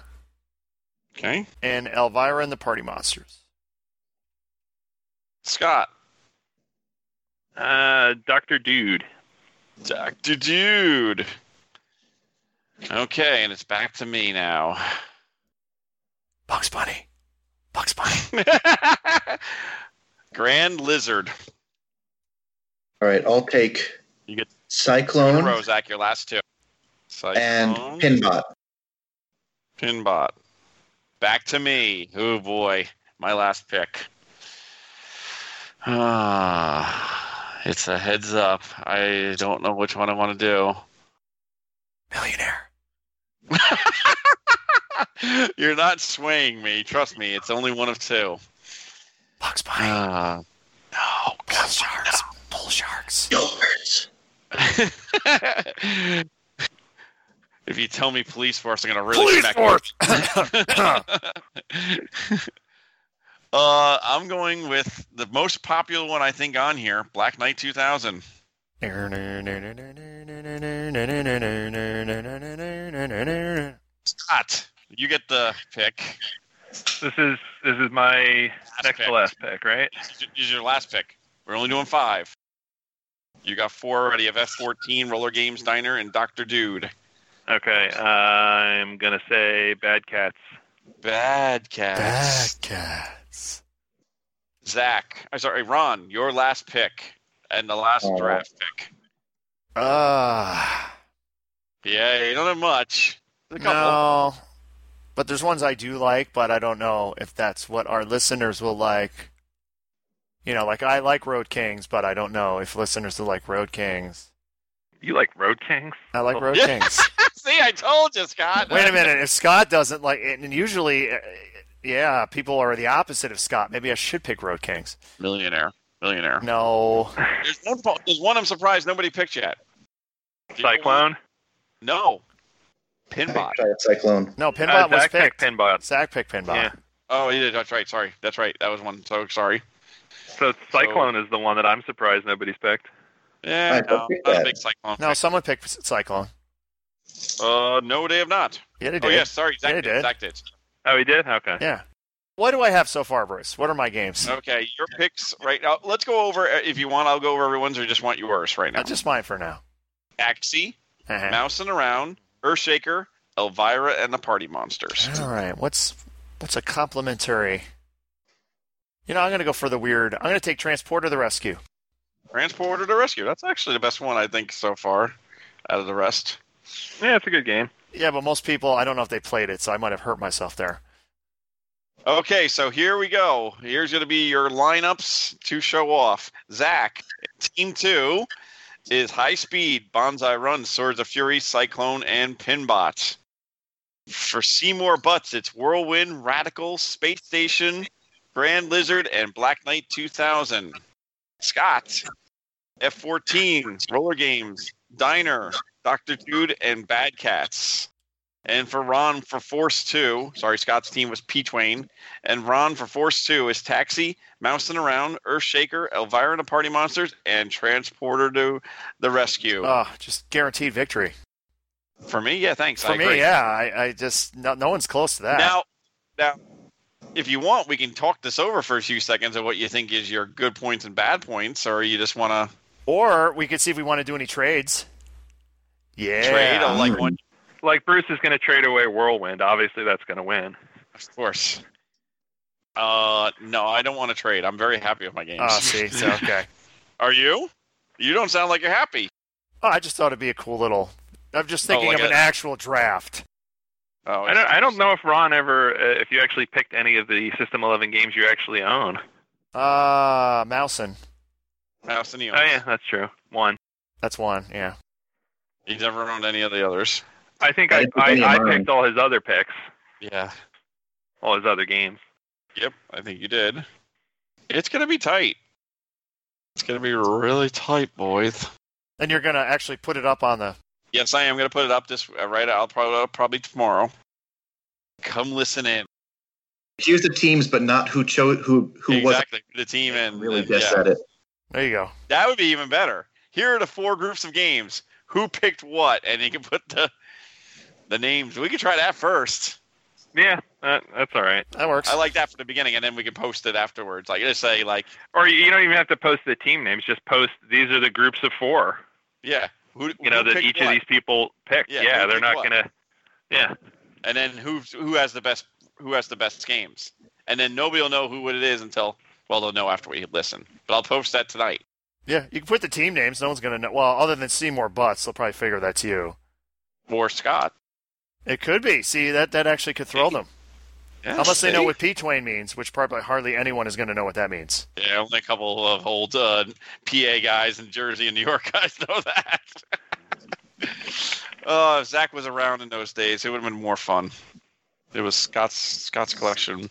Speaker 4: Okay.
Speaker 3: and Elvira and the Party Monsters.
Speaker 4: Scott.
Speaker 6: Uh, Doctor Dude.
Speaker 4: Dr. Dude. Okay, and it's back to me now.
Speaker 3: Bugs Bunny. Bugs Bunny.
Speaker 4: Grand Lizard.
Speaker 5: All right. I'i'll take
Speaker 4: You get Two in a row,
Speaker 5: Cyclone
Speaker 4: Zach, your last two. Cyclone.
Speaker 5: and Pinbot.
Speaker 4: Pinbot. Back to me. Oh boy, my last pick. Ah, it's a heads up. I don't know which one I want to
Speaker 3: Millionaire.
Speaker 4: do. You're not swaying me. Trust me. It's only one of two.
Speaker 3: Bugs Bunny.
Speaker 4: Ah.
Speaker 3: no. Bull Uh, sharks. Bull sharks.
Speaker 5: Yours.
Speaker 4: if you tell me police force, I'm gonna really
Speaker 3: Police
Speaker 4: smack
Speaker 3: force!
Speaker 4: you. uh, I'm going with the most popular one I think on here, Black Knight 2000. Scott, you get the pick.
Speaker 6: This is this is my next
Speaker 4: pick.
Speaker 6: to last pick, right?
Speaker 4: This is your last pick. We're only doing five. You got four already. You have F14, Roller Games Diner, and Doctor Dude.
Speaker 6: Okay. I'm gonna say Bad Cats.
Speaker 4: Bad cats.
Speaker 3: Bad cats.
Speaker 4: Zach, I'm sorry, Ron, your last pick and the last
Speaker 5: Oh.
Speaker 4: draft pick.
Speaker 3: Ah.
Speaker 4: Yeah, you don't have much. A couple.
Speaker 3: No, but there's ones I do like, but I don't know if that's what our listeners will like. You know, like I like Road Kings, but I don't know if listeners will like Road Kings.
Speaker 6: You like Road Kings?
Speaker 3: I like Road
Speaker 4: Yeah.
Speaker 3: Kings.
Speaker 4: See, I told you, Scott.
Speaker 3: Wait a minute, if Scott doesn't like it, and usually, uh, yeah, people are the opposite of Scott. Maybe I should pick Road Kings.
Speaker 4: Millionaire. Millionaire.
Speaker 3: No,
Speaker 4: There's one, po- there's one I'm surprised nobody picked yet. Do you know one?
Speaker 6: Cyclone.
Speaker 4: No.
Speaker 5: I
Speaker 4: Pinbot.
Speaker 5: tried Cyclone.
Speaker 3: no,
Speaker 6: Uh,
Speaker 3: Pinbot was
Speaker 6: Zach
Speaker 3: picked.
Speaker 6: picked Pinbot.
Speaker 3: Zach picked Pinbot.
Speaker 6: Yeah.
Speaker 4: Oh, he did. That's right. Sorry. That's right. That was one. So sorry.
Speaker 6: So Cyclone is the one that I'm surprised nobody's picked.
Speaker 4: Yeah,
Speaker 5: I don't
Speaker 4: no,
Speaker 5: think
Speaker 4: not a
Speaker 5: that.
Speaker 4: big cyclone.
Speaker 3: No, someone picked Cyclone.
Speaker 4: Uh, no, they have not.
Speaker 3: Yeah, they did.
Speaker 4: Oh, yes. Sorry. Zach
Speaker 3: Yeah, they
Speaker 4: did.
Speaker 3: did.
Speaker 4: Zach did.
Speaker 6: Oh, he did. Okay.
Speaker 3: Yeah. What do I have so far, Bruce? What are my games?
Speaker 4: Okay, your picks right now. Let's go over. uh, If you want, I'll go over everyone's, or just want yours right now.
Speaker 3: Uh, just mine for now.
Speaker 4: Axie,
Speaker 3: Uh-huh.
Speaker 4: Mousing Around, Earthshaker, Elvira, and the Party Monsters.
Speaker 3: All right, what's what's a complimentary? You know, I'm gonna go for the weird. I'm gonna take Transporter the Rescue.
Speaker 4: Transporter to Rescue. That's actually the best one I think so far out of the rest.
Speaker 6: Yeah, it's a good game.
Speaker 3: Yeah, but most people, I don't know if they played it, so I might have hurt myself there.
Speaker 4: Okay, so here we go. Here's going to be your lineups to show off. Zach, team two is High Speed, Bonsai Run, Swords of Fury, Cyclone, and Pinbot. For Seymour Butts, it's Whirlwind, Radical, Space Station, Grand Lizard, and Black Knight 2000. Scott, F14, Roller Games, Diner, Dr. Dude, and Bad Cats. And for Ron for Force 2, sorry, Scott's team was P Twain. And Ron for Force 2 is Taxi, Mousing Around, Earthshaker, Elvira and the Party Monsters, and Transporter to the Rescue.
Speaker 3: Oh, just guaranteed victory
Speaker 4: for me, yeah, thanks.
Speaker 3: for
Speaker 4: I
Speaker 3: me.
Speaker 4: agree.
Speaker 3: Yeah, I, I just no, no one's close to that.
Speaker 4: Now, now, if you want, we can talk this over for a few seconds of what you think is your good points and bad points, or you just want to
Speaker 3: or we could see if we want to do any trades. Yeah, Ah,
Speaker 4: trade. I like one,
Speaker 6: Like Bruce is going to trade away Whirlwind. Obviously, that's going to win.
Speaker 4: of course. Uh, no, I don't want to trade. I'm very happy with my games.
Speaker 3: Oh, see, so okay.
Speaker 4: Are you? You don't sound like you're happy.
Speaker 3: Oh, I just thought it'd be a cool little. I'm just thinking
Speaker 4: like
Speaker 3: of an
Speaker 4: a-
Speaker 3: actual draft.
Speaker 4: Oh,
Speaker 6: I don't. I don't know if Ron ever, uh, if you actually picked any of the System 11 games you actually own.
Speaker 3: Uh, Mousin.
Speaker 4: Mouse and Neil.
Speaker 6: Oh yeah, that's true. One.
Speaker 3: That's one. Yeah.
Speaker 4: He's never owned any of the others.
Speaker 6: I think
Speaker 5: I
Speaker 6: I,
Speaker 5: didn't pick any of
Speaker 6: I, I
Speaker 5: mine.
Speaker 6: picked all his other picks,
Speaker 4: Yeah.
Speaker 6: all his other games.
Speaker 4: Yep. I think you did. It's gonna be tight. It's gonna be really tight, boys.
Speaker 3: And you're gonna actually put it up on the.
Speaker 4: Yes, I am gonna put it up this uh, right. I'll probably probably tomorrow. Come listen in.
Speaker 5: Here's the teams, but not who chose who who
Speaker 4: exactly the team and
Speaker 5: was really
Speaker 4: and-
Speaker 5: guessed
Speaker 4: yeah.
Speaker 5: at it.
Speaker 3: There you go.
Speaker 4: That would be even better. Here are the four groups of games. Who picked what? And you can put the the names. We could try that first.
Speaker 6: Yeah, that, that's all right.
Speaker 3: That works.
Speaker 4: I like that for the beginning, and then we can post it afterwards. Like just say like,
Speaker 6: Or you, you don't even have to post the team names. Just post these are the groups of four.
Speaker 4: yeah, who
Speaker 6: You know
Speaker 4: who
Speaker 6: that
Speaker 4: picked
Speaker 6: each
Speaker 4: what?
Speaker 6: of these people picked.
Speaker 4: Yeah,
Speaker 6: Yeah,
Speaker 4: who
Speaker 6: they're
Speaker 4: picked
Speaker 6: not
Speaker 4: what?
Speaker 6: gonna. Yeah,
Speaker 4: and then who who has the best who has the best games, and then nobody will know who what it is until well they'll know after we listen. But I'll post that tonight.
Speaker 3: yeah, you can put the team names. No one's gonna know. Well, other than Seymour Butts, they'll probably figure that's you.
Speaker 4: Or Scott,
Speaker 3: It could be. See that that actually could throw them.
Speaker 4: yeah,
Speaker 3: Unless they know
Speaker 4: see?
Speaker 3: what P Twain means, which probably hardly anyone is gonna know what that means.
Speaker 4: Yeah, only a couple of old uh, PA guys in Jersey and New York guys know that. Oh, if Zach was around in those days, it would have been more fun. It was Scott's Scott's collection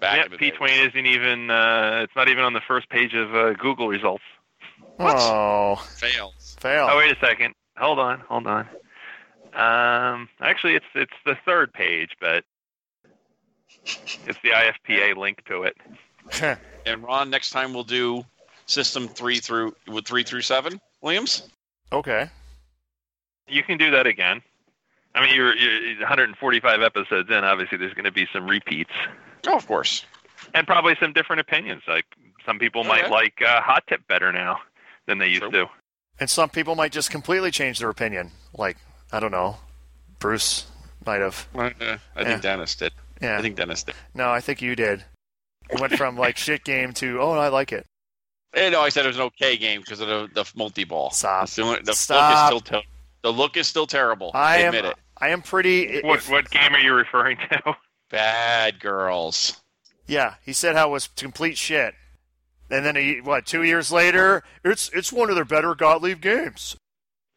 Speaker 4: back
Speaker 6: yeah
Speaker 4: in the
Speaker 6: P
Speaker 4: day.
Speaker 6: Twain isn't even. Uh, it's not even on the first page of uh, Google results.
Speaker 4: What?
Speaker 3: Oh,
Speaker 4: fails.
Speaker 3: fail.
Speaker 6: Oh, wait a second. Hold on, hold on. Um, actually, it's it's the third page, but it's the IFPA link to it.
Speaker 4: And Ron, next time we'll do system three through with three through seven. Williams,
Speaker 3: okay.
Speaker 6: You can do that again. I mean, you're, you're 145 episodes in. Obviously, there's going to be some repeats
Speaker 4: oh, of course.
Speaker 6: and probably some different opinions. Like some people might
Speaker 4: Okay.
Speaker 6: like uh, Hot Tip better now than they used
Speaker 4: True.
Speaker 6: to.
Speaker 3: And some people might just completely change their opinion. Like I don't know, Bruce might have.
Speaker 4: Uh, I think
Speaker 3: Yeah.
Speaker 4: Dennis did.
Speaker 3: Yeah.
Speaker 4: I think Dennis did.
Speaker 3: no, I think you did. You went from like shit game to oh, I like it.
Speaker 4: Eh, no, I said it was an okay game because of the, the multi ball.
Speaker 3: Stop.
Speaker 4: The, the
Speaker 3: Stop.
Speaker 4: look is still ter- the look is still terrible.
Speaker 3: I am.
Speaker 4: admit it.
Speaker 3: I am pretty. i-
Speaker 6: What
Speaker 3: if-
Speaker 6: what game are you referring to?
Speaker 4: Bad girls.
Speaker 3: Yeah, he said how it was complete shit. And then he, what? Two years later, it's it's one of their better Gottlieb games.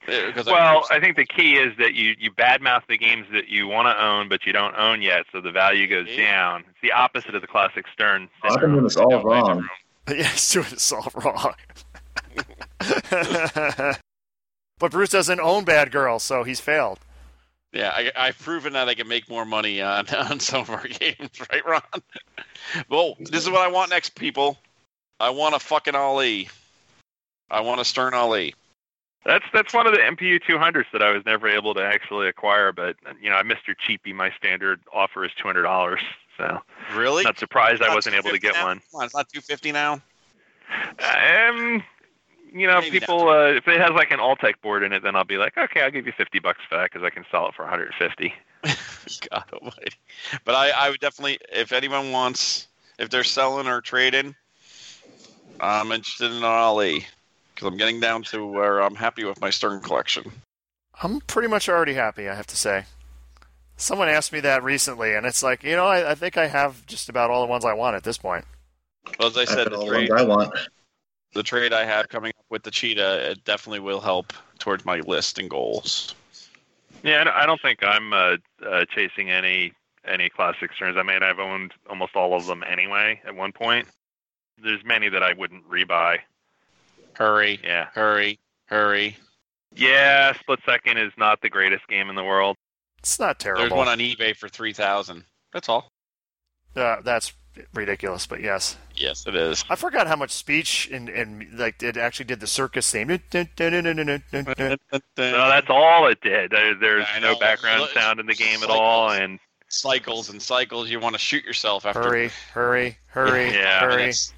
Speaker 4: Yeah, because I-
Speaker 6: Well, I think the key is that you you badmouth the games that you want to own but you don't own yet, so the value goes
Speaker 4: Yeah.
Speaker 6: down. It's the opposite of the classic Stern.
Speaker 5: I've been
Speaker 6: syndrome.
Speaker 5: doing this all wrong.
Speaker 3: yeah, he's doing this all wrong. but Bruce doesn't own Bad Girl, so he's failed.
Speaker 4: yeah, I, I've proven that I can make more money on, on some of our games, right, Ron? well, this is what I want next, people. I want a fucking Ali. I want a Stern Ali.
Speaker 6: That's that's one of the MPU 200s that I was never able to actually acquire, but you know, I Mr. Cheapy, my standard offer is $200, so
Speaker 4: Really?
Speaker 6: not surprised I
Speaker 4: Not
Speaker 6: wasn't able
Speaker 4: 250
Speaker 6: to get
Speaker 4: now?
Speaker 6: one.
Speaker 4: Come on, it's not 250 now.
Speaker 6: Um, you know,
Speaker 4: Maybe
Speaker 6: people uh, if it has like an Alltech board in it, then I'll be like, okay, I'll give you 50 bucks for that because I can sell it for 150.
Speaker 4: God almighty. But I, I would definitely, if anyone wants, if they're selling or trading, I'm interested in an Ali because I'm getting down to where I'm happy with my Stern collection.
Speaker 3: I'm pretty much already happy, I have to say. Someone asked me that recently, and it's like, you know, I, I think I have just about all the ones I want at this point.
Speaker 4: Well, as I
Speaker 5: I've
Speaker 4: said,
Speaker 5: got
Speaker 4: the
Speaker 5: all the
Speaker 4: trade,
Speaker 5: ones I want.
Speaker 4: the trade I have coming up with the cheetah it definitely will help towards my list and goals.
Speaker 6: Yeah, I don't- I don't think I'm uh, uh, chasing any any classic turns. I mean, I've owned almost all of them anyway at one point. There's many that I wouldn't rebuy.
Speaker 4: Hurry,
Speaker 6: Yeah,
Speaker 4: hurry, hurry!
Speaker 6: yeah. Split Second is not the greatest game in the world.
Speaker 3: It's not
Speaker 4: There's
Speaker 3: terrible.
Speaker 4: one on eBay for three thousand. That's all.
Speaker 3: uh, that's ridiculous, but yes.
Speaker 4: Yes, it is.
Speaker 3: I forgot how much speech and, and like it actually did the circus theme. It's
Speaker 6: No, that's all it did. There, there's
Speaker 4: I
Speaker 6: no
Speaker 4: know.
Speaker 6: background
Speaker 4: Look,
Speaker 6: sound in the game at
Speaker 4: cycles.
Speaker 6: all, and
Speaker 4: cycles and cycles. You want to shoot yourself after
Speaker 3: hurry, hurry, hurry,
Speaker 6: Yeah.
Speaker 3: hurry.
Speaker 4: minutes.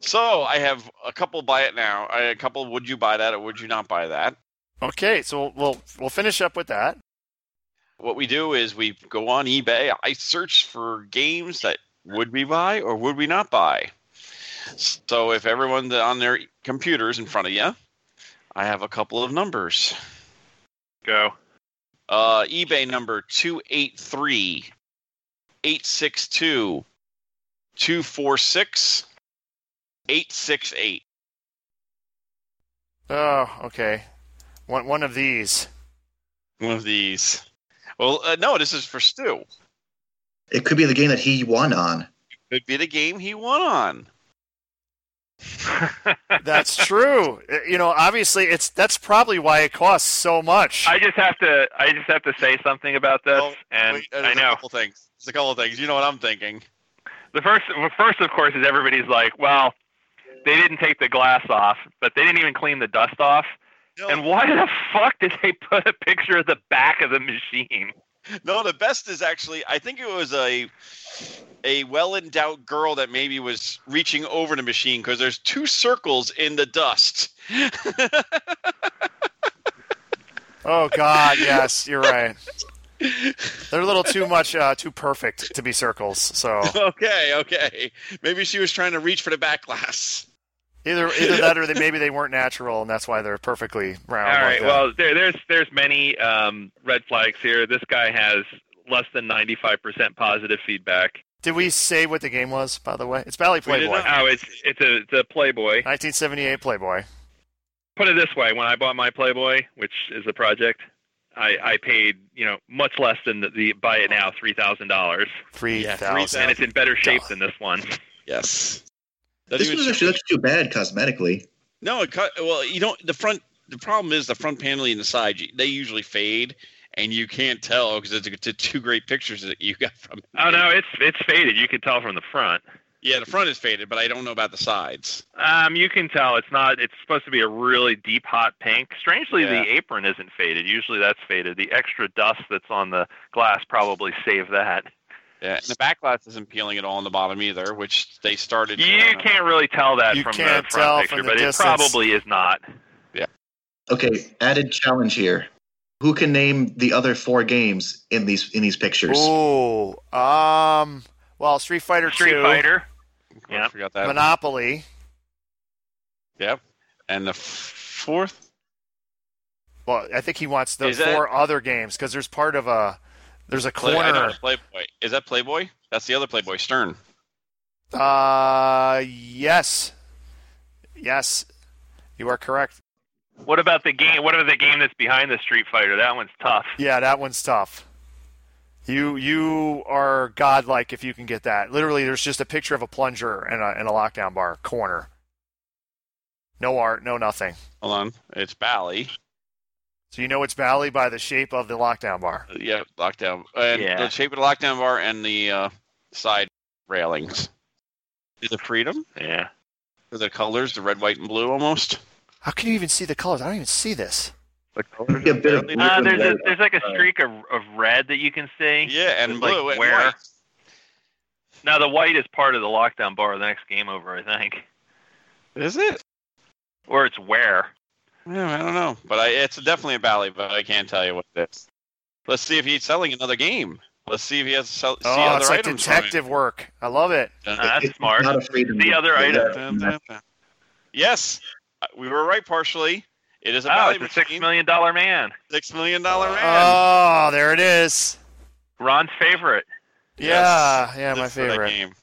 Speaker 4: So I have a couple buy it now. I, a couple would you buy that or would you not buy that?
Speaker 3: Okay, so we'll we'll finish up with that.
Speaker 4: What we do is we go on eBay. I search for games that would we buy or would we not buy. So if everyone's on their computers in front of you, I have a couple of numbers.
Speaker 6: Go.
Speaker 4: Uh, eBay number 283 862 246 868.
Speaker 3: Oh, okay. One one of these.
Speaker 4: One of these. Well, uh, no, this is for Stu.
Speaker 5: It could be the game that he won on.
Speaker 4: Could be the game he won on.
Speaker 3: That's true. Uh, You know, obviously, it's that's probably why it costs so much.
Speaker 6: I just have to. I just have to say something about this,
Speaker 4: Oh,
Speaker 6: and
Speaker 4: Wait, there's
Speaker 6: I know
Speaker 4: A couple things. There's a couple of things. You know what I'm thinking.
Speaker 6: the first. well, First, of course, is everybody's like, "Well, they didn't take the glass off, but they didn't even clean the dust off."
Speaker 4: No,
Speaker 6: And why the fuck did they put a picture of the back of the machine?
Speaker 4: no, the best is actually, I think it was a a well in doubt girl that maybe was reaching over the machine because there's two circles in the dust.
Speaker 3: Oh God, yes, you're right. They're a little too much, uh, too perfect to be circles. So
Speaker 4: okay, okay. Maybe she was trying to reach for the back glass.
Speaker 3: either either that, or they, maybe they weren't natural, and that's why they're perfectly round. like
Speaker 6: All right.
Speaker 3: that.
Speaker 6: Well, there, there's there's many um, red flags here. This guy has less than 95% positive feedback.
Speaker 3: did we say what the game was? By the way, it's Valley
Speaker 4: We did
Speaker 3: Playboy,
Speaker 4: not.
Speaker 6: Oh, it's it's a it's a Playboy.
Speaker 3: 1978 Playboy.
Speaker 6: Put it this way: when I bought my Playboy, which is a project, I, I paid you know much less than the, the buy it now three thousand dollars,
Speaker 3: Three
Speaker 4: Yeah,
Speaker 3: thousand.
Speaker 6: and it's in better shape than this one.
Speaker 4: Yes.
Speaker 5: This one actually looks too bad cosmetically.
Speaker 4: No, it cut. Well, you don't. The front. The problem is the front panel and the side. you- They usually fade, and you can't tell because it's, it's two great pictures that you got from.
Speaker 6: Oh no, it's it's faded. You can tell from the front.
Speaker 4: Yeah, the front is faded, but I don't know about the sides.
Speaker 6: Um, you can tell it's not. It's supposed to be a really deep hot pink. Strangely,
Speaker 4: Yeah.
Speaker 6: the apron isn't faded. Usually, that's faded. The extra dust that's on the glass probably saved that.
Speaker 4: Yeah, and the back glass isn't peeling at all on the bottom either, which they started.
Speaker 6: You
Speaker 4: doing.
Speaker 6: can't really tell that
Speaker 3: You
Speaker 6: from the
Speaker 3: can't
Speaker 6: front
Speaker 3: tell
Speaker 6: picture,
Speaker 3: from the
Speaker 6: but
Speaker 3: distance.
Speaker 6: it probably is not.
Speaker 5: Okay, added challenge here. Who can name the other four games in these in these pictures?
Speaker 3: Ooh, um, well, Street Fighter
Speaker 6: Street
Speaker 3: 2,
Speaker 6: Fighter.
Speaker 4: I
Speaker 6: Yeah.
Speaker 4: forgot that.
Speaker 3: Monopoly.
Speaker 4: Yep. And the f- fourth.
Speaker 3: Well, I think he wants the
Speaker 4: Is that-
Speaker 3: four other games because there's part of a there's a
Speaker 4: Play, I know,
Speaker 3: corner.
Speaker 4: the Playboy. Is that Playboy? That's the other Playboy. Stern.
Speaker 3: Uh, yes, yes, you are correct.
Speaker 6: What about the game? What about the game that's behind the Street Fighter? That one's tough.
Speaker 3: Yeah, that one's tough. You you are godlike if you can get that. Literally, there's just a picture of a plunger and a and a lockdown bar corner. No art, no nothing.
Speaker 4: Hold on. It's Bally.
Speaker 3: So you know it's Bally by the shape of the lockdown bar.
Speaker 4: Uh, Yeah, lockdown. And
Speaker 6: Yeah.
Speaker 4: the shape of the lockdown bar and the uh, side railings. Is it freedom?
Speaker 6: Yeah.
Speaker 4: Are the colors, the red, white, and blue almost?
Speaker 3: How can you even see the colors? I don't even see this.
Speaker 4: The
Speaker 5: Yeah, but-
Speaker 4: barely-
Speaker 5: Uh,
Speaker 6: there's
Speaker 5: there's
Speaker 6: a,
Speaker 5: a-
Speaker 6: there's like a streak of of red that you can see.
Speaker 4: Yeah, and
Speaker 6: Like
Speaker 4: blue and
Speaker 6: where?
Speaker 4: white.
Speaker 6: Now the white is part of the lockdown bar. The next game over, I think,
Speaker 4: Is it?
Speaker 6: or it's where.
Speaker 4: Yeah, I don't know. But I, it's definitely a Bally, but I can't tell you what it is. Let's see if he's selling another game. Let's see if he has to sell, see
Speaker 3: Oh,
Speaker 4: other
Speaker 3: it's like
Speaker 4: items. from it.
Speaker 3: detective work. I love it.
Speaker 6: Uh, that's
Speaker 5: It's
Speaker 6: smart.
Speaker 5: Not a freedom.
Speaker 6: The other
Speaker 5: item.
Speaker 4: Yes, we were right partially. It is a
Speaker 6: Oh,
Speaker 4: Bally
Speaker 6: it's a six
Speaker 4: machine.
Speaker 6: million dollar man.
Speaker 4: Six million dollar man.
Speaker 3: Oh, there it is.
Speaker 6: Ron's favorite.
Speaker 3: Yeah, yeah,
Speaker 4: Live
Speaker 3: my
Speaker 4: for that
Speaker 3: favorite.
Speaker 4: game.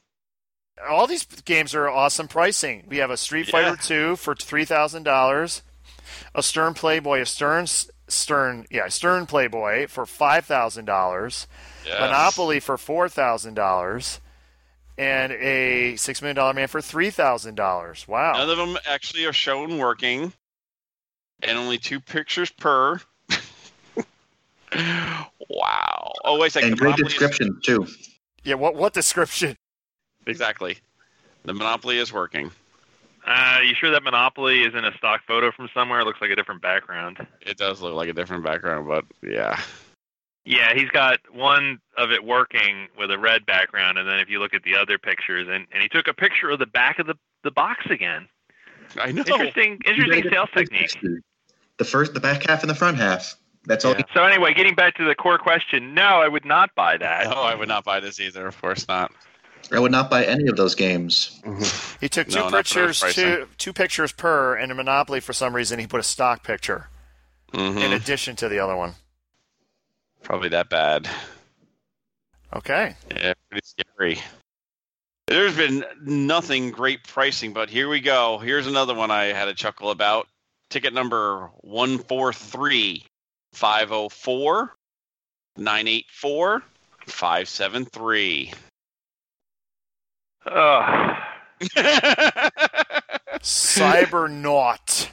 Speaker 3: all these games are awesome pricing. We have a Street Fighter Two for three thousand dollars, a Stern Playboy, a Stern Stern, yeah, Stern Playboy for five thousand dollars,
Speaker 4: Yes.
Speaker 3: Monopoly for four thousand dollars, and a Six Million Dollar Man for three thousand dollars. Wow.
Speaker 4: None of them actually are shown working, and only two pictures per. wow. Oh wait a second.
Speaker 5: And
Speaker 4: the
Speaker 5: great
Speaker 4: Monopoly is-
Speaker 5: description too.
Speaker 3: yeah. What what description?
Speaker 4: exactly. The Monopoly is working.
Speaker 6: Uh, you sure that Monopoly isn't a stock photo from somewhere? It looks like a different background.
Speaker 4: It does look like a different background, but yeah.
Speaker 6: Yeah, he's got one of it working with a red background, and then if you look at the other pictures, and, and he took a picture of the back of the, the box again.
Speaker 4: I know.
Speaker 6: Interesting, interesting sales technique.
Speaker 5: The first, the back half, and the front half. That's all.
Speaker 4: Yeah.
Speaker 6: So
Speaker 4: Oh,
Speaker 6: anyway, getting back to the core question, no, I would not buy that.
Speaker 4: No, I would not buy this either. Of course not.
Speaker 5: I would not buy any of those games.
Speaker 3: He took two
Speaker 4: No, not for
Speaker 3: pictures,
Speaker 4: pricing.
Speaker 3: two two pictures per, and in Monopoly for some reason he put a stock picture in
Speaker 6: Mm-hmm.
Speaker 4: Mhm.
Speaker 3: addition to the other one.
Speaker 4: Probably that bad.
Speaker 3: Okay,
Speaker 4: Yeah, pretty scary. There's been nothing great pricing, but here we go. Here's another one I had a chuckle about. Ticket number 143 504 984 573.
Speaker 6: Ugh.
Speaker 3: Cybernaut.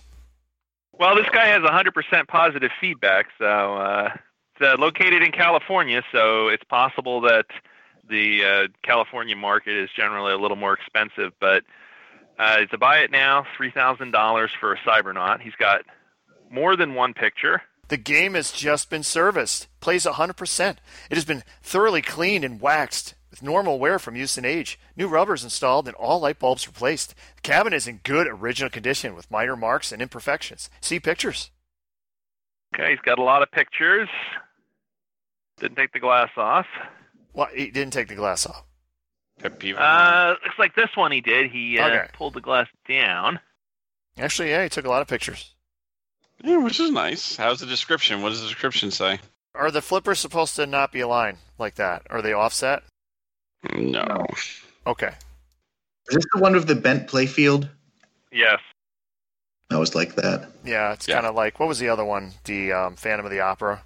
Speaker 6: Well, this guy has 100% positive feedback. So uh, it's uh, located in California, so it's possible that the uh, California market is generally a little more expensive. But uh, to buy it now, $3,000 for a Cybernaut. He's got more than one picture.
Speaker 3: The game has just been serviced. Plays 100%. It has been thoroughly cleaned and waxed with normal wear from use and age. New rubbers installed and all light bulbs replaced. The cabin is in good original condition with minor marks and imperfections. See pictures.
Speaker 6: Okay, he's got a lot of pictures. Didn't take the glass off.
Speaker 3: Well, he didn't take the glass off.
Speaker 4: Pip Peeve.
Speaker 6: Uh, looks like this one he did. He uh,
Speaker 3: Okay.
Speaker 6: pulled the glass down.
Speaker 3: Actually, yeah, he took a lot of pictures.
Speaker 4: yeah, which is nice. How's the description? What does the description say?
Speaker 3: Are the flippers supposed to not be aligned like that? Are they offset?
Speaker 4: No.
Speaker 3: Okay.
Speaker 5: Is this the one with the bent playfield?
Speaker 6: Yes.
Speaker 5: I was like that.
Speaker 3: Yeah, it's
Speaker 4: Yeah.
Speaker 3: kind of like what was the other one? The um, Phantom of the Opera.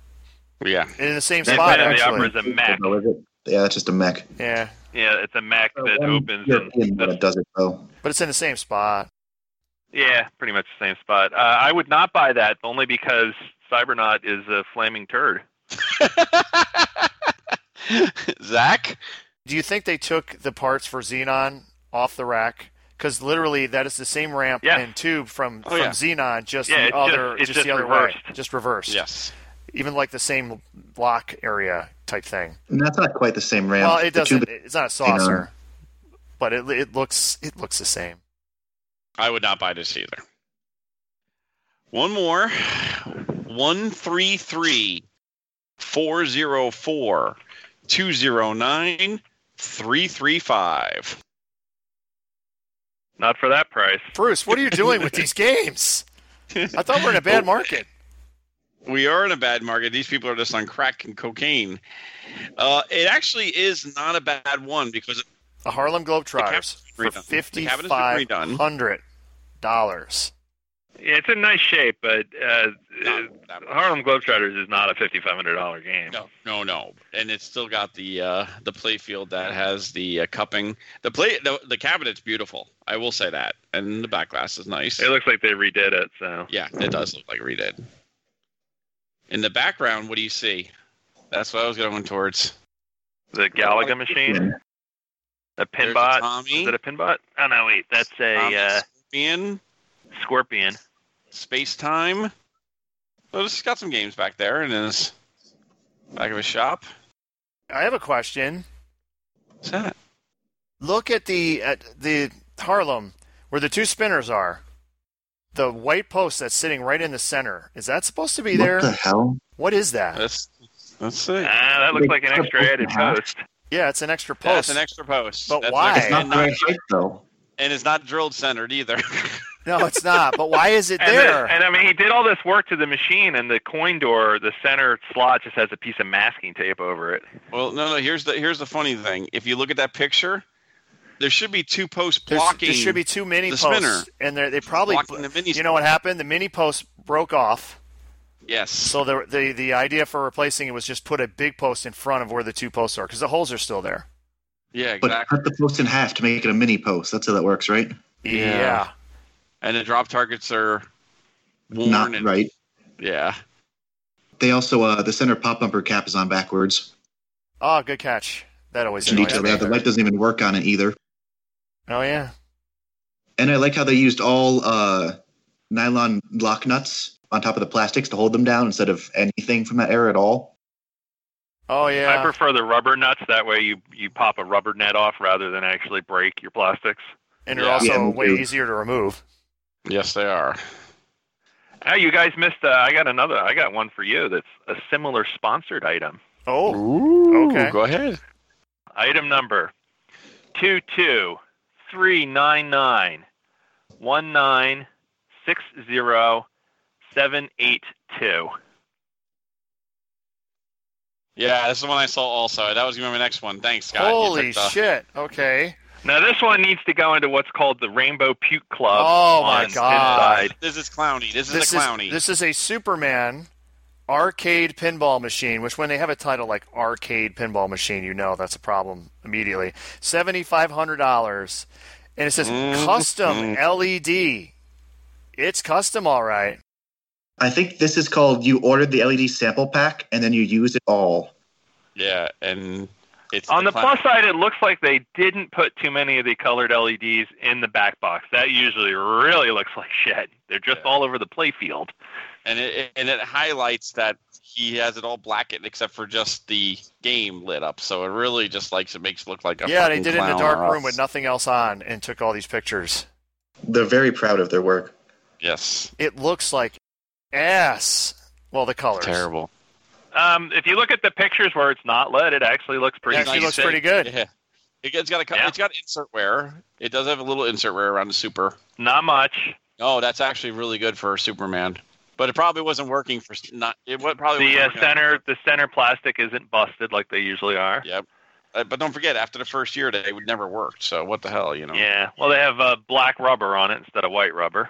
Speaker 4: Yeah.
Speaker 3: In the same
Speaker 5: That
Speaker 3: spot,
Speaker 6: Phantom of the
Speaker 3: actually.
Speaker 6: Opera is a mech.
Speaker 5: Oh, is it? Yeah, it's just a mech.
Speaker 3: Yeah,
Speaker 6: Yeah, it's a Mac that
Speaker 5: Um,
Speaker 6: opens
Speaker 5: European
Speaker 6: and
Speaker 5: one that does it though.
Speaker 3: but it's in the same spot.
Speaker 6: Yeah, pretty much the same spot. Uh, I would not buy that only because Cybernaut is a flaming turd.
Speaker 4: Zach?
Speaker 3: Do you think they took the parts for Xenon off the rack? Because literally, that is the same ramp
Speaker 6: Yeah.
Speaker 3: and tube from,
Speaker 4: Oh,
Speaker 3: from
Speaker 4: yeah.
Speaker 3: Xenon, just
Speaker 6: Yeah,
Speaker 3: the
Speaker 6: it's just-
Speaker 3: other,
Speaker 6: it's just
Speaker 3: the other way,
Speaker 6: reversed.
Speaker 3: just reversed.
Speaker 4: Yes.
Speaker 3: Even like the same block area type thing.
Speaker 5: And that's not quite the same ramp.
Speaker 3: Well, it
Speaker 5: The tube
Speaker 3: doesn't. It's not a saucer, but it it looks it looks the same.
Speaker 4: I would not buy this either. One more. 133 404 209 335.
Speaker 6: Not for that price.
Speaker 3: Bruce, what are you doing with these games? I thought we were in a bad market.
Speaker 4: We are in a bad market. These people are just on crack and cocaine. Uh, it actually is not a bad one because
Speaker 3: The Harlem Globetrotters
Speaker 4: The
Speaker 3: for
Speaker 4: cabinet's
Speaker 3: fifty
Speaker 4: been redone. The
Speaker 3: five
Speaker 4: cabinet's been redone.
Speaker 3: hundred dollars.
Speaker 6: Yeah, it's in nice shape, but uh,
Speaker 4: not
Speaker 6: uh,
Speaker 4: that much.
Speaker 6: Harlem Globetrotters is not a fifty-five hundred dollar game.
Speaker 4: No, no, no, and it's still got the uh, the play field that has the uh, cupping. The play the, the cabinet's beautiful. I will say that, and the back glass is nice.
Speaker 6: It looks like they redid it. So
Speaker 4: Yeah, it does look like redid. In the background, what do you see? That's what I was going towards.
Speaker 6: the Galaga machine, a
Speaker 4: There's a
Speaker 6: pinbot.
Speaker 4: Tommy,
Speaker 6: Is it a pinbot? Oh no, wait, that's
Speaker 4: Tommy
Speaker 6: a uh,
Speaker 4: Scorpion,
Speaker 6: scorpion.
Speaker 4: Space Time. Well, it's got some games back there in his back of his shop.
Speaker 3: I have a question.
Speaker 4: What's that?
Speaker 3: Look at the at the Harlem where the two spinners are. The white post that's sitting right in the center. Is that supposed to be
Speaker 5: What
Speaker 3: there?
Speaker 5: the hell?
Speaker 3: What is that?
Speaker 4: That's that's it.
Speaker 6: Ah, that looks like an extra added post.
Speaker 3: Yeah, it's an extra post.
Speaker 4: That's Oh, an extra post.
Speaker 3: But
Speaker 4: That's
Speaker 3: why?
Speaker 4: like-
Speaker 3: It's
Speaker 5: Not
Speaker 4: and,
Speaker 5: the
Speaker 4: not,
Speaker 5: right shape though.
Speaker 4: and it's not drilled centered either.
Speaker 3: no, it's not. But why is it
Speaker 6: And,
Speaker 3: there?
Speaker 6: the- and I mean, he did all this work to the machine, and the coin door, the center slot, just has a piece of masking tape over it.
Speaker 4: well, no, no. Here's the here's the funny thing. If you look at that picture, there should be two posts
Speaker 3: There's-
Speaker 4: blocking.
Speaker 3: there should be two mini
Speaker 4: the
Speaker 3: posts,
Speaker 4: spinner.
Speaker 3: and they're- they probably.
Speaker 4: Blocking the mini
Speaker 3: you know what happened? The mini post broke off.
Speaker 4: yes.
Speaker 3: So the, the the idea for replacing it was just put a big post in front of where the two posts are because the holes are still there.
Speaker 4: yeah,
Speaker 5: But
Speaker 4: exactly.
Speaker 5: cut the post in half to make it a mini post. That's how that works, right?
Speaker 4: Yeah. and the drop targets are worn
Speaker 5: Not
Speaker 4: and
Speaker 5: right.
Speaker 4: yeah.
Speaker 5: They also uh, the center pop bumper cap is on backwards.
Speaker 3: Oh, good catch. That always
Speaker 5: Should be
Speaker 3: annoys
Speaker 5: too
Speaker 3: me.
Speaker 5: bad. The light doesn't even work on it either.
Speaker 3: Oh yeah.
Speaker 5: And I like how they used all uh, nylon lock nuts on top of the plastics to hold them down instead of anything from that era at all.
Speaker 3: Oh
Speaker 6: I
Speaker 3: yeah.
Speaker 6: prefer the rubber nuts. That way, you you pop a rubber net off rather than actually break your plastics.
Speaker 3: And they're
Speaker 4: Yeah.
Speaker 3: also
Speaker 5: Yeah, me
Speaker 3: way
Speaker 5: too.
Speaker 3: easier to remove.
Speaker 4: Yes, they are.
Speaker 6: Oh, you guys missed. Uh, I got another. I got one for you. That's a similar sponsored item.
Speaker 3: Oh.
Speaker 4: Ooh,
Speaker 3: Okay.
Speaker 4: Go ahead.
Speaker 6: Item number two two three nine nine one nine six zero seven eight two.
Speaker 4: Yeah, this is the one I saw also. That was gonna be my next one. Thanks, Scott. You
Speaker 3: Holy
Speaker 4: picked, uh,
Speaker 3: shit. Okay.
Speaker 6: Now this one needs to go into what's called the Rainbow Puke Club.
Speaker 3: Oh, my
Speaker 6: on
Speaker 3: God.
Speaker 6: Inside.
Speaker 4: This is clowny. This is
Speaker 3: this
Speaker 4: a clowny.
Speaker 3: Is, this is a Superman arcade pinball machine, which when they have a title like arcade pinball machine, you know that's a problem immediately. Seventy five hundred dollars, and it says
Speaker 4: Mm,
Speaker 3: custom LED. It's custom, all right.
Speaker 5: I think this is called you ordered the LED sample pack and then you used it all.
Speaker 4: yeah, and it's
Speaker 6: On the
Speaker 4: clown-
Speaker 6: plus side, it looks like they didn't put too many of the colored LEDs in the back box. That usually really looks like shit. They're just
Speaker 4: Yeah.
Speaker 6: all over the play field.
Speaker 4: and it and it highlights that he has it all blackened except for just the game lit up. So it really just likes it makes it look like a
Speaker 3: yeah, they
Speaker 4: fucking
Speaker 3: did it in a
Speaker 4: clown
Speaker 3: dark
Speaker 4: or
Speaker 3: room
Speaker 4: us.
Speaker 3: with nothing else on and took all these pictures.
Speaker 5: They're very proud of their work.
Speaker 4: Yes,
Speaker 3: It looks like ass. Well, the colors.
Speaker 4: terrible.
Speaker 6: Um, if you look at the pictures where it's not lit, it actually looks pretty.
Speaker 3: Actually looks
Speaker 6: nice.
Speaker 3: pretty good.
Speaker 4: Yeah. It- It's got a co-
Speaker 6: Yeah.
Speaker 4: it's got insert wear. It does have a little insert wear around the super.
Speaker 6: Not much.
Speaker 4: Oh, that's actually really good for Superman. But it probably wasn't working for s- not. It wa-
Speaker 3: Oh,
Speaker 4: probably
Speaker 6: The uh,
Speaker 4: wasn't working on-
Speaker 6: center, the center plastic isn't busted like they usually are.
Speaker 4: Yep. Uh, but don't forget, after the first year, they would never worked. So what the hell, you know?
Speaker 6: Yeah. Well, they have uh, black rubber on it instead of white rubber.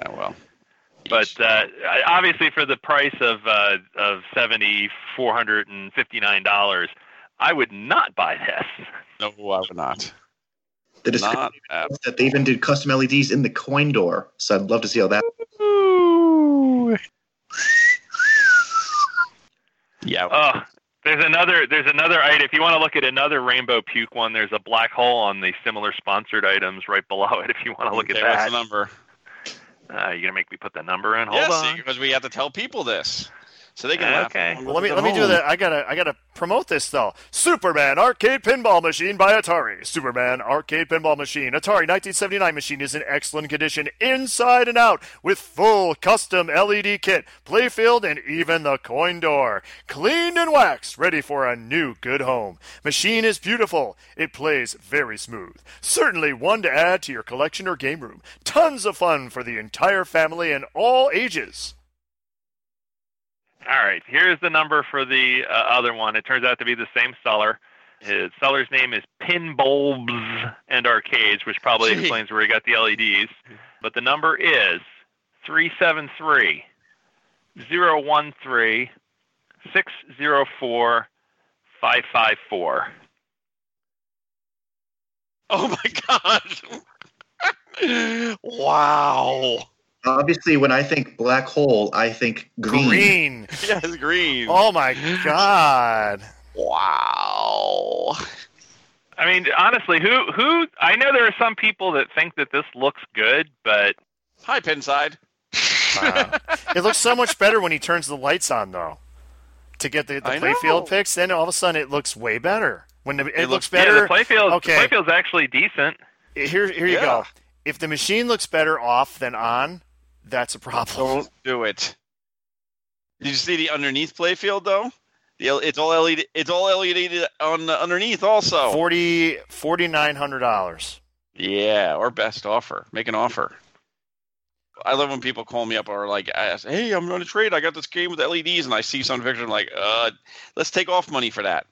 Speaker 4: Yeah, well.
Speaker 6: But uh, I- obviously, for the price of uh, of seventy four hundred and fifty nine dollars, I would not buy this.
Speaker 4: no, I would not.
Speaker 5: The description
Speaker 4: Not at
Speaker 5: is that they even did custom LEDs in the coin door. So I'd love to see how that.
Speaker 4: yeah.
Speaker 6: Oh, there's another. There's another item. If you want to look at another rainbow puke one, there's a black hole on the similar sponsored items right below it. If you want to look at
Speaker 4: okay,
Speaker 6: that,
Speaker 4: What's the number?
Speaker 6: uh, you're gonna make me put the number in. Hold
Speaker 4: yes,
Speaker 6: on.
Speaker 4: because we have to tell people this, so they can.
Speaker 6: Uh,
Speaker 4: laugh
Speaker 6: okay.
Speaker 4: along
Speaker 3: Well, let
Speaker 4: with
Speaker 3: me
Speaker 4: it
Speaker 3: let me
Speaker 4: at
Speaker 3: do
Speaker 4: home.
Speaker 3: that. I gotta I gotta promote this though. Superman Arcade Pinball Machine by Atari. Superman Arcade Pinball Machine. Atari 1979 machine is in excellent condition inside and out with full custom LED kit, playfield, and even the coin door. Cleaned and waxed, ready for a new good home. Machine is beautiful. It plays very smooth. Certainly one to add to your collection or game room. Tons of fun for the entire family and all ages.
Speaker 6: All right. Here's the number for the uh, other one. It turns out to be the same seller. His seller's name is Pinbulbs and Arcades, which probably
Speaker 4: Gee.
Speaker 6: explains where he got the LEDs. But the number is 373 013 604 554.
Speaker 4: Oh my god! wow.
Speaker 5: Obviously, when I think black hole, I think green.
Speaker 3: Green.
Speaker 4: Yes, green.
Speaker 3: Oh my god.
Speaker 4: Wow.
Speaker 6: I mean, honestly, who who? I know there are some people that think that this looks good, but
Speaker 4: Hi, Pinside.
Speaker 3: Wow. it looks so much better when he turns the lights on though. To get the, the
Speaker 4: I
Speaker 3: playfield
Speaker 4: know.
Speaker 3: pics, then all of a sudden it looks way better. When the, it, looks,
Speaker 4: looks-
Speaker 6: yeah,
Speaker 3: better,
Speaker 6: the playfield
Speaker 3: Okay.
Speaker 6: the playfield's actually decent.
Speaker 3: here here you
Speaker 4: Yeah.
Speaker 3: go. If the machine looks better off than on, that's a problem.
Speaker 4: Don't do it. Did you see the underneath playfield though? The L- it's all LED. It's all LED on the underneath also.
Speaker 3: Forty forty nine hundred dollars.
Speaker 4: Yeah, or best offer. Make an offer. I love when people call me up or like ask, "Hey, I'm going to trade. I got this game with LEDs," and I see some picture. I'm like, "Uh, let's take off money for that."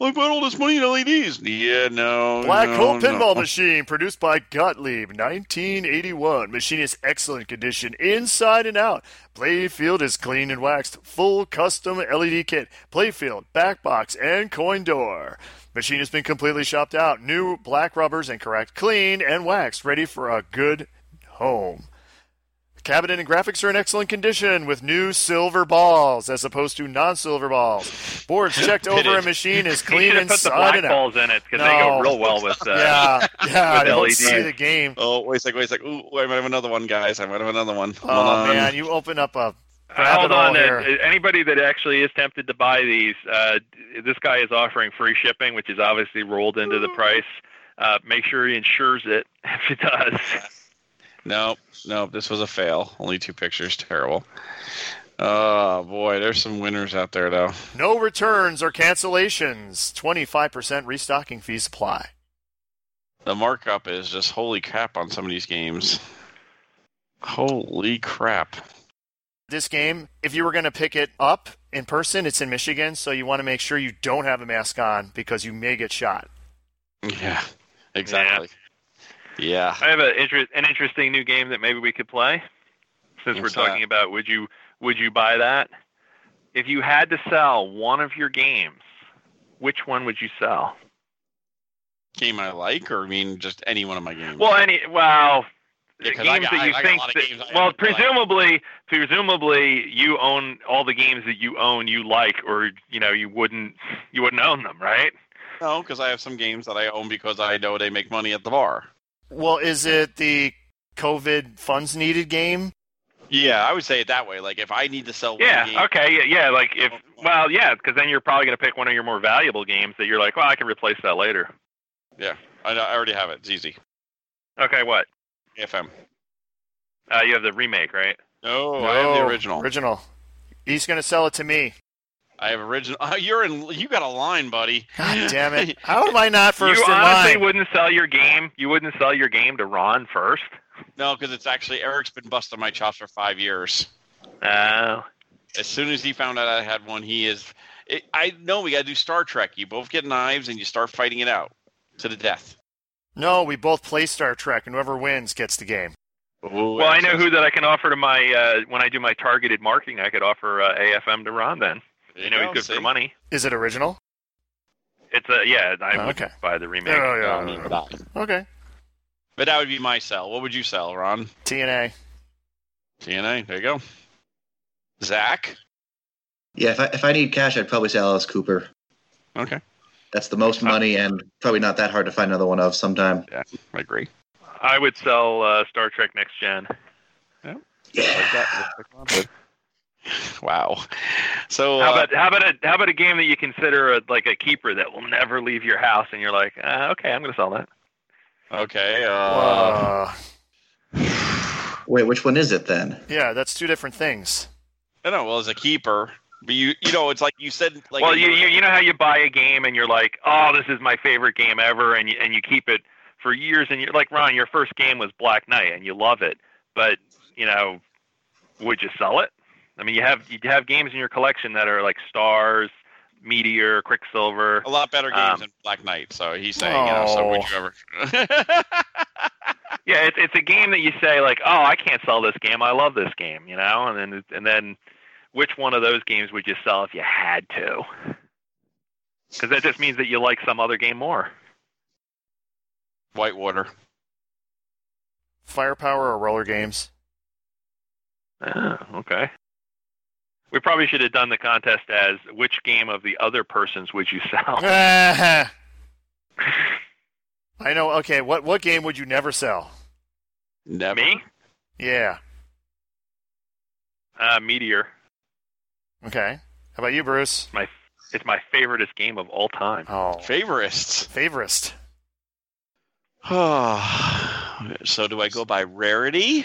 Speaker 4: Well, I put all this money in LEDs. Yeah, no.
Speaker 3: Black
Speaker 4: no,
Speaker 3: hole pinball
Speaker 4: no.
Speaker 3: machine produced by Gottlieb, 1981. Machine is excellent condition inside and out. Playfield is clean and waxed. Full custom LED kit, playfield, back box, and coin door. Machine has been completely shopped out. New black rubbers and correct clean and waxed, ready for a good home. Cabinet and graphics are in excellent condition with new silver balls as opposed to non-silver balls. Boards checked over and machine is
Speaker 6: you
Speaker 3: clean
Speaker 6: should have put the
Speaker 3: inside
Speaker 6: black
Speaker 3: and out.
Speaker 6: balls in it because they go
Speaker 3: No.
Speaker 6: real well with. Uh,
Speaker 3: Yeah, yeah. I
Speaker 6: with
Speaker 4: E
Speaker 3: don't
Speaker 6: LED.
Speaker 3: see the game.
Speaker 4: Oh, wait a second, wait a second. Ooh, I might have another one, guys. I might have another one.
Speaker 3: Oh
Speaker 4: Hold on.
Speaker 3: man, you open up a.
Speaker 6: Uh, hold
Speaker 3: rabbit hole
Speaker 6: on.
Speaker 3: here.
Speaker 6: uh, Anybody that actually is tempted to buy these, uh, d- this guy is offering free shipping, which is obviously rolled into the price. Uh, make sure he insures it if he does.
Speaker 4: Nope, nope. This was a fail. Only two pictures. Terrible. Oh boy, there's some winners out there though.
Speaker 3: No returns or cancellations. Twenty-five percent restocking fees apply.
Speaker 4: The markup is just holy crap on some of these games. Holy crap.
Speaker 3: This game, if you were going to pick it up in person, it's in Michigan, so you want to make sure you don't have a mask on because you may get shot.
Speaker 4: Yeah, exactly. Yeah.
Speaker 6: I have a interest, an interesting new game that maybe we could play. Since
Speaker 4: What's
Speaker 6: we're talking
Speaker 4: that?
Speaker 6: about, would you would you buy that? If you had to sell one of your games, which one would you sell?
Speaker 4: Game I like, or I mean, just any one of my games.
Speaker 6: Well, any well,
Speaker 4: Yeah,
Speaker 6: the
Speaker 4: 'cause
Speaker 6: games
Speaker 4: I got-
Speaker 6: that you
Speaker 4: I- I got a
Speaker 6: think.
Speaker 4: lot of
Speaker 6: that-
Speaker 4: games I
Speaker 6: well,
Speaker 4: haven't played.
Speaker 6: presumably, presumably you own all the games that you own you like, or you know you wouldn't you wouldn't own them, right?
Speaker 4: no, because I have some games that I own because I know they make money at the bar.
Speaker 3: Well, is it the COVID funds needed game?
Speaker 4: Yeah, I would say it that way. Like if I need to sell one game,
Speaker 6: Yeah. Okay. Yeah. Yeah. Like if well, yeah, because then you're probably gonna pick one of your more valuable games that you're like, well, I can replace that later.
Speaker 4: I, know- I already have it. It's easy.
Speaker 6: Okay. What?
Speaker 4: AFM.
Speaker 6: Uh, you have the remake, right?
Speaker 4: No, I have the
Speaker 3: No,
Speaker 4: original.
Speaker 3: Oh, Original. He's going to sell it to me.
Speaker 4: I have original. Oh, you're in. You got a line, buddy.
Speaker 3: God damn it. How am I not first
Speaker 6: you
Speaker 3: in
Speaker 6: honestly
Speaker 3: line?
Speaker 6: wouldn't sell your game. You wouldn't sell your game to Ron first.
Speaker 4: no, because it's actually Eric's been busting my chops for five years.
Speaker 6: Oh.
Speaker 4: As soon as he found out I had one, he is. It, I know we got to do Star Trek. You both get knives and you start fighting it out to the death.
Speaker 3: No, we both play Star Trek, and whoever wins gets the game.
Speaker 6: Well, I know who that I can offer to my uh, when I do my targeted marketing. I could offer uh, AFM to Ron. Then you
Speaker 4: Oh,
Speaker 6: know he's good for money.
Speaker 3: Is it original?
Speaker 6: It's a yeah. I
Speaker 3: Oh,
Speaker 6: would
Speaker 3: okay.
Speaker 6: buy the remake. Um,
Speaker 3: Yeah, yeah, yeah. Okay.
Speaker 4: But that would be my sell. What would you sell, Ron?
Speaker 3: TNA.
Speaker 4: TNA. There you go. Zach.
Speaker 5: Yeah, if I, if I need cash, I'd probably say Alice Cooper.
Speaker 4: Okay,
Speaker 5: That's the most money and probably not that hard to find another one of sometime.
Speaker 4: I agree.
Speaker 6: I would sell uh, Star Trek Next Gen.
Speaker 5: Yeah.
Speaker 4: Wow. So
Speaker 6: How
Speaker 4: uh,
Speaker 6: about how about a how about a game that you consider a, like a keeper that will never leave your house, and you're like, uh, okay, I'm gonna sell that.
Speaker 4: Okay. Uh,
Speaker 3: Uh,
Speaker 5: Wait, which one is it then?
Speaker 3: yeah, that's two different things.
Speaker 4: I don't know. Well, as a keeper, but you you know, it's like you said. Like
Speaker 6: well, you, you you know how you buy a game and you're like, oh, this is my favorite game ever, and you, and you keep it for years, and you're like Ron, your first game was Black Knight, and you love it, but you know, would you sell it? I mean, you have you have games in your collection that are like Stars, Meteor, Quicksilver.
Speaker 4: a lot better games
Speaker 6: um,
Speaker 4: than Black Knight. So he's saying, you know, so would you ever?
Speaker 6: Yeah, it's it's a game that you say like, oh, I can't sell this game. I love this game, you know. And then and then, which one of those games would you sell if you had to? Because that just means that you like some other game more.
Speaker 4: Whitewater.
Speaker 3: Firepower or roller games?
Speaker 6: Oh, okay. We probably should have done the contest as which game of the other person's would you sell?
Speaker 3: Ah. I know. Okay, what what game would you never sell?
Speaker 4: Never.
Speaker 6: Me?
Speaker 3: Yeah.
Speaker 6: Uh, Meteor.
Speaker 3: Okay. How about you, Bruce?
Speaker 6: It's my it's my favoriteest game of all time.
Speaker 3: Oh,
Speaker 4: Favorists.
Speaker 3: favorist.
Speaker 4: so do I go by rarity?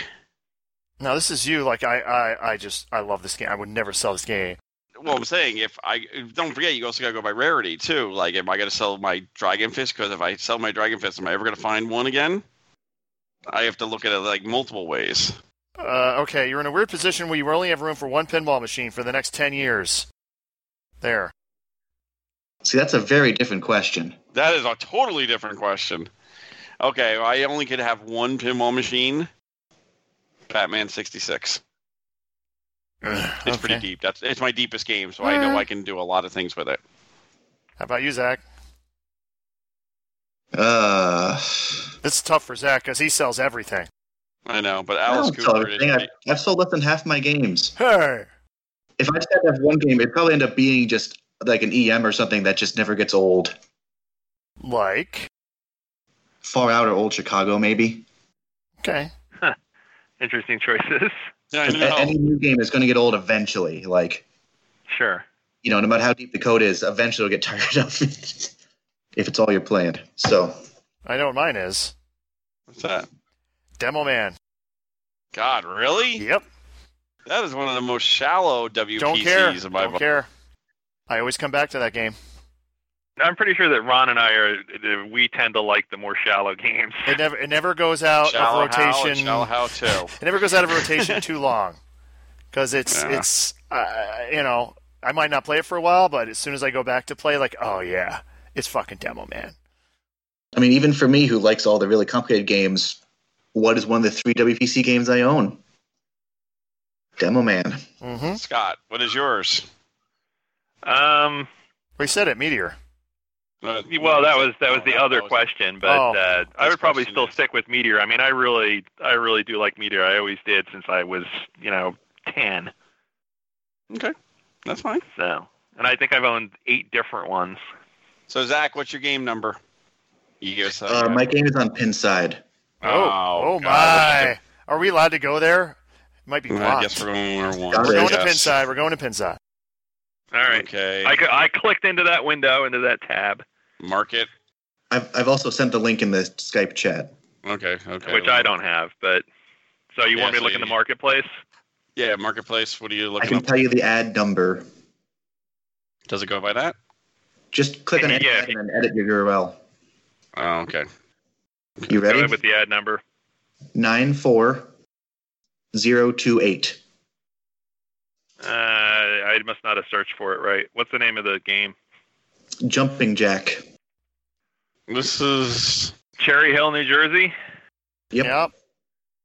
Speaker 3: Now this is you. Like I, I, I just I love this game. I would never sell this game.
Speaker 4: Well, I'm saying if I don't forget, you also got to go by rarity too. Like, am I going to sell my dragon fist? Because if I sell my dragon fist, am I ever going to find one again? I have to look at it like multiple ways.
Speaker 3: Uh, okay, you're in a weird position where you only have room for one pinball machine for the next ten years. There.
Speaker 5: See, that's a very different question.
Speaker 4: That is a totally different question. Okay, I only could have one pinball machine. Batman sixty six. It's pretty deep. That's it's my deepest game, so I know I can do a lot of things with it.
Speaker 3: How about you, Zach?
Speaker 5: Uh,
Speaker 3: This is tough for Zach because he sells everything.
Speaker 4: I know, but
Speaker 5: I
Speaker 4: Alice
Speaker 5: don't sell
Speaker 4: Cooper. Is,
Speaker 5: everything. I've, I've sold less than half my games.
Speaker 3: Hey.
Speaker 5: If I just had to have one game, it'd probably end up being just like an EM or something that just never gets old.
Speaker 3: Like.
Speaker 5: Far Out or Old Chicago, maybe.
Speaker 3: Okay.
Speaker 6: Interesting choices.
Speaker 4: I
Speaker 5: And
Speaker 4: know.
Speaker 5: Any new game is going to get old eventually. Like,
Speaker 6: Sure.
Speaker 5: you know, no matter how deep the code is, eventually you'll get tired of it if it's all you're playing. So,
Speaker 3: I know what mine is.
Speaker 4: What's that?
Speaker 3: Demo Man.
Speaker 4: God, really?
Speaker 3: Yep.
Speaker 4: That is one of the most shallow WPCs
Speaker 3: Don't care.
Speaker 4: in my
Speaker 3: Don't
Speaker 4: book.
Speaker 3: care. I always come back to that game.
Speaker 6: I'm pretty sure that Ron and I are we tend to like the more shallow games.
Speaker 3: It never it never goes out
Speaker 4: Shallow
Speaker 3: of
Speaker 4: how and
Speaker 3: rotation.
Speaker 4: shallow how too.
Speaker 3: it never goes out of rotation too long because it's
Speaker 4: Yeah.
Speaker 3: it's uh, you know I might not play it for a while, but as soon as I go back to play, like oh yeah, it's fucking demo man.
Speaker 5: I mean, even for me, who likes all the really complicated games, what is one of the three WPC games I own? Demo Man.
Speaker 3: Mm-hmm.
Speaker 4: Scott, what is yours?
Speaker 6: Um,
Speaker 3: We said it, Meteor.
Speaker 4: Uh,
Speaker 6: well, that was that was
Speaker 4: no,
Speaker 6: the other
Speaker 4: that was-
Speaker 6: question, but
Speaker 3: Oh,
Speaker 6: uh, I
Speaker 4: this
Speaker 6: would probably
Speaker 4: question
Speaker 6: still
Speaker 4: is-
Speaker 6: stick with Meteor. I mean, I really I really do like Meteor. I always did since I was you know ten.
Speaker 4: That's fine.
Speaker 6: So, and I think I've owned eight different ones.
Speaker 4: So Zach, what's your game number? You give us a-
Speaker 5: Uh, my game is on pin side.
Speaker 3: oh,
Speaker 4: God.
Speaker 3: my! Are we allowed to go there? It might be
Speaker 4: I
Speaker 3: blocked.
Speaker 4: guess we're going number one.
Speaker 5: We're
Speaker 3: We're going
Speaker 5: Yes.
Speaker 3: to pin side. We're going to pin side.
Speaker 6: All right,
Speaker 4: Okay.
Speaker 6: I, cl- I clicked into that window into that tab,
Speaker 4: Market.
Speaker 5: I've, I've also sent the link in the Skype chat.
Speaker 4: Okay. Okay.
Speaker 6: which I don't have, but. So you
Speaker 4: Yeah,
Speaker 6: want me to
Speaker 4: so
Speaker 6: look in
Speaker 4: you-
Speaker 6: the marketplace?
Speaker 4: Yeah. Marketplace. What are you
Speaker 5: I
Speaker 4: looking
Speaker 5: can
Speaker 4: up?
Speaker 5: tell you the ad number.
Speaker 4: Does it go by that?
Speaker 5: Just click on
Speaker 6: Yeah,
Speaker 5: it
Speaker 6: if
Speaker 5: and then edit your URL.
Speaker 4: Oh, okay.
Speaker 5: You
Speaker 6: Go
Speaker 5: ready?
Speaker 6: ahead with the ad number.
Speaker 5: 94028.
Speaker 6: Uh, I must not have searched for it right. What's the name of the game?
Speaker 5: Jumping Jack.
Speaker 4: This is
Speaker 6: Cherry Hill, New Jersey.
Speaker 5: Yep.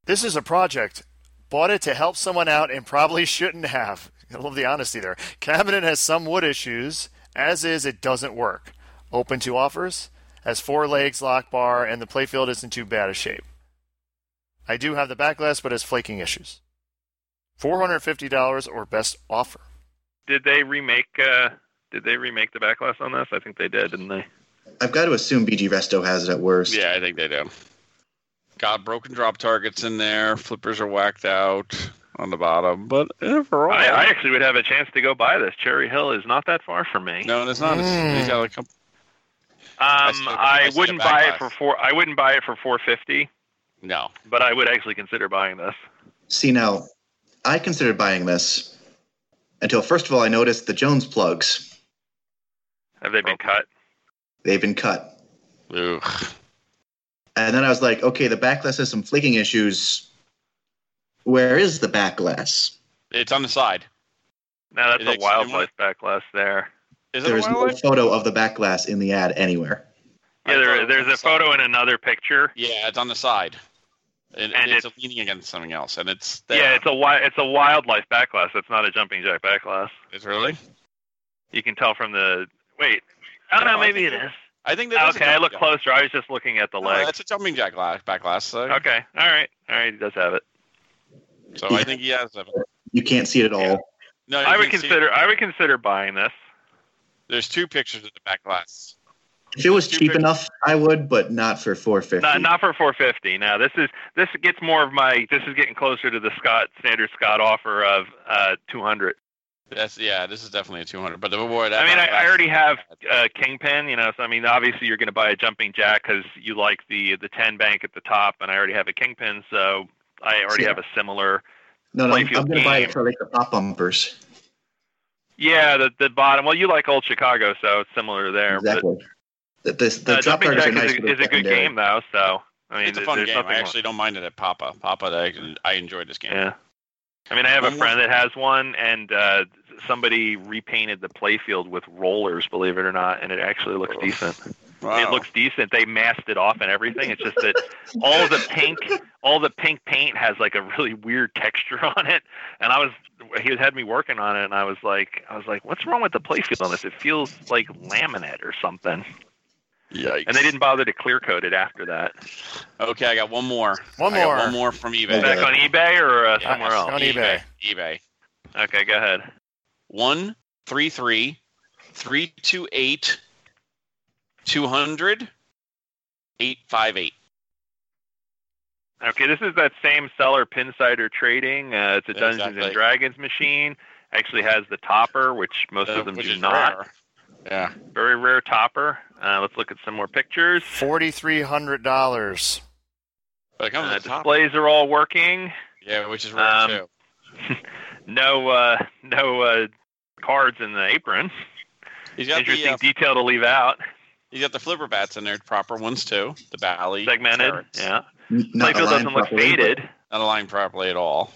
Speaker 3: This is a project. Bought it to help someone out and probably shouldn't have. I love the honesty there. Cabinet has some wood issues. As is, it doesn't work. Open to offers. Has four legs, lock bar, and the playfield isn't too bad a shape. I do have the back glass, but has flaking issues. $450 or best offer.
Speaker 6: Did they remake? Uh, did they remake the backlash on this? I think they did, didn't they?
Speaker 5: I've got to assume BG Resto has it at worst.
Speaker 4: Yeah, I think they do. Got broken drop targets in there. Flippers are whacked out on the bottom, but overall,
Speaker 6: I, I actually would have a chance to go buy this. Cherry Hill is not that far from me.
Speaker 4: no, it's not.
Speaker 5: Hmm.
Speaker 4: It's, you got a couple.
Speaker 6: um,
Speaker 4: still- I
Speaker 6: I,
Speaker 4: still
Speaker 6: wouldn't
Speaker 4: get
Speaker 6: buy it
Speaker 4: Backlash.
Speaker 6: for four. I wouldn't buy it for four fifty,
Speaker 4: No,
Speaker 6: but I would actually consider buying this.
Speaker 5: See, now, I considered buying this until, first of all, I noticed the Jones plugs.
Speaker 6: Have they been cut?
Speaker 5: They've been cut.
Speaker 4: Ugh.
Speaker 5: And then I was like, okay, the back glass has some flaking issues. Where is the back glass?
Speaker 4: it's on the side.
Speaker 6: No, that's
Speaker 4: It
Speaker 6: a
Speaker 4: actually-
Speaker 6: wildlife backlash there.
Speaker 4: Is it
Speaker 5: There
Speaker 4: a
Speaker 5: is no
Speaker 4: wildlife?
Speaker 5: photo of the back glass in the ad anywhere.
Speaker 6: Yeah, there, there's a photo in another picture.
Speaker 4: Yeah, it's on the side, and,
Speaker 6: And
Speaker 4: it's, leaning against something else, and it's there.
Speaker 6: Yeah, it's a wi- it's a wildlife backlash. It's not a jumping jack backlash.
Speaker 4: It's really.
Speaker 6: You can tell from the wait. I don't
Speaker 4: Oh,
Speaker 6: know.
Speaker 4: I
Speaker 6: Maybe it
Speaker 4: think
Speaker 6: is.
Speaker 4: I think that. is a
Speaker 6: Okay, I
Speaker 4: jumping
Speaker 6: look
Speaker 4: jack. Oh,
Speaker 6: closer. I was just looking at the
Speaker 4: No,
Speaker 6: leg.
Speaker 4: that's a jumping jack la- back glass. So,
Speaker 6: Okay, all right, all right. He does have it.
Speaker 4: so I think he has seven.
Speaker 5: You can't see it at all.
Speaker 6: Yeah.
Speaker 4: No, you
Speaker 6: I would
Speaker 4: can see-
Speaker 6: consider. I would consider buying this.
Speaker 4: There's two pictures of the back glass.
Speaker 5: If it was
Speaker 4: Two
Speaker 5: cheap
Speaker 4: pictures.
Speaker 5: enough, I would, but not for 450.
Speaker 6: Not not for 450. Now this is this gets more of my. This is getting closer to the Scott standard Scott offer of uh 200.
Speaker 4: That's yeah. This is definitely a 200. But the boy, that
Speaker 6: I mean, I,
Speaker 4: back glass-
Speaker 6: I already have uh, Kingpin. You know, so I mean, obviously you're going to buy a jumping jack because you like the the 10 bank at the top, and I already have a Kingpin, so I already
Speaker 5: Yeah.
Speaker 6: have a similar.
Speaker 5: no, no, I'm,
Speaker 6: Playfield
Speaker 5: going to buy
Speaker 6: game.
Speaker 5: it for like the pop bumpers.
Speaker 6: Yeah, the the bottom. Well, you like old Chicago, so it's similar there. but-
Speaker 5: Exactly. The, the, the
Speaker 6: Uh,
Speaker 5: drop
Speaker 6: Jumping
Speaker 5: targets
Speaker 6: Jack
Speaker 5: are nice.
Speaker 6: is,
Speaker 5: for
Speaker 6: a,
Speaker 5: the
Speaker 6: is a good
Speaker 5: secondary.
Speaker 6: game though, so I mean,
Speaker 4: it's a fun
Speaker 6: there's
Speaker 4: game.
Speaker 6: nothing
Speaker 4: I
Speaker 6: wrong-
Speaker 4: actually don't mind it at Papa. Papa, I, I enjoyed this game.
Speaker 6: yeah. I mean, I have a
Speaker 4: Um,
Speaker 6: friend that has one, and uh, somebody repainted the playfield with rollers, believe it or not, and it actually looks decent.
Speaker 4: Wow.
Speaker 6: It looks decent. They masked it off and everything. It's just that all the pink, all the pink paint has like a really weird texture on it. And I was, he had me working on it, and I was like, I was like, what's wrong with the playfield on this? It feels like laminate or something.
Speaker 4: Yikes.
Speaker 6: And they didn't bother to clear coat it after that.
Speaker 4: Okay, I got one more.
Speaker 3: One
Speaker 4: I got
Speaker 3: more.
Speaker 4: one more from eBay.
Speaker 5: Okay.
Speaker 6: Back on eBay or uh,
Speaker 4: Yeah,
Speaker 6: somewhere
Speaker 4: it's
Speaker 6: else?
Speaker 3: On eBay.
Speaker 4: eBay.
Speaker 6: Okay, go ahead.
Speaker 4: One three three three two eight two hundred eight five eight.
Speaker 6: Okay, this is that same seller, Pinsider Trading. Uh, it's a Dungeons
Speaker 4: Exactly.
Speaker 6: and Dragons machine. Actually has the topper, which most of them
Speaker 4: Uh, which
Speaker 6: do
Speaker 4: is
Speaker 6: not.
Speaker 4: rare. Yeah.
Speaker 6: Very rare topper. Uh, let's look at some more pictures.
Speaker 3: $4,300.
Speaker 4: But it comes
Speaker 6: Uh,
Speaker 4: with a top.
Speaker 6: displays are all working.
Speaker 4: Yeah, which is rare
Speaker 6: Um,
Speaker 4: too.
Speaker 6: No, uh, no uh, cards in the apron.
Speaker 4: He's got the
Speaker 6: Interesting
Speaker 4: uh,
Speaker 6: detail to leave out.
Speaker 4: he's got the flipper bats in there, proper ones too. The bally
Speaker 6: Segmented.
Speaker 4: turrets.
Speaker 6: Yeah.
Speaker 5: N- Not
Speaker 6: Playfield
Speaker 5: aligned
Speaker 6: doesn't look
Speaker 5: properly, but
Speaker 6: faded.
Speaker 4: not aligned properly at all.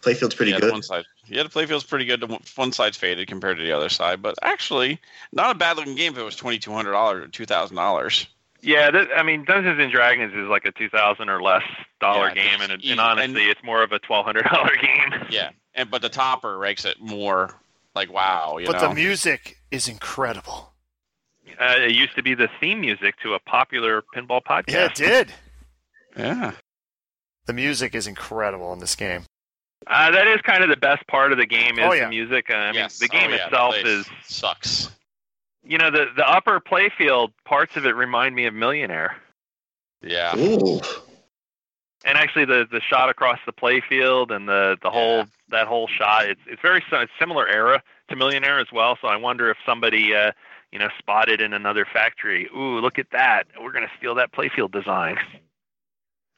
Speaker 5: Playfield's pretty
Speaker 4: yeah, the
Speaker 5: good.
Speaker 4: One side, yeah, the play feels pretty good. The one- One side's faded compared to the other side, but actually, not a bad looking game if it was twenty two hundred dollars or two thousand dollars.
Speaker 6: Yeah, that, I mean, Dungeons and Dragons is like a two thousand or less dollar
Speaker 4: Yeah,
Speaker 6: game, and,
Speaker 4: it's easy.
Speaker 6: and honestly, it's more of a twelve hundred dollar game.
Speaker 4: Yeah, and but the topper makes it more like wow, you
Speaker 3: but
Speaker 4: know.
Speaker 3: the music is incredible.
Speaker 6: Uh, it used to be the theme music to a popular pinball podcast.
Speaker 3: Yeah, it did.
Speaker 4: yeah,
Speaker 3: The music is incredible in this game.
Speaker 6: Uh, that is kind of the best part of the game is
Speaker 3: Oh, yeah.
Speaker 6: the music. Uh, I mean,
Speaker 4: Yes.
Speaker 6: the game
Speaker 4: Oh, yeah,
Speaker 6: itself
Speaker 4: place
Speaker 6: is
Speaker 4: sucks.
Speaker 6: you know the the upper playfield parts of it remind me of Millionaire,
Speaker 4: Yeah,
Speaker 5: Ooh.
Speaker 6: and actually the the shot across the playfield and the the
Speaker 4: Yeah.
Speaker 6: whole that whole shot it's it's very si- it's similar era to Millionaire as well. So I wonder if somebody. Uh, you know, spotted in another factory. Ooh, look at that! We're gonna steal that playfield design.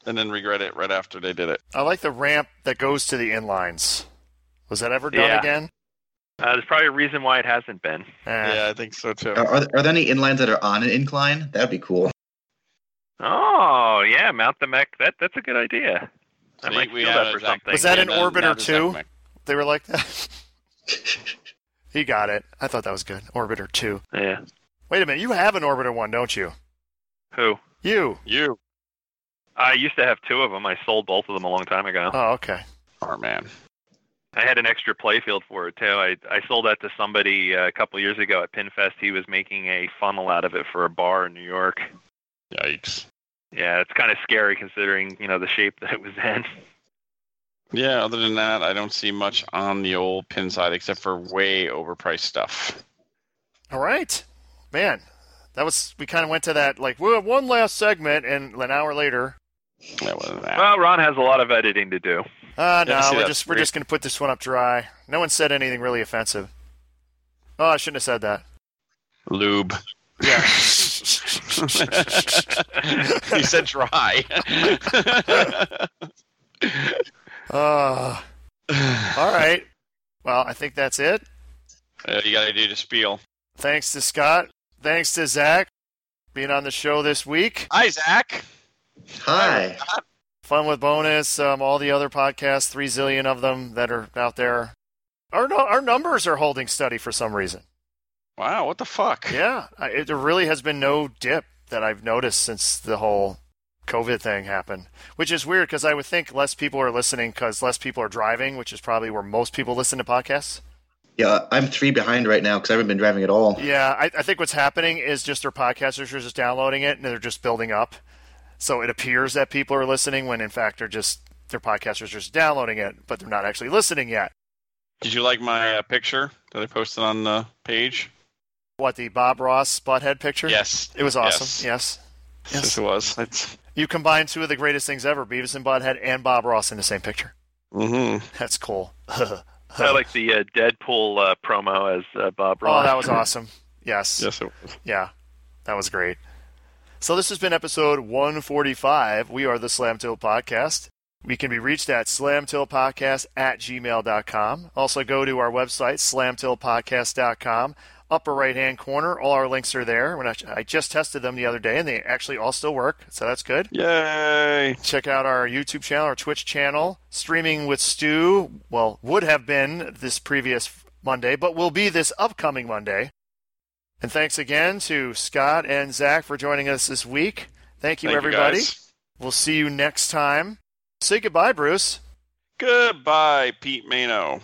Speaker 4: and then regret it right after they did it.
Speaker 3: I like the ramp that goes to the inlines. Was that ever done
Speaker 6: Yeah.
Speaker 3: again?
Speaker 6: Uh, there's probably a reason why it hasn't been.
Speaker 3: Eh.
Speaker 4: Yeah, I think so too.
Speaker 5: Are, are, are there any inlines that are on an incline? That'd be cool.
Speaker 6: Oh yeah, mount the mech. That that's a good idea. I
Speaker 4: See,
Speaker 6: might
Speaker 4: we
Speaker 6: steal
Speaker 4: have
Speaker 6: that for
Speaker 4: a Zach-
Speaker 6: something.
Speaker 3: Was that
Speaker 4: Yeah,
Speaker 3: an
Speaker 4: now-
Speaker 3: orbiter
Speaker 4: now the Zach
Speaker 3: too?
Speaker 4: Mac-
Speaker 3: They were like that. he got it. I thought that was good. Orbiter 2.
Speaker 6: yeah.
Speaker 3: Wait a minute. You have an Orbiter 1, don't you?
Speaker 6: Who?
Speaker 3: You.
Speaker 4: You
Speaker 6: I used to have two of them. I sold both of them a long time ago.
Speaker 3: Oh, okay.
Speaker 4: are man.
Speaker 6: I had an extra playfield for it too. I I sold that to somebody uh, a couple years ago at Pinfest. He was making a funnel out of it for a bar in New York.
Speaker 4: Yikes.
Speaker 6: Yeah, it's kind of scary considering you know the shape that it was in.
Speaker 4: Yeah, other than that, I don't see much on the old pin side except for way overpriced stuff.
Speaker 3: All right. Man, that was, we kind of went to that, like, well, one last segment, and an hour later,
Speaker 4: That wasn't that.
Speaker 6: Well, Ron has a lot of editing to do.
Speaker 3: ah,
Speaker 4: Yeah, I see
Speaker 3: no, we're
Speaker 4: that.
Speaker 3: just, we're just going to put this one up dry. No one said anything really offensive. Oh, I shouldn't have said that.
Speaker 4: Lube.
Speaker 3: Yeah.
Speaker 4: he said dry.
Speaker 3: Uh, all right. Well, I think that's it.
Speaker 4: Uh, you gotta do the spiel.
Speaker 3: Thanks to Scott. Thanks to Zach being on the show this week.
Speaker 4: Isaac.
Speaker 5: Hi.
Speaker 3: Fun with bonus. Um, all the other podcasts, three zillion of them that are out there. Our nu- our numbers are holding steady for some reason.
Speaker 4: Wow, what the fuck?
Speaker 3: Yeah, I, it, there really has been no dip that I've noticed since the whole COVID thing happened, which is weird because I would think less people are listening because less people are driving, which is probably where most people listen to podcasts.
Speaker 5: Yeah, I'm three behind right now because I haven't been driving at all.
Speaker 3: Yeah, I, I think what's happening is just their podcasters are just downloading it and they're just building up. So it appears that people are listening when in fact they're just their podcasters are just downloading it, but they're not actually listening yet.
Speaker 4: Did you like my uh, picture that I posted on the page?
Speaker 3: What the Bob Ross butthead picture?
Speaker 4: Yes.
Speaker 3: it was awesome. Yes,
Speaker 4: Yes, it was. It's,
Speaker 3: you combined two of the greatest things ever: Beavis and Butthead and Bob Ross in the same picture.
Speaker 4: mm-hmm.
Speaker 3: That's cool. Oh,
Speaker 6: I like the uh, Deadpool uh, promo as uh, Bob Ross.
Speaker 3: Oh, that was awesome. Yes.
Speaker 4: Yes, it was.
Speaker 3: Yeah. That was great. So this has been episode 145. We are the Slam Till Podcast. We can be reached at slamtillpodcast at gmail.com. Also go to our website, slamtillpodcast.com. Upper right-hand corner, all our links are there. When I, I just tested them the other day, and they actually all still work, so that's good.
Speaker 4: Yay.
Speaker 3: Check out our YouTube channel, our Twitch channel. Streaming with Stu, well, would have been this previous Monday, but will be this upcoming Monday. And thanks again to Scott and Zach for joining us this week. Thank you,
Speaker 4: Thank
Speaker 3: everybody.
Speaker 4: guys.
Speaker 3: we'll see you next time. Say goodbye, Bruce.
Speaker 4: Goodbye, Pete Mano.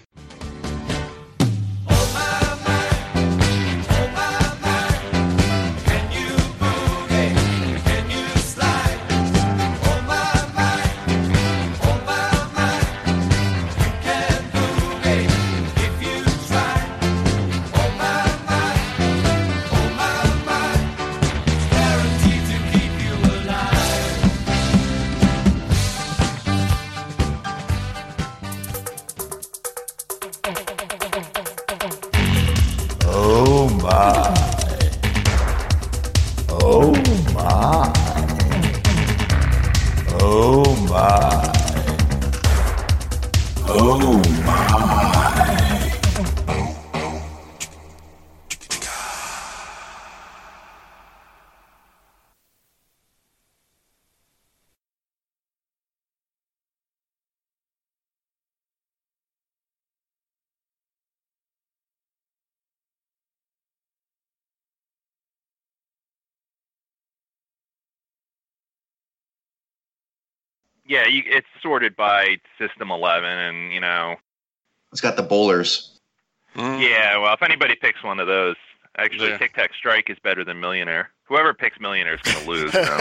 Speaker 7: Oh my. Oh my. Oh my. Oh my.
Speaker 6: yeah, you, it's sorted by system 11, and you know,
Speaker 5: It's got the bowlers.
Speaker 6: yeah. Well, if anybody picks one of those, actually,
Speaker 4: Yeah.
Speaker 6: Tic Tac Strike is better than Millionaire. Whoever picks Millionaire is going to lose. so.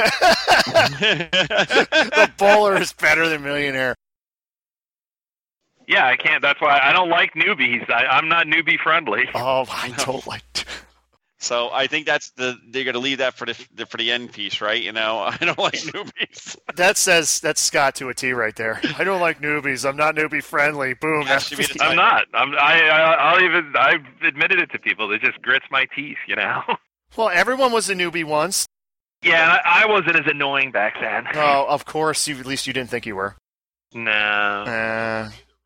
Speaker 4: Mm.
Speaker 3: the bowler is better than millionaire.
Speaker 6: Yeah, I can't. That's why I don't like newbies. I, I'm not newbie friendly.
Speaker 3: Oh, I don't like.
Speaker 4: so I think that's the they're going to leave that for the, the for the end piece, right? You know, I don't like newbies.
Speaker 3: That says that's Scott to a T right there. I don't like newbies. I'm not newbie friendly. Boom.
Speaker 4: That should be the
Speaker 6: I'm not. I'm. I, I. I'll even. I've admitted it to people. It just grits my teeth, you know.
Speaker 3: well, everyone was a newbie once.
Speaker 6: Yeah, and I, I wasn't as
Speaker 3: Oh.
Speaker 6: annoying back then.
Speaker 3: No, of course. You, at least you didn't think you were.
Speaker 6: No.
Speaker 3: Uh,